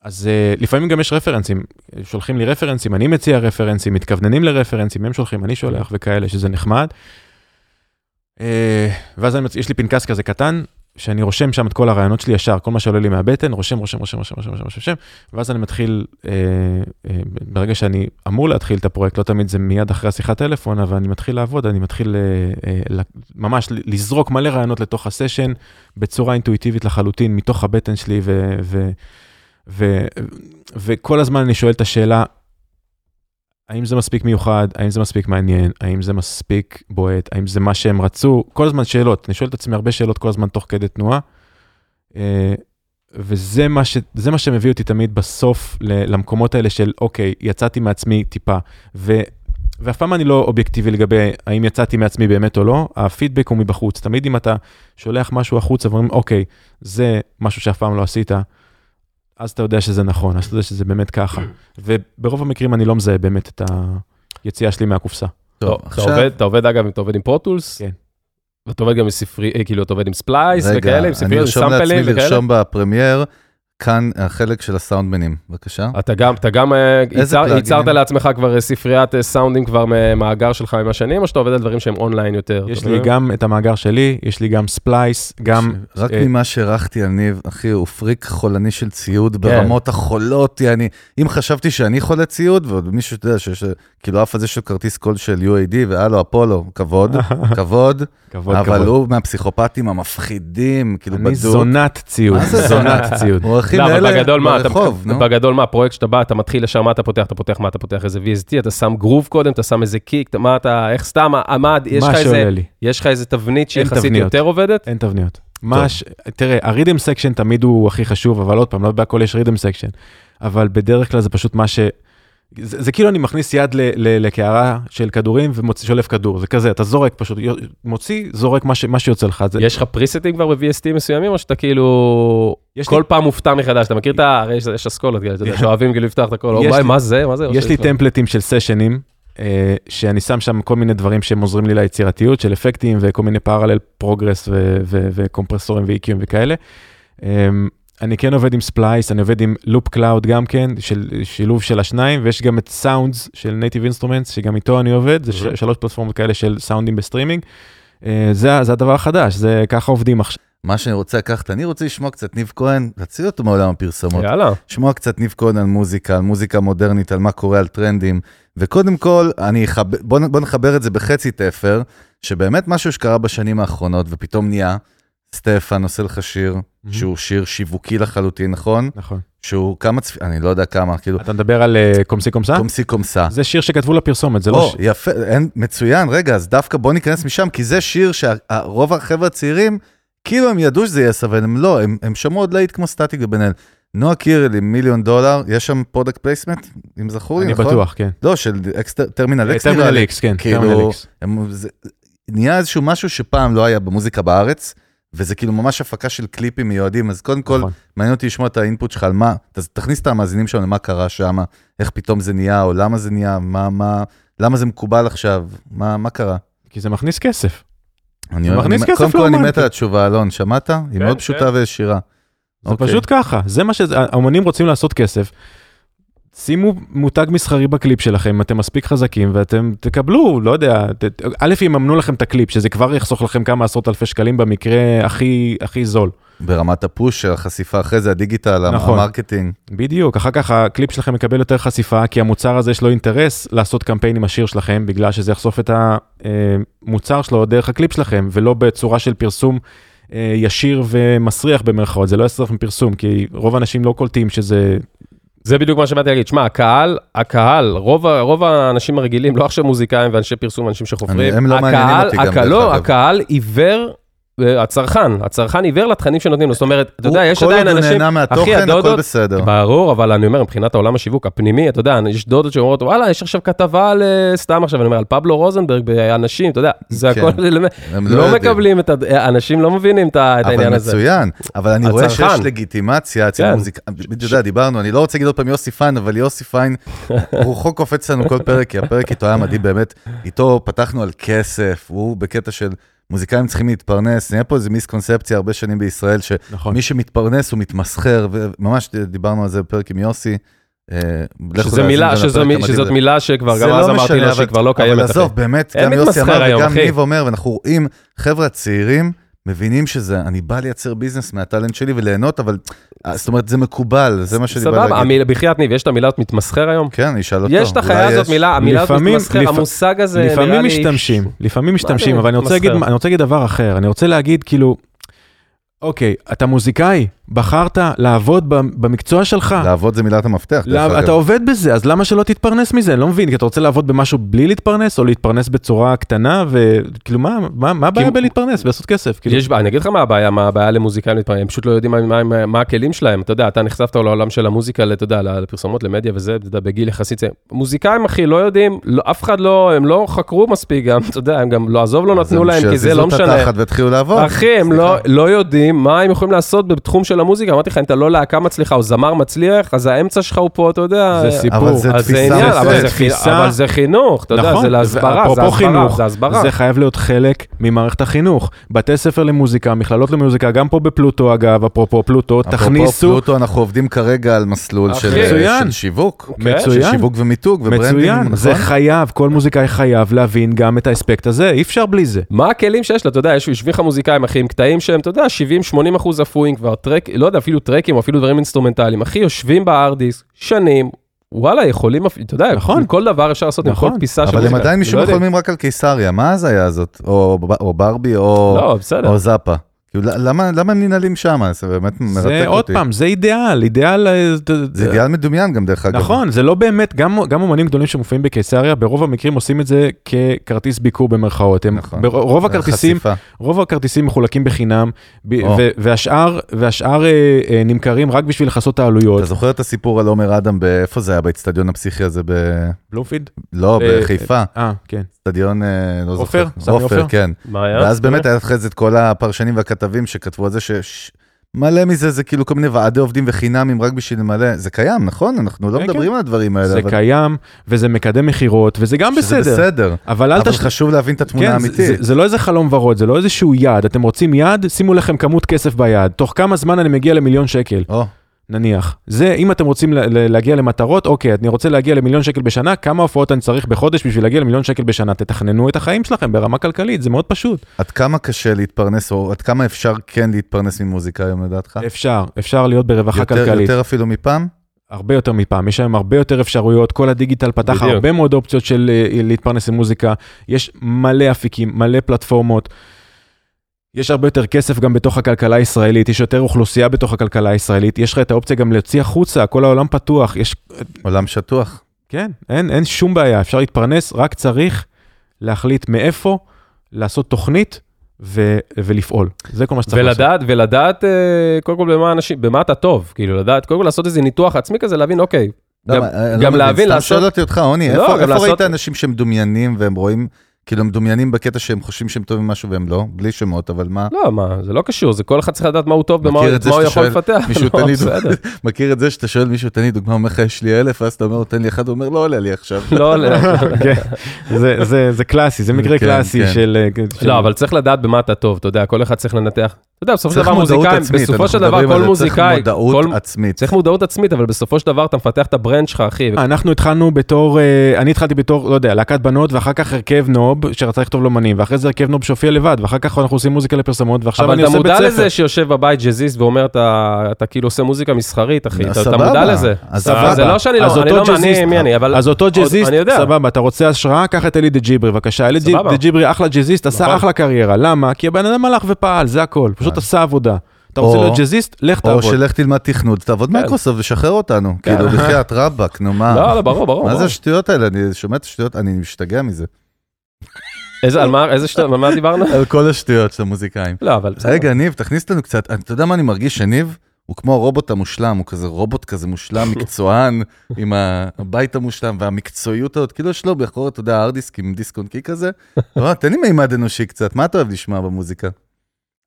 C: אז אה, לפעמים גם יש רפרנסים, שולחים לי רפרנסים, אני מציע רפרנסים, מתכווננים לרפרנסים, הם שולחים, אני שולח וכאלה, שזה נחמד. אה, ואז אני, מצ- יש לי פנקס כזה קטן, שאני רושם שם את כל הרעיונות שלי ישר, כל מה שעולה לי מהבטן, רושם, רושם, רושם, רושם, רושם, רושם, רושם, ואז אני מתחיל, אה, אה, ברגע שאני אמור להתחיל את הפרויקט, לא תמיד זה מיד אחרי השיחת טלפון, אבל אני מתחיל לעבוד, אני מתחיל אה, אה, ל- ממש לזרוק מלא רעיונות לתוך הסשן, בצורה אינטואיטיבית לחלוטין, מתוך הבטן שלי, ו, ו, ו, ו, וכל הזמן אני שואל את השאלה, האם זה מספיק מיוחד, האם זה מספיק מעניין, האם זה מספיק בועט, האם זה מה שהם רצו, כל הזמן שאלות. אני שואל את עצמי הרבה שאלות כל הזמן תוך כדי תנועה. אה, וזה מה, ש, זה מה שמביא אותי תמיד בסוף ל- למקומות האלה של, אוקיי, יצאתי מעצמי טיפה. ו, ואף פעם אני לא אובייקטיבי לגבי האם יצאתי מעצמי באמת או לא, הפידבק הוא מבחוץ. תמיד אם אתה שולח משהו החוצה ואומרים, אוקיי, זה משהו שאף פעם לא עשית, אז אתה יודע שזה נכון, אז אתה יודע שזה באמת ככה. וברוב המקרים אני לא מזהה באמת את היציאה שלי מהקופסה.
B: טוב, אתה עובד, אתה עובד אגב, אתה עובד עם פרוטולס?
C: כן.
B: ואתה עובד גם עם ספרי, אה, כאילו אתה עובד עם ספלייס
A: רגע,
B: וכאלה, עם
A: אני
B: ספריות, עם
A: ארשום לעצמי
B: סאמפלים וכאלה?
A: לרשום בפרמייר, כאן החלק של הסאונדמנים, בבקשה.
B: אתה גם, אתה גם אה,
A: איזה
B: ייצר-
A: פלאגינים?
B: ייצרת לעצמך כבר אה, ספריית אה, סאונדים כבר ממאגר שלך עם השנים, או שאתה עובד על דברים שהם אונליין יותר?
C: יש
B: אתה
C: לי
B: מבין?
C: גם את המאגר שלי, יש לי גם ספלייס, גם...
A: רק
C: אה,
A: ממה שהערכתי על ניב, אחי, הוא פריק חולני של
B: כן.
A: ציוד ברמות החולות, יעני, אם חשבתי שאני חולה ציוד, ועוד מישהו, אתה יודע, שיש, כאילו, אף הזה של כרטיס קול של UAD, והלו, אפולו, כבוד, כבוד,
C: כבוד,
A: אבל
C: כבוד.
A: הוא מהפסיכופטים המפחידים, כאילו,
C: אני
A: בדוק.
C: זונת ציוד,
A: מה זה
C: זונת ציוד.
A: הוא הכי
B: לא, אבל
A: מאלה
B: בגדול מה, אתה-
A: ברחוב, נו.
B: בגדול מה, הפרויקט שאתה בא, אתה מתחיל ישר, מה אתה פותח, אתה פותח, מה אתה פותח, איזה VST, אתה שם גרוב קודם, אתה שם איזה קיק, אתה- מה אתה, איך סתם, מה- מה, יש
C: מה
B: לך איזה,
C: שעולה לי,
B: יש לך איזה תבנית שהיא
C: אין
B: יחסית
C: תבניות.
B: יותר עובדת?
C: אין תבניות. מה ש... תראה, הרידם סקשן תמיד הוא הכי חשוב, אבל עוד פעם, לא בהכל יש רידם סקשן. אבל בדרך כלל זה פשוט מה ש... זה, זה כאילו אני מכניס יד ל- ל- לקערה של כדורים ושולף כדור, זה כזה, אתה זורק פשוט, יו- מוציא, זורק מה, ש, מה שיוצא לך. זה,
B: יש לך פריסטים כבר ב-VST מסוימים, או שאתה כאילו
C: יש
B: כל
C: לי-
B: פעם מופתע מחדש, אתה מכיר את ה... הרי יש- יש אסכולות כאלה, אתה יודע, שאוהבים כאילו לפתוח את הכל, או
C: יש
B: וואי,
C: לי-
B: מה זה, מה זה?
C: יש לי
B: עושה
C: טמפלטים של סשנים, אה, שאני שם שם כל מיני דברים שהם עוזרים לי ליצירתיות, של אפקטים וכל מיני פרלל פרוגרס ו- ו- וקומפרסורים ואיקיום וכאלה. אה, אני כן עובד עם ספלייס, אני עובד עם לופ קלאוד גם כן, של שילוב של השניים, ויש גם את סאונדס של נייטיב אינסטרומנטס, שגם איתו אני עובד, זה ש-
B: Mhm.
C: שלוש פלטפורמות כאלה של סאונדים בסטרימינג. אה, זה, ה- זה הדבר החדש, זה ככה עובדים עכשיו.
A: מה שאני רוצה לקחת, אני רוצה לשמוע קצת ניב כהן, להציל אותו מעולם הפרסומות.
B: יאללה.
A: לשמוע קצת ניב כהן על מוזיקה, על מוזיקה מודרנית, על מה קורה, על טרנדים. וקודם כל, אני אחב... בוא, נ- בוא נחבר את זה בחצי תפר, שבאמת משהו שקרה בשנים האחרונות, ופתאום נהיה, סטפן עושה לך שיר,
B: Mm-hmm.
A: שהוא שיר שיווקי לחלוטין, נכון?
C: נכון.
A: שהוא כמה צפ... אני לא יודע כמה, כאילו,
C: אתה מדבר על אה, קומסי קומסה?
A: קומסי קומסה.
C: זה שיר שכתבו לפרסומת, זה לא...
A: או,
C: ש-
A: יפה, אין, מצוין, רגע, אז דווקא בוא ניכנס משם, כי זה שיר שרוב החבר'ה הצעירים, כאילו הם ידעו שזה יהיה סבל, הם לא, הם, הם שמעו עוד להיט כמו סטטיק ובן אל. נועה קירל עם מיליון דולר, יש שם פרודקט פלייסמנט, אם זכור לי,
C: אני
A: נכון?
C: בטוח, כן.
A: לא, של טרמינל אקס נראה
C: טרמינל
A: לי.
C: איקס, כן,
A: כאילו-
C: טרמינל איקס.
A: הם- זה- נהיה איזשהו משהו שפעם לא היה במוזיקה בארץ, וזה כאילו ממש הפקה של קליפים מיועדים, אז קודם כל,
C: נכון.
A: מעניין אותי לשמוע את האינפוט שלך על מה, ת- תכניס את המאזינים שם למה קרה שם, איך פתאום זה נהיה, או למה זה נהיה, מה, מה, למה זה מקובל עכשיו, מה, מה קרה.
C: כי זה מכניס כסף.
A: אני
C: זה
A: אוהב-
C: מכניס
A: אני-
C: כסף
A: קודם כל אני
C: לאומן. כן.
A: מת על התשובה, אלון, שמעת? היא
B: כן,
A: מאוד
B: כן.
A: פשוטה וישירה.
C: זה
A: אוקיי.
C: פשוט ככה, זה מה שהאומנים רוצים לעשות כסף. שימו מותג מסחרי בקליפ שלכם, אתם מספיק חזקים ואתם תקבלו, לא יודע, ת- א' יממנו לכם את הקליפ, שזה כבר יחסוך לכם כמה עשרות אלפי שקלים במקרה הכי הכי זול.
A: ברמת הפוש של החשיפה אחרי זה, הדיגיטל, המ-
C: נכון.
A: המרקטינג.
C: בדיוק, אחר כך הקליפ שלכם מקבל יותר חשיפה, כי המוצר הזה יש לו אינטרס לעשות קמפיין עם השיר שלכם, בגלל שזה יחשוף את המוצר שלו דרך הקליפ שלכם, ולא בצורה של פרסום אה, ישיר ומסריח במרכאות, זה לא יסריח מפרסום, כי רוב האנשים לא קולטים שזה
B: זה בדיוק מה שבאתי להגיד, שמע, הקהל, הקהל, רוב, ה- רוב האנשים הרגילים, לא עכשיו מוזיקאים ואנשי פרסום ואנשים שחופרים,
A: אני- הם לא מעניינים
B: הקהל-
A: אותי גם,
B: הקהל-
A: דרך
B: לא,
A: אגב.
B: הקהל עיוור, אה, הצרכן, הצרכן עיוור לתכנים שנותנים לו, זאת אומרת, אתה יודע, יש עדיין
A: כל עוד הוא
B: אנשים,
A: נהנה מהתוכן, הכל
B: הדודות-
A: בסדר.
B: ברור, אבל אני אומר, מבחינת העולם השיווק הפנימי, אתה יודע, יש דודות שאומרות, וואלה, יש עכשיו כתבה על, אה, סתם עכשיו, אני אומר, על פבלו רוזנברג, באנשים, אתה יודע, זה
A: כן.
B: הכל, אלמנט-
A: הם
B: לא
A: יודעים.
B: מקבלים את, ה- אנשים לא מבינים את ה- את העניין
A: אבל
B: הזה.
A: מצוין, אבל אני רואה שיש
B: הצרכן.
A: לגיטימציה אצל
B: כן.
A: מוזיקה, אתה יודע, דיברנו, אני לא רוצה להגיד עוד פעם יוסי פיין, אבל יוסי פיין, רוחו קופץ לנו כל פרק, כי הפרק איתו היה מדהים באמת, איתו פתחנו על כסף, הוא בקטע של מוזיקאים צריכים להתפרנס, נהיה פה איזו מיסקונספציה הרבה שנים בישראל, שמי
C: נכון.
A: שמתפרנס הוא מתמסחר, וממש דיברנו על זה בפרק עם יוסי. אה, לכו
B: שזה
A: להאזין
B: מילה,
A: גם
B: שזו
A: לפרק
B: מי-
A: המדהים
B: שזאת
A: הזה.
B: מילה שכבר,
A: זה
B: גם אז
A: לא
B: אמרתי
A: משנה,
B: לו
A: אבל-
B: שהיא כבר לא קיימת.
A: אבל
B: אחי.
A: עזוב, באמת,
B: אין
A: גם יוסי
B: מתמסחר
A: אמר
B: היום,
A: וגם
B: אחי.
A: ניב אומר, ואנחנו רואים, חבר'ה הצעירים מבינים שזה, אני בא לייצר ביזנס מהטאלנט שלי וליהנות, אבל, אה, זאת אומרת, זה מקובל, זה מה שאני בא
B: סבבה,
A: להגיד.
B: המילה- בחייאת ניב, יש את המילה הזאת מתמסחר היום?
A: כן, אני אשאל אותו.
B: יש את החיה
A: אולי
B: הזאת
A: יש.
B: מילה, המילה הזאת
C: לפעמים-
B: מתמסחר,
C: לפ-
B: המושג הזה נראה לי...
C: לפעמים משתמשים, לפעמים משתמשים,
B: זה
C: אבל אני רוצה, להגיד,
B: מתמסחר?
C: אני רוצה להגיד דבר אחר, אני רוצה להגיד כאילו, אוקיי, אתה מוזיקאי, בחרת לעבוד במ- במקצוע שלך.
A: לעבוד זה מילת המפתח,
C: לא,
A: דרך
C: אתה
A: אגב.
C: עובד בזה, אז למה שלא תתפרנס מזה? אני לא מבין, כי אתה רוצה לעבוד במשהו בלי להתפרנס, או להתפרנס בצורה קטנה, וכאילו, מה, מה, מה הבעיה
B: כי-
C: בלהתפרנס, לעשות כסף? כאילו,
B: יש, בעיה, אני אגיד לך מה הבעיה, מה הבעיה למוזיקאים להתפרנס, הם פשוט לא יודעים מה, מה, מה, מה הכלים שלהם, אתה יודע, אתה נחשפת לעולם של המוזיקה, אתה יודע, לפרסומות, למדיה וזה, אתה יודע, בגיל יחסית, זה- מוזיקאים אחי, לא יודעים, לא, אף אחד לא, הם לא חקרו מספיק גם, אתה יודע, הם גם לא, עזוב, לא נתנו להם, כי זה לא
A: שיזיזו את
B: משנה.
A: התחת והתחילו לעבוד.
B: אחי, הם
A: סליחה.
B: לא, לא יודעים מה הם יכולים לעשות בתחום של המוזיקה. אמרתי לך, אם אתה לא להקה מצליחה או זמר מצליח, אז האמצע שלך הוא פה, אתה יודע.
C: זה סיפור.
A: אבל זה
B: אז זה
A: תפיסה
B: עניין,
A: נוספת.
B: אבל זה
C: זה
B: חי-
C: תפיסה.
B: אבל זה חינוך, אתה יודע,
C: נכון,
B: זה להסברה, זה
C: ואפרופו
B: הסברה,
C: חינוך,
B: זה הסברה.
C: זה חייב להיות חלק ממערכת החינוך. בתי ספר למוזיקה, מכללות למוזיקה, גם פה בפלוטו אגב, אפרופו פלוטו,
A: אפרופו
C: תכניסו,
A: פלוטו, אנחנו עובדים כרגע על מסלול
B: אחי.
A: של
C: מצוין.
A: של שיווק.
B: כן,
A: של
C: מצוין,
A: שיווק ומיתוג וברנדינג,
C: מצוין,
A: נכון?
C: זה חייב, כל מוזיקאי חייב להבין גם את האספקט הזה, אי אפשר בלי זה.
B: מה הכלים שיש לה, אתה יודע, יש יושבים לך מוזיקאים, אחי, עם קטעים שהם, אתה יודע, 70-80 אחוז אפויים כבר, טרק, לא יודע, אפילו טרקים, או אפילו דברים אינסטרומנטליים. אחי, יושבים בארדיס, שנים, וואלה, יכולים, אפ- אתה יודע,
C: נכון.
B: עם כל דבר אפשר לעשות, עם כל
C: נכון.
B: פיסה של
A: אבל הם
B: מוזיקה.
A: עדיין
B: אני
A: משום
B: לא יודע.
A: חולמים רק על קיסריה, מה ההזיה הזאת? או ב- או ברבי או
B: לא, בסדר.
A: או זאפה. כאילו, למה למה הם ננעלים שם? זה באמת מרתק אותי.
C: זה עוד פעם, זה אידיאל, אידיאל... אה,
A: זה אידיאל מדומיין גם דרך אגב.
C: נכון, זה לא באמת, גם, גם אומנים גדולים שמופיעים בקיסריה, ברוב המקרים עושים את זה ככרטיס ביקור במרכאות. הם,
A: נכון.
C: נכון. ברוב
A: זה
C: הכרטיסים,
A: חשיפה.
C: רוב הכרטיסים מחולקים בחינם, ב,
A: או.
C: ו, והשאר, והשאר אה, אה, נמכרים רק בשביל לכסות את העלויות.
A: אתה זוכר את הסיפור על עומר אדם, באיפה זה היה? באצטדיון הפסיכי הזה ב...
C: בלומפילד?
A: לא,
C: אה,
A: בחיפה.
C: אה, כן.
A: אצטדיון, אה, לא זוכר.
C: עופר? סמי עופר? אה, אוקיי.
A: כן.
B: מה היה?
A: ואז באמת היה אחרי זה את כל הפרשנים והכתבים שכתבו על זה ש... מלא מזה זה כאילו כל מיני ועדי עובדים וחינמים רק בשביל למלא, זה קיים נכון? אנחנו לא
C: כן,
A: מדברים על הדברים האלה,
C: זה
A: אבל
C: קיים, וזה מקדם מכירות, וזה גם
A: שזה
C: בסדר.
A: בסדר.
C: אבל אל
A: אבל
C: תשכח...
A: חשוב להבין את התמונה
C: כן, זה, זה,
A: האמיתית.
C: זה לא איזה חלום ורוד, זה לא איזשהו יעד. אתם רוצים יעד, שימו לכם כמות כסף ביד. תוך כמה זמן אני מגיע למיליון שקל.
A: או,
C: נניח. זה, אם אתם רוצים ל- ל- להגיע למטרות, אוקיי, אני רוצה להגיע למיליון שקל בשנה, כמה הופעות אני צריך בחודש בשביל להגיע למיליון שקל בשנה? תתכננו את החיים שלכם ברמה כלכלית, זה מאוד פשוט.
A: עד כמה קשה להתפרנס, או עד כמה אפשר כן להתפרנס ממוזיקה היום לדעתך?
B: אה,
C: אפשר, אפשר להיות ברווחה
A: אה. יותר-
C: כלכלית.
A: יותר אפילו מפעם?
C: הרבה יותר מפעם, יש היום הרבה יותר אפשרויות, כל הדיגיטל פתח
B: בדיוק.
C: הרבה מאוד אופציות של אה, להתפרנס למוזיקה, יש מלא אפיקים, מלא פלטפורמות. יש הרבה יותר כסף גם בתוך הכלכלה הישראלית, יש יותר אוכלוסייה בתוך הכלכלה הישראלית, יש לך את האופציה גם להוציא החוצה, כל העולם פתוח, יש
A: עולם שטוח.
C: כן, אין, אין שום בעיה, אפשר להתפרנס, רק צריך להחליט מאיפה, לעשות תוכנית ו, ולפעול. זה כל מה שצריך לעשות.
B: ולדעת, ולדעת, אה, קודם כל, במה אנשים, במה אתה טוב, כאילו, לדעת, קודם כל לעשות איזה ניתוח עצמי כזה, להבין, אוקיי, גם-
A: למה, אני לא
B: גם
A: מבין,
B: להבין,
A: סתם
B: לעשות-
A: שואל אותי אותך, עוני,
B: לא,
A: איפה
B: גם
A: איפה
B: לעשות-
A: ראית אנשים שמדומיינים והם רואים, כאילו הם מדומיינים בקטע שהם חושבים שהם טובים במשהו והם לא? בלי שמות, אבל מה?
B: לא, מה, זה לא קשור, זה כל אחד צריך לדעת מה הוא טוב, במה
A: מכיר
B: הוא-
A: את זה
B: מה הוא
A: שאתה
B: יכול
A: שואל,
B: לפתח.
A: מישהו
B: לא,
A: תן לי דוגמה.
B: בסדר.
A: מכיר את זה שאתה שואל מישהו, תן לי דוגמה, אומר לך, יש לי אלף, ואז אתה אומר, לו, תן לי אחד, הוא אומר, לא עולה לי עכשיו.
B: לא, לא.
C: כן, זה, זה, זה קלאסי, זה מקרה
A: כן,
C: קלאסי
A: כן.
C: של... אה, של...
B: לא, אבל צריך לדעת במה אתה טוב, אתה יודע, כל אחד צריך לנתח. אתה יודע, בסופו של
A: צריך
B: דבר
A: מודעות
B: מוזיקאים,
A: עצמית,
B: בסופו
A: אנחנו
B: של דבר
A: מדברים
B: כל
A: על זה,
B: מוזיקאי,
A: צריך מודעות
B: כל-
A: עצמית.
B: צריך מודעות עצמית, אבל בסופו של דבר אתה מפתח את הברנד שלך, אחי.
A: אה,
C: אנחנו התחלנו בתור, אה, אני התחלתי בתור, לא יודע, להקת בנות, ואחר כך הרכב נוב, שרצה לכתוב לאמנים, ואחרי זה הרכב נוב שהופיע לבד, ואחר כך אנחנו עושים מוזיקה לפרסומות, ועכשיו
B: אבל
C: אני
B: אתה
C: עושה בית ספר.
B: מודע לזה שיושב בבית ג'אזיסט ואומר, אתה אתה כאילו עושה מוזיקה מסחרית, אחי. אתה- אתה
A: סבבה,
B: מודע לזה.
A: אז
B: אבל זה
A: סבבה.
B: לא שאני
C: אז
B: לא, אני
C: אותו
B: לא מעניין
C: ג'אזיסט-
B: מי אני, אבל...
C: אז אותו ג'אזיסט,
B: אני יודע.
C: סבבה, אתה רוצה השראה, קח את אלי דה ג'יברי, בבקשה. אלי
B: סבבה.
C: דה ג'יברי אחלה ג'אזיסט,
B: נכון.
C: עשה אחלה קריירה. למה? כי הבן אדם הלך ופעל, זה הכל. פשוט עשה עבודה. אתה רוצה
A: או-
C: להיות ג'אזיסט? לך
A: או
C: תעבוד. כן.
A: שלך תלמד תכנות, תעבוד מייקרוסופט ושחרר אותנו. כאילו, בחייאת רבאק, נו
B: לא,
A: מה.
B: לא, ברור, ברור.
A: מה זה
B: ברור.
A: השטויות האלה? אני שומע את השטויות, אני משתגע מזה.
B: איזה, על מה, איזה שטו, על מה דיברנו?
A: על כל השטויות של המוזיקאים.
B: לא, אבל בסדר.
A: רגע, ניב, תכניס אותנו קצת. אה, אתה יודע מה אני מרגיש שניב? הוא כמו הרובוט המושלם, הוא כזה רובוט כזה מושלם, מקצוען, עם ה- הבית המושלם והמקצועיות הזאת, כאילו יש לו בכל, אתה יודע, הארדיסק עם דיסק און קי כזה. אבל תן לי מימד אנושי קצת, מה אתה אוהב לשמוע במוזיקה?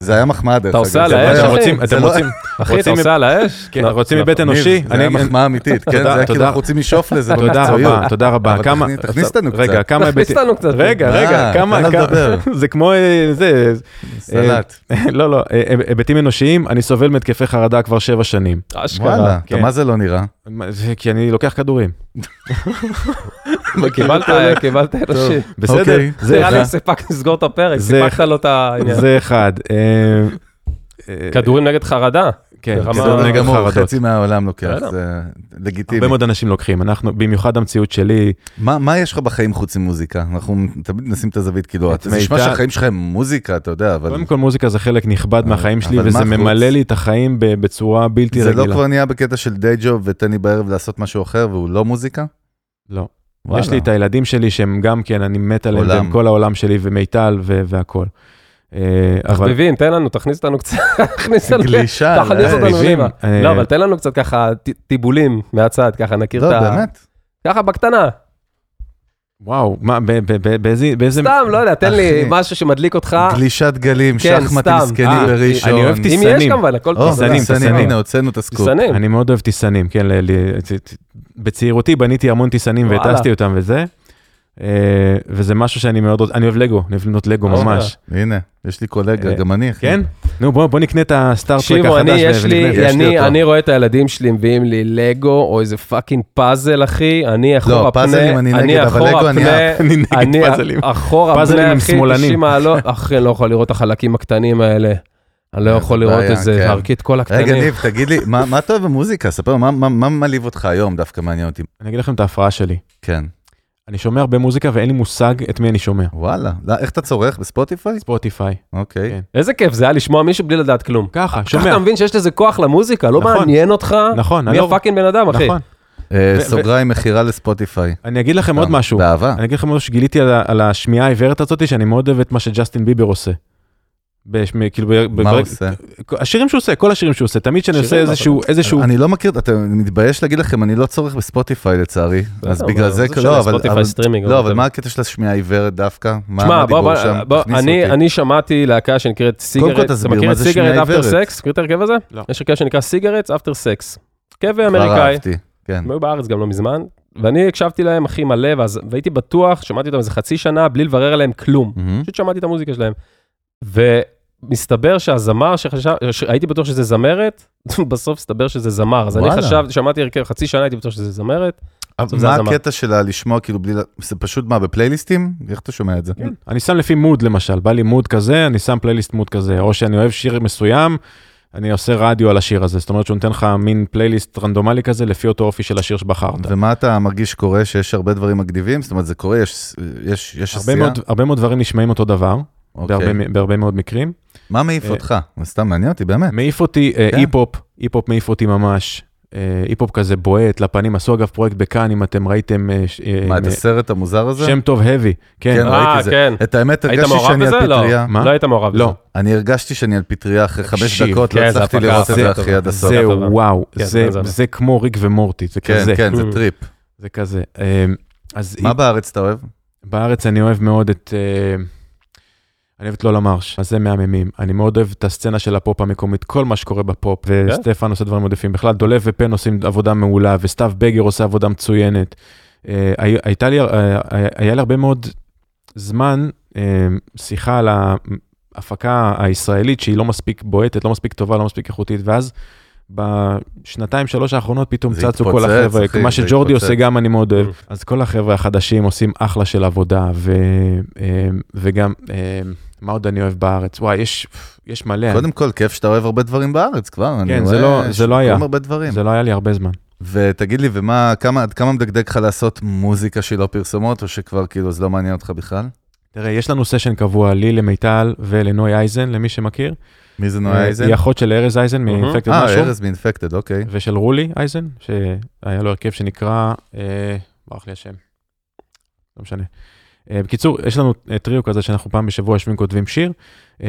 A: זה היה מחמאה דרך
B: אתה עושה
A: זה
B: על
A: לא היה-
B: האש,
C: אתם
B: אחי.
C: רוצים,
A: זה
C: אתם
A: לא-
C: רוצים,
B: אחי, אתה
C: רוצים-
B: עושה על האש?
C: כן,
B: לא,
C: רוצים
B: לא.
C: מבית
A: ניב,
C: אנושי.
A: זה היה
C: אני-
A: מחמאה אמיתית, כן?
C: תודה,
A: זה היה כאילו
C: תודה.
A: אנחנו רוצים לשאוף לזה
C: תודה
A: במקצועיות.
C: רבה, תודה רבה.
A: אבל
C: כמה...
A: תכניס- תכניס אותנו
C: רגע,
A: קצת.
C: כמה
B: תכניס
C: היבטים.
B: לנו קצת.
C: רגע, רגע,
A: אה, תן
C: כמה,
A: לה
C: כמה-
A: לדבר.
C: זה כמו אה, זה,
A: סלט.
C: לא, לא, אה, היבטים אנושיים, אני סובל מהתקפי חרדה כבר שבע שנים.
B: אשכרה.
A: וואלה, אתה
C: כן.
A: מה זה לא נראה?
C: מה, זה כי אני לוקח כדורים.
B: קיבלת, קיבלת אנושי.
C: בסדר?
A: אוקיי.
C: זה
B: נראה
C: אחד.
B: לי סיפקת לסגור את הפרק,
C: זה-
B: סיפקת לו את העניין.
C: זה אחד. אה, אה,
B: כדורים נגד חרדה.
C: כן,
B: ברמה-
C: זה
A: בסדר
C: נגד
A: גמור,
C: חרדות.
A: לא חצי מהעולם לוקח,
B: בסדר.
A: זה
C: הרבה
A: לגיטימי.
C: מאוד אנשים לוקחים, אנחנו, במיוחד המציאות שלי,
A: מה מה יש לך בחיים חוץ ממוזיקה? אנחנו תמיד נשים את הזווית, כאילו,
C: את
A: זה נשמע
C: מיטב-
A: שהחיים שלך הם מוזיקה, אתה יודע, אבל
C: קודם כל מוזיקה זה חלק נכבד
A: אבל-
C: מהחיים שלי,
A: אבל
C: וזה
A: מה חוץ?
C: ממלא לי את החיים ב- בצורה בלתי
A: זה
C: רגילה.
A: לא כבר נהיה בקטע של די ג'וב ותן לי בערב לעשות משהו אחר והוא לא מוזיקה?
C: לא. יש
A: וואלה.
C: לי את הילדים שלי שהם גם כן, אני מת עליהם,
A: עולם.
C: והם כל העולם שלי ומיטל ו- והכל. אה, אבל-
B: תחביבים, תן לנו, תכניס אותנו קצת, תכניס אותנו,
A: גלישה,
B: תכניס אותנו
C: תחביבים,
B: פנימה.
C: אה,
B: לא, אבל תן לנו קצת ככה ט- טיבולים מהצד, ככה נכיר את
A: לא,
B: ה...
A: באמת.
B: ככה בקטנה,
C: וואו, מה, ב- ב- ב- באיזה... באיזה-
B: סתם, לא יודע, תן לי
A: אחי.
B: משהו שמדליק אותך.
A: גלישת גלים,
B: כן,
A: שחמט
B: סתם.
A: מסכנים
C: אה,
A: בראשון.
C: אני אוהב
B: אם יש
C: טיסנים.
B: כמובן, הכל
A: או,
C: טיסנים,
A: טיסנים,
C: טיסנים.
A: הנה, הוצאנו את הסקופ.
B: טיסנים.
C: אני מאוד אוהב טיסנים, כן, ל- ל- ט- ט- בצעירותי בניתי המון טיסנים
B: וואלה.
C: והטסתי אותם וזה, אה, וזה משהו שאני מאוד, רוצ- אני אוהב לגו, אני אוהב לבנות לגו
B: אוקיי.
C: ממש,
A: הנה, יש לי קולגה,
C: אה,
A: גם אני, אחי.
C: כן? נו, בוא בוא נקנה את הסטארט-טרק
B: תקשיבו,
C: החדש
B: אני,
C: ו-
B: יש
C: ונקנה את
B: לי,
C: זה.
A: יש לי
B: אני,
A: אותו.
B: אני רואה את הילדים שלי מביאים לי לגו או איזה פאקינג פאזל, אחי. אני אחורה פנה,
A: פאזלים אני נגד, אבל
B: לא, אחורה
A: לגו אני
B: פנה,
A: אהב.
C: אני נגד
B: אני אה,
C: פאזלים.
B: אחורה
C: פאזלים
B: פנה,
C: הם
B: אחי,
C: שמאלנים.
B: 90 מעלות. אחי, אני לא יכול לראות את החלקים הקטנים האלה. אני לא
A: זה
B: יכול לראות
A: בעיה,
B: את זה,
A: כן.
B: להרכיא את כל הקטנים.
A: רגע, ניב, תגיד לי, מה מה אתה אוהב במוזיקה? ספר, מה- מה מה מלהיב אותך היום? דווקא מעניין אותי.
C: אני אגיד לכם את ההפרעה שלי.
A: כן.
C: אני שומע הרבה מוזיקה ואין לי מושג את מי אני שומע.
A: וואלה, לא, איך אתה צורך? בספוטיפיי?
C: ספוטיפיי.
A: אוקיי.
C: כן.
B: איזה כיף זה היה לשמוע מישהו בלי לדעת כלום.
C: ככה,
B: ככה
C: שומע.
B: אתה מבין שיש לזה כוח למוזיקה, לא
C: נכון.
B: מעניין אותך
C: נכון, אני
B: מי
C: לא-
B: הפאקינג בן אדם, אחי.
C: נכון.
A: אה,
C: ו-
A: סוגריים, מכירה לספוטיפיי.
C: אני אגיד לכם עוד
A: גם,
C: משהו.
A: באהבה.
C: אני אגיד לכם משהו שגיליתי על ה- על השמיעה העיוורת הזאת, שאני מאוד אוהב את מה שג'סטין ביבר עושה. בשמי- כאילו, ב- ב-
A: מה הוא
C: ברג-
A: עושה?
C: השירים שהוא עושה, כל השירים שהוא עושה, תמיד כשאני עושה
B: שירים,
C: איזשהו, איזשהו,
A: אני לא מכיר, אתה מתבייש להגיד לכם, אני לא צורך בספוטיפיי לצערי. אז
B: בסדר,
A: בגלל
B: אבל
A: זה,
B: זה
A: לא,
B: של
A: אבל-
B: ספוטיפיי
A: אבל-
B: סטרימינג,
A: לא,
B: אבל-
A: אבל מה הקטע של השמיעה העיוורת דווקא? מה מה
B: תשמע, בוא,
A: הדיבור
B: בוא,
A: שם?
B: בוא,
A: תכניס
B: אני,
A: אותי.
B: אני שמעתי להקה שנקראת סיגרט,
A: כל תסביר מה
B: את
A: זה שמיעה
B: סיגרט אפטר
A: עיוורת.
B: סקס? מכיר את ההרכב הזה?
C: לא.
B: יש הרכב שנקרא סיגרט אפטר סקס. הרכב
A: כבר
B: אמריקאי,
A: אהבתי, כן.
B: הם היו בארץ גם לא מזמן, ואני הקשבתי להם אחי מלא, ואז, והייתי בטוח, שמעתי אותם איזה חצי שנה בלי לברר עליהם כלום.
A: מהמם.
B: פשוט שמעתי את המוזיקה שלהם. ומסתבר שהזמר שחשב, הייתי בטוח שזה זמרת, בסוף הסתבר שזה זמר, אז אני
A: וואלה.
B: חשבתי, שמעתי הרכב חצי שנה, הייתי בטוח שזה זמרת.
A: אבל
B: זה
A: מה
B: הזמר.
A: הקטע של הלשמוע כאילו בלי... ל- זה פשוט מה, בפלייליסטים? איך אתה שומע את זה?
C: אני שם לפי מוד למשל, בא לי מוד כזה, אני שם פלייליסט מוד כזה, או שאני אוהב שיר מסוים, אני עושה רדיו על השיר הזה, זאת אומרת שהוא נותן לך מין פלייליסט רנדומלי כזה, לפי אותו אופי של השיר שבחרת.
A: ומה אתה מרגיש קורה שיש הרבה דברים מגניבים? זאת אומרת, זה קורה, יש יש- יש
C: הרבה
A: עשייה?
C: מאוד, הרבה מאוד דברים נשמעים אותו דבר,
A: אוקיי.
C: בהרבה, מ- בהרבה מאוד מקרים.
A: מה מעיף
C: אה,
A: אותך? זה סתם מעניין אותי, באמת.
C: מעיף אותי אה,
A: כן.
C: אי-פופ, אי-פופ מעיף אותי ממש. אה, אי-פופ כזה בועט לפנים, עשו אגב פרויקט בכאן, אם אתם ראיתם, אה, ש- אה,
A: מה, את
C: אה,
A: הסרט המוזר הזה?
C: שם טוב heavy, כן,
A: כן,
C: אה,
A: ראיתי
B: אה,
A: את זה.
B: כן.
A: את האמת,
B: היית
A: הרגשתי
B: מעורב
A: שאני אה, על
B: בזה? לא.
A: פטריה.
C: מה?
B: לא היית מעורב בזה.
C: לא,
A: אני הרגשתי שאני על פטריה אחרי חמש
C: תקשיב,
A: דקות, לא
B: כן, זה
A: הצלחתי
B: הפקה,
A: לראות את
B: זה-
A: זה אחי עד הסוף.
B: זה-
C: זהו,
B: טובה.
C: וואו,
B: כן,
C: זה-
B: זה-
C: זה כמו ריק ומורטי, זה
A: כן,
C: כזה,
A: כן, זה
B: Mm.
A: טריפ.
C: זה כזה. אה, אז
A: מה בארץ אתה אוהב?
C: בארץ אני אוהב מאוד את... אה, אני אוהב את לולה מרש, אז זה מהממים. אני מאוד אוהב את הסצנה של הפופ המקומית, כל מה שקורה בפופ,
A: כן?
C: וסטפן עושה דברים עודפים. בכלל, דולב ופן עושים עבודה מעולה, וסתיו בגר עושה עבודה מצוינת. אה, הי- הייתה לי, אה, היה לי הרבה מאוד זמן אה, שיחה על ההפקה הישראלית שהיא לא מספיק בועטת, לא מספיק טובה, לא מספיק איכותית, ואז בשנתיים, שלוש האחרונות פתאום
A: זה
C: צצו כל
A: התפוצץ,
C: החבר'ה,
A: אחי,
C: מה
A: זה
C: שג'ורדי עושה
A: התפוצץ.
C: גם אני מאוד אוהב.
B: Mm.
C: אז כל החבר'ה החדשים עושים אחלה של עבודה, ו, אה, וגם, אה, מה עוד אני אוהב בארץ? וואי, יש, יש מלא,
A: קודם כל, כיף שאתה אוהב הרבה דברים בארץ כבר. אני
C: כן, זה
A: רואה
C: לא-
A: ש-
C: זה לא היה.
A: קורים הרבה דברים.
C: זה לא היה לי הרבה זמן.
A: ותגיד לי, ומה, כמה, עד כמה מדגדג לך לעשות מוזיקה שהיא לא פרסומות, או שכבר כאילו זה לא מעניין אותך בכלל?
C: תראה, יש לנו סשן קבוע, לי, למיטל ולנוי אייזן, למי שמכיר.
A: מי זה נועה
C: אה,
A: אייזן?
C: היא אחות של ארז אייזן
B: אהה.
C: מאינפקטד
A: אה,
C: משהו,
A: ארז מאינפקטד,
B: כן.
A: אוקיי.
C: ושל רולי אייזן, שהיה לו הרכב שנקרא, אה, ברח לי השם, לא משנה. אה, בקיצור, יש לנו אה, טריו כזה שאנחנו פעם בשבוע יושבים כותבים שיר, אה,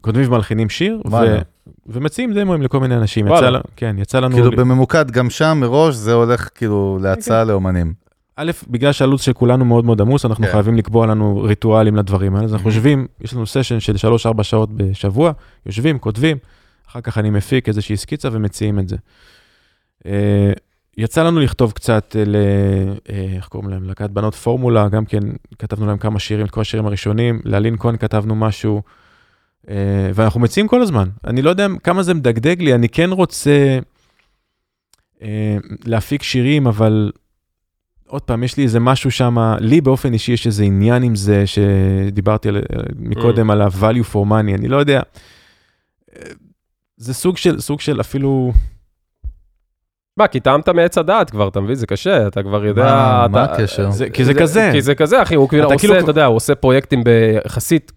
C: כותבים ומלחינים שיר, ו-
A: וואלה.
C: ומציעים דמוים לכל מיני אנשים.
B: וואלה.
C: יצא לנו, כן, יצא לנו...
A: כאילו בממוקד, גם שם מראש זה הולך כאילו להצעה לאומנים.
C: א', בגלל שהלו"ז של כולנו מאוד מאוד עמוס, אנחנו
A: כן.
C: חייבים לקבוע לנו ריטואלים לדברים האלה, אז אנחנו
A: Mhm.
C: יושבים, יש לנו סשן של 3-4 שעות בשבוע, יושבים, כותבים, אחר כך אני מפיק איזושהי סקיצה ומציעים את זה. אה, יצא לנו לכתוב קצת אה, ל... אה, איך קוראים להם? להקת בנות פורמולה, גם כן כתבנו להם כמה שירים, את כל השירים הראשונים, לאלין כהן כתבנו משהו, אה, ואנחנו מציעים כל הזמן. אני לא יודע כמה זה מדגדג לי, אני כן רוצה אה, להפיק שירים, אבל עוד פעם, יש לי איזה משהו שם, לי באופן אישי יש איזה עניין עם זה, שדיברתי על, אה, מקודם על ה-value for money, אני לא יודע. אה, זה סוג של, סוג של אפילו...
B: מה, כי טעמת מעץ הדעת כבר, אתה מבין? זה קשה, אתה כבר יודע...
A: מה-
B: אתה-
A: מה הקשר?
C: זה, כי זה, כזה.
B: כי זה כזה, אחי, הוא כאילו
C: אתה
B: עושה,
C: כאילו-
B: אתה יודע, הוא עושה פרויקטים ביחסית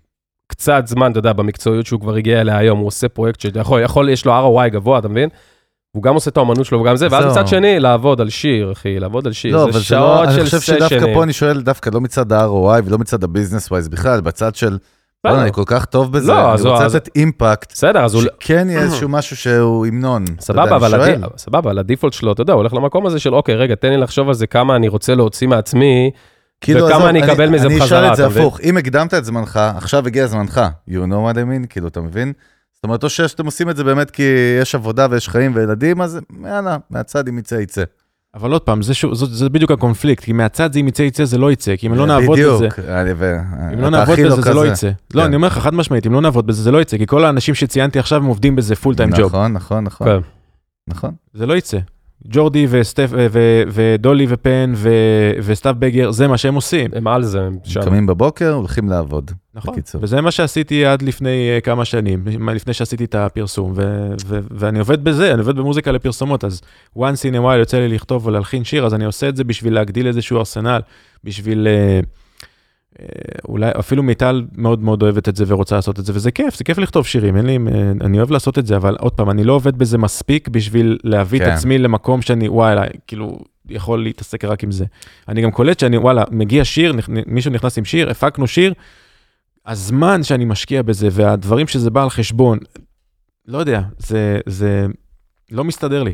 B: קצת זמן, אתה יודע, במקצועיות שהוא כבר הגיע אליה היום, הוא עושה פרויקט שיכול, יכול, יש לו ROI גבוה, אתה מבין? הוא גם עושה את האומנות שלו וגם זה, ואז
A: זהו.
B: מצד שני, לעבוד על שיר, אחי, לעבוד על שיר,
A: לא,
B: זה
A: אבל זה
B: שעות
A: לא, אני
B: של
A: חושב
B: סשנים.
A: שדווקא פה אני שואל, דווקא לא מצד ה-ROI ולא מצד הביזנס ווייז בכלל, בצד של,
B: בסדר.
A: בוא'נה, אני כל כך טוב בזה,
B: לא,
A: אני
B: אז-
A: רוצה
B: אז-
A: לתת אימפקט,
B: בסדר, אז הוא... לא-
A: שכן יהיה איזשהו משהו שהוא המנון. אתה יודע, אני
B: סבבה, אבל
A: שואל.
B: הדי- סבבה, אבל הדיפולט שלו, אתה יודע, הוא הולך למקום הזה של, אוקיי, רגע, תן לי לחשוב על זה כמה אני רוצה להוציא מעצמי, וכמה
A: כאילו, עזוב,
B: אני אקבל מזה
A: אני
B: בחזרה,
A: אשאל את זה
B: אתה מבין?
A: הפוך, אם הקדמת את זמנך, עכשיו הגיע זמנך, you know what I mean, כאילו, אתה מבין? זאת אומרת, או שאתם עושים את זה באמת כי יש עבודה ויש חיים וילדים, אז יאללה, מהצד אם יצא, יצא.
C: אבל עוד פעם, זה, שוב, זה, זה בדיוק הקונפליקט, כי מהצד זה אם יצא יצא זה לא יצא, כי אם לא נעבוד בזה...
A: אה, בדיוק, אני- ו-
C: אם
A: אתה
C: לא נעבוד
A: הכי
C: בזה, זה לא
A: כזה.
C: יצא. לא,
A: כן.
C: אני אומר לך חד משמעית, אם לא נעבוד בזה, זה לא יצא, כי כל האנשים שציינתי עכשיו הם עובדים בזה פול טיים ג'וב.
A: נכון, נכון, נכון.
B: כן.
A: נכון.
C: זה לא יצא. ג'ורדי וסטף ו- ו- ודולי ופן ו- וסתיו בגר, זה מה שהם עושים.
B: הם על זה, הם שם.
A: קמים בבוקר, הולכים לעבוד.
C: נכון.
A: בקיצור.
C: וזה מה שעשיתי עד לפני אה, כמה שנים, מה- לפני שעשיתי את הפרסום, ו- ו- ואני עובד בזה, אני עובד במוזיקה לפרסומות, אז once in a while יוצא לי לכתוב או להלחין שיר, אז אני עושה את זה בשביל להגדיל איזשהו ארסנל, בשביל... אה, אה, אולי אפילו מיטל מאוד מאוד אוהבת את זה ורוצה לעשות את זה, וזה כיף, זה כיף לכתוב שירים, אין לי, אה, אני אוהב לעשות את זה, אבל עוד פעם, אני לא עובד בזה מספיק בשביל להביא
A: כן.
C: את עצמי למקום שאני, וואלה, כאילו, יכול להתעסק רק עם זה. אני גם קולט שאני, וואלה, מגיע שיר, נכ... מישהו נכנס עם שיר, הפקנו שיר, הזמן שאני משקיע בזה והדברים שזה בא על חשבון, לא יודע, זה, זה לא מסתדר לי.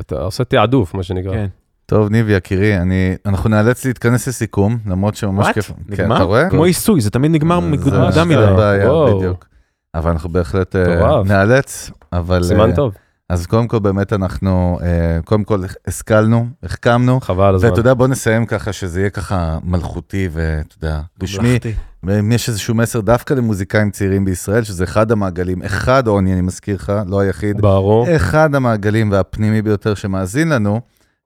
B: אתה עושה תעדוף, מה שנקרא.
C: כן.
A: טוב, ניב יקירי, אני- אנחנו נאלץ להתכנס לסיכום, למרות שממש
C: What?
A: כיף. כן,
C: נגמר?
A: אתה רואה?
C: כמו עיסוי, זה תמיד נגמר
A: זה
C: מוקדם
A: זה
C: מדי.
A: הבעיה,
B: וואו.
A: בדיוק. אבל אנחנו בהחלט אה,
B: מטורף.
A: נאלץ, אבל...
B: סימן
A: אה,
B: טוב,
A: אז קודם כל, באמת אנחנו, אה, קודם כל, השכלנו, החכמנו,
B: חבל על הזמן.
A: ואתה יודע, בוא נסיים ככה, שזה יהיה ככה מלכותי ואתה יודע, גשמי. אם יש איזשהו מסר דווקא למוזיקאים צעירים בישראל, שזה אחד המעגלים, אחד עוני, אני מזכיר לך, לא היחיד,
B: ברור.
A: אחד המעגלים והפנימי ביותר שמאזין לנו,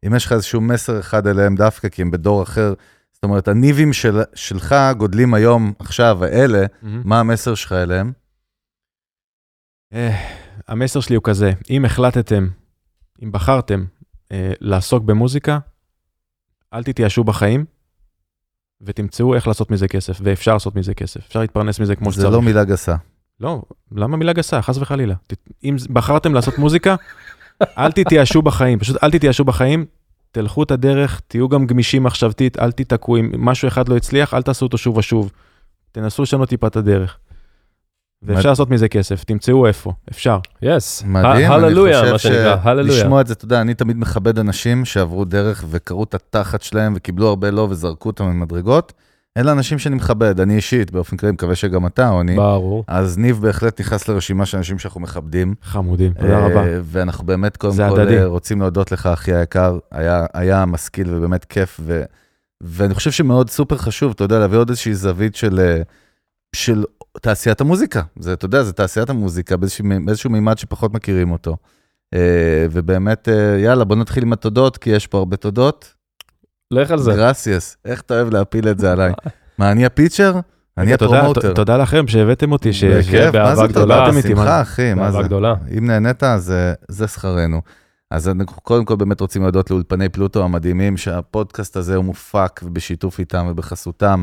A: אם יש לך איזשהו מסר אחד אליהם דווקא, כי הם בדור אחר, זאת אומרת, הניבים של, שלך גודלים היום, עכשיו, האלה,
C: מהמם.
A: מה המסר שלך אליהם?
C: אה, המסר שלי הוא כזה, אם החלטתם, אם בחרתם אה, לעסוק במוזיקה, אל תתייאשו בחיים, ותמצאו איך לעשות מזה כסף, ואפשר לעשות מזה כסף, אפשר להתפרנס מזה כמו
A: זה
C: שצריך.
A: לא מילה גסה.
C: לא, למה מילה גסה? חס וחלילה. ת- אם ז- בחרתם לעשות מוזיקה, אל תתייאשו בחיים, פשוט אל תתייאשו בחיים, תלכו את הדרך, תהיו גם גמישים מחשבתית, אל תיתקעו, אם משהו אחד לא הצליח, אל תעשו אותו שוב ושוב. תנסו לשנות טיפה את הדרך. ואפשר
A: מה-
C: לעשות מזה כסף, תמצאו איפה, אפשר.
B: יס.
A: מדהים,
B: הללויה,
A: אני
B: מה
A: חושב
B: שנקרא, הללויה.
A: שלשמוע את זה, אתה יודע, אני תמיד מכבד אנשים שעברו דרך וקרעו את התחת שלהם וקיבלו הרבה לא וזרקו אותם ממדרגות. אלה אנשים שאני מכבד, אני אישית, באופן כללי, מקווה שגם אתה, עוני.
B: ברור.
A: אז ניב בהחלט נכנס לרשימה של אנשים שאנחנו מכבדים.
C: חמודים,
A: אה,
C: תודה רבה.
A: ואנחנו באמת קודם
C: זה
A: כל
C: הדדי.
A: אה, רוצים להודות לך, אחי היקר. היה, היה משכיל ובאמת כיף, ו, ואני חושב שמאוד סופר חשוב, אתה יודע, להביא עוד איזושהי זווית של, אה, של תעשיית המוזיקה. זה, אתה יודע, זה תעשיית המוזיקה באיזשהו, מ- באיזשהו מימד שפחות מכירים אותו. אה, ובאמת, אה, יאללה, בוא נתחיל עם התודות, כי יש פה הרבה תודות.
B: לך על זה.
A: גרסיאס, איך אתה אוהב להפיל את זה עליי? מה, אני הפיצ'ר? אני
C: תודה-
A: הפרומוטר.
C: תודה לכם שהבאתם אותי, ש-
B: בכיף.
A: בכיף, מה
B: באהבה
A: זה
B: גדולה.
A: תודה?
C: דיברתם איתי, מה
A: בשמחה,
C: זה?
A: אחי, מה זה?
B: באהבה גדולה.
A: אם נהנית, אז אה, זה שכרנו. אז אנחנו קודם כל באמת רוצים להודות לאולפני פלוטו המדהימים, שהפודקאסט הזה הוא מופק בשיתוף איתם ובחסותם.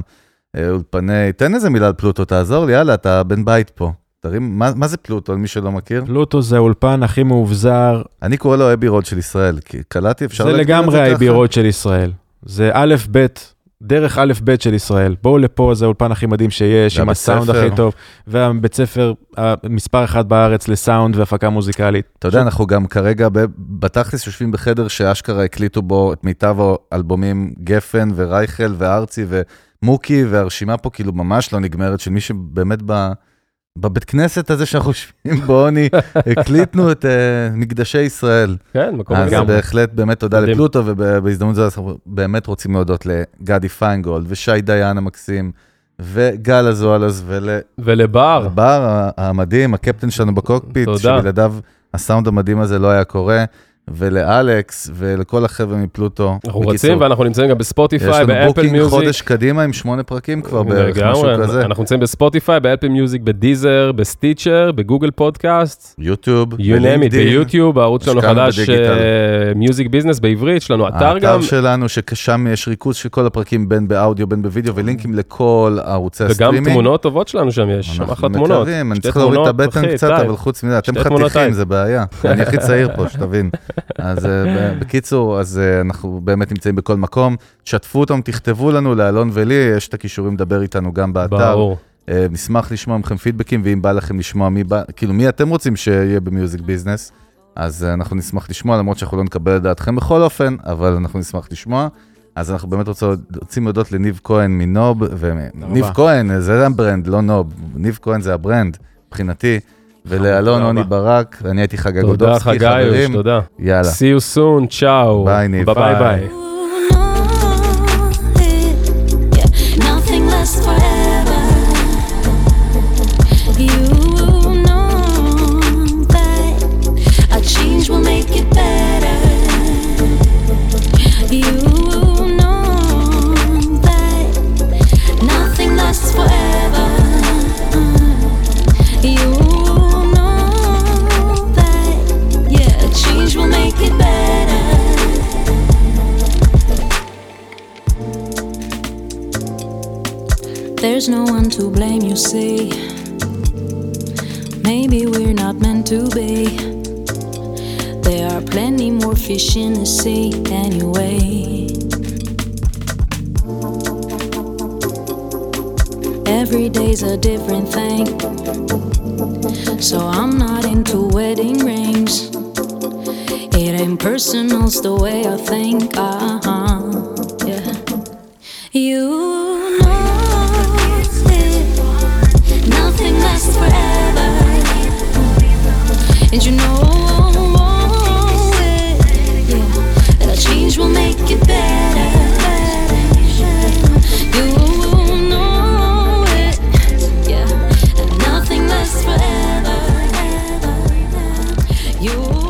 A: אה, אולפני, תן איזה מילה על פלוטו, תעזור לי, יאללה, אתה בן בית פה. תרים, מה, מה זה פלוטו, למי שלא מכיר?
C: פלוטו זה האולפן הכי מאובזר,
A: אני קורא לו אבי רוד של ישראל, כי קלטתי, אפשר
C: זה
A: להגדיר את
C: לגמרי
A: ככה?
C: האבירות של ישראל. זה א' ב', דרך א' ב' של ישראל. בואו לפה, זה האולפן הכי מדהים שיש, עם
A: והבית
C: הסאונד
A: ספר.
C: הכי טוב. והבית ספר המספר אחת בארץ לסאונד והפקה מוזיקלית.
A: אתה יודע, אנחנו גם כרגע ב- בתכלס יושבים בחדר שאשכרה הקליטו בו את מיטב האלבומים גפן ורייכל וארצי ומוקי, והרשימה פה כאילו ממש לא נגמרת, של מי שבאמת ב... בבית כנסת הזה שאנחנו יושבים בו, עוני, הקליטנו את uh, מקדשי ישראל.
B: כן, מקום
A: אז
B: לגמרי.
A: בהחלט באמת תודה
B: מדהים.
A: לפלוטו, ובהזדמנות זו אנחנו באמת רוצים להודות לגדי פיינגולד ושי דיין המקסים, וגל אזואלס ול...
B: ולבר,
A: בר המדהים, הקפטן שלנו בקוקפיט,
B: תודה.
A: שבלעדיו הסאונד המדהים הזה לא היה קורה. ולאלכס, ולכל החבר'ה מפלוטו.
B: אנחנו
A: בקיצור,
B: רצים ואנחנו נמצאים גם בספוטיפיי,
A: יש לנו
B: באפל
A: בוקינג
B: מיוזיק.
A: חודש קדימה עם שמונה פרקים כבר בערך,
B: לגמרי,
A: משהו כזה.
B: אנחנו נמצאים בספוטיפיי, באפל מיוזיק, בדיזר, בסטיצ'ר, בגוגל פודקאסט,
A: יוטיוב,
B: you name it,
A: בלינקדאין,
B: ביוטיוב, הערוץ שלנו
A: השקענו
B: חדש, אה,
A: בדיגיטל.
B: מיוזיק ביזנס בעברית, יש לנו אתר גם,
A: האתר שלנו, ששם יש ריכוז של כל הפרקים, בין באודיו, בין בווידאו, ולינקים לכל ערוצי
B: וגם
A: הסטרימינג.
B: תמונות טובות שלנו שם יש, שם אחלה
A: אנחנו
B: תמונות.
A: מקווים, אני
B: שתי
A: צריך להוריד את
B: תמונות,
A: הבטן
B: אחי,
A: קצת,
B: די.
A: אבל חוץ מזה, אתם
B: שתי תמונות
A: חתיכים,
B: טייל.
A: זה בעיה. אני הכי צעיר פה, שתבין. אז אה, ב- בקיצור, אז אה, אנחנו באמת נמצאים בכל מקום. תשתפו אותם, תכתבו לנו, לאלון ולי, יש את הכישורים לדבר איתנו גם באתר.
B: ברור.
A: אה, נשמח לשמוע מכם פידבקים, ואם בא לכם לשמוע מי בא, כאילו מי אתם רוצים שיהיה במיוזיק ביזנס, אז אה, אנחנו נשמח לשמוע, למרות שאנחנו לא נקבל את דעתכם בכל אופן, אבל אנחנו נשמח לשמוע. אז אנחנו באמת רוצים, רוצים להודות לניב כהן מנוב, וניב
C: רבה.
A: כהן, אה, זה הברנד, לא נוב, ניב כהן זה הברנד, מבחינתי, ולאלון
C: נכון, תודה
A: עוני
C: רבה.
A: ברק, אני הייתי חגג
B: תודה
A: גודובסקי,
B: חגאיוש,
A: חברים,
B: תודה.
A: יאללה.
B: See you soon, צ'או.
A: ביי, ניב.
B: ביי ביי.
C: ביי.
D: Ooh, no, yeah, nothing lasts forever. You know that a change will make it better. You know that nothing lasts forever. You know that yeah, a change will make it better. There's no one to blame, you see. Maybe we're not meant to be. There are plenty more fish in the sea, anyway. Every day's a different thing. So I'm not into wedding rings. It ain't personal's the way I think. Uh-huh. Yeah. You know it. Nothing lasts forever. And you know it. Yeah. That a change will make it better. You know it. Yeah. That nothing lasts forever. You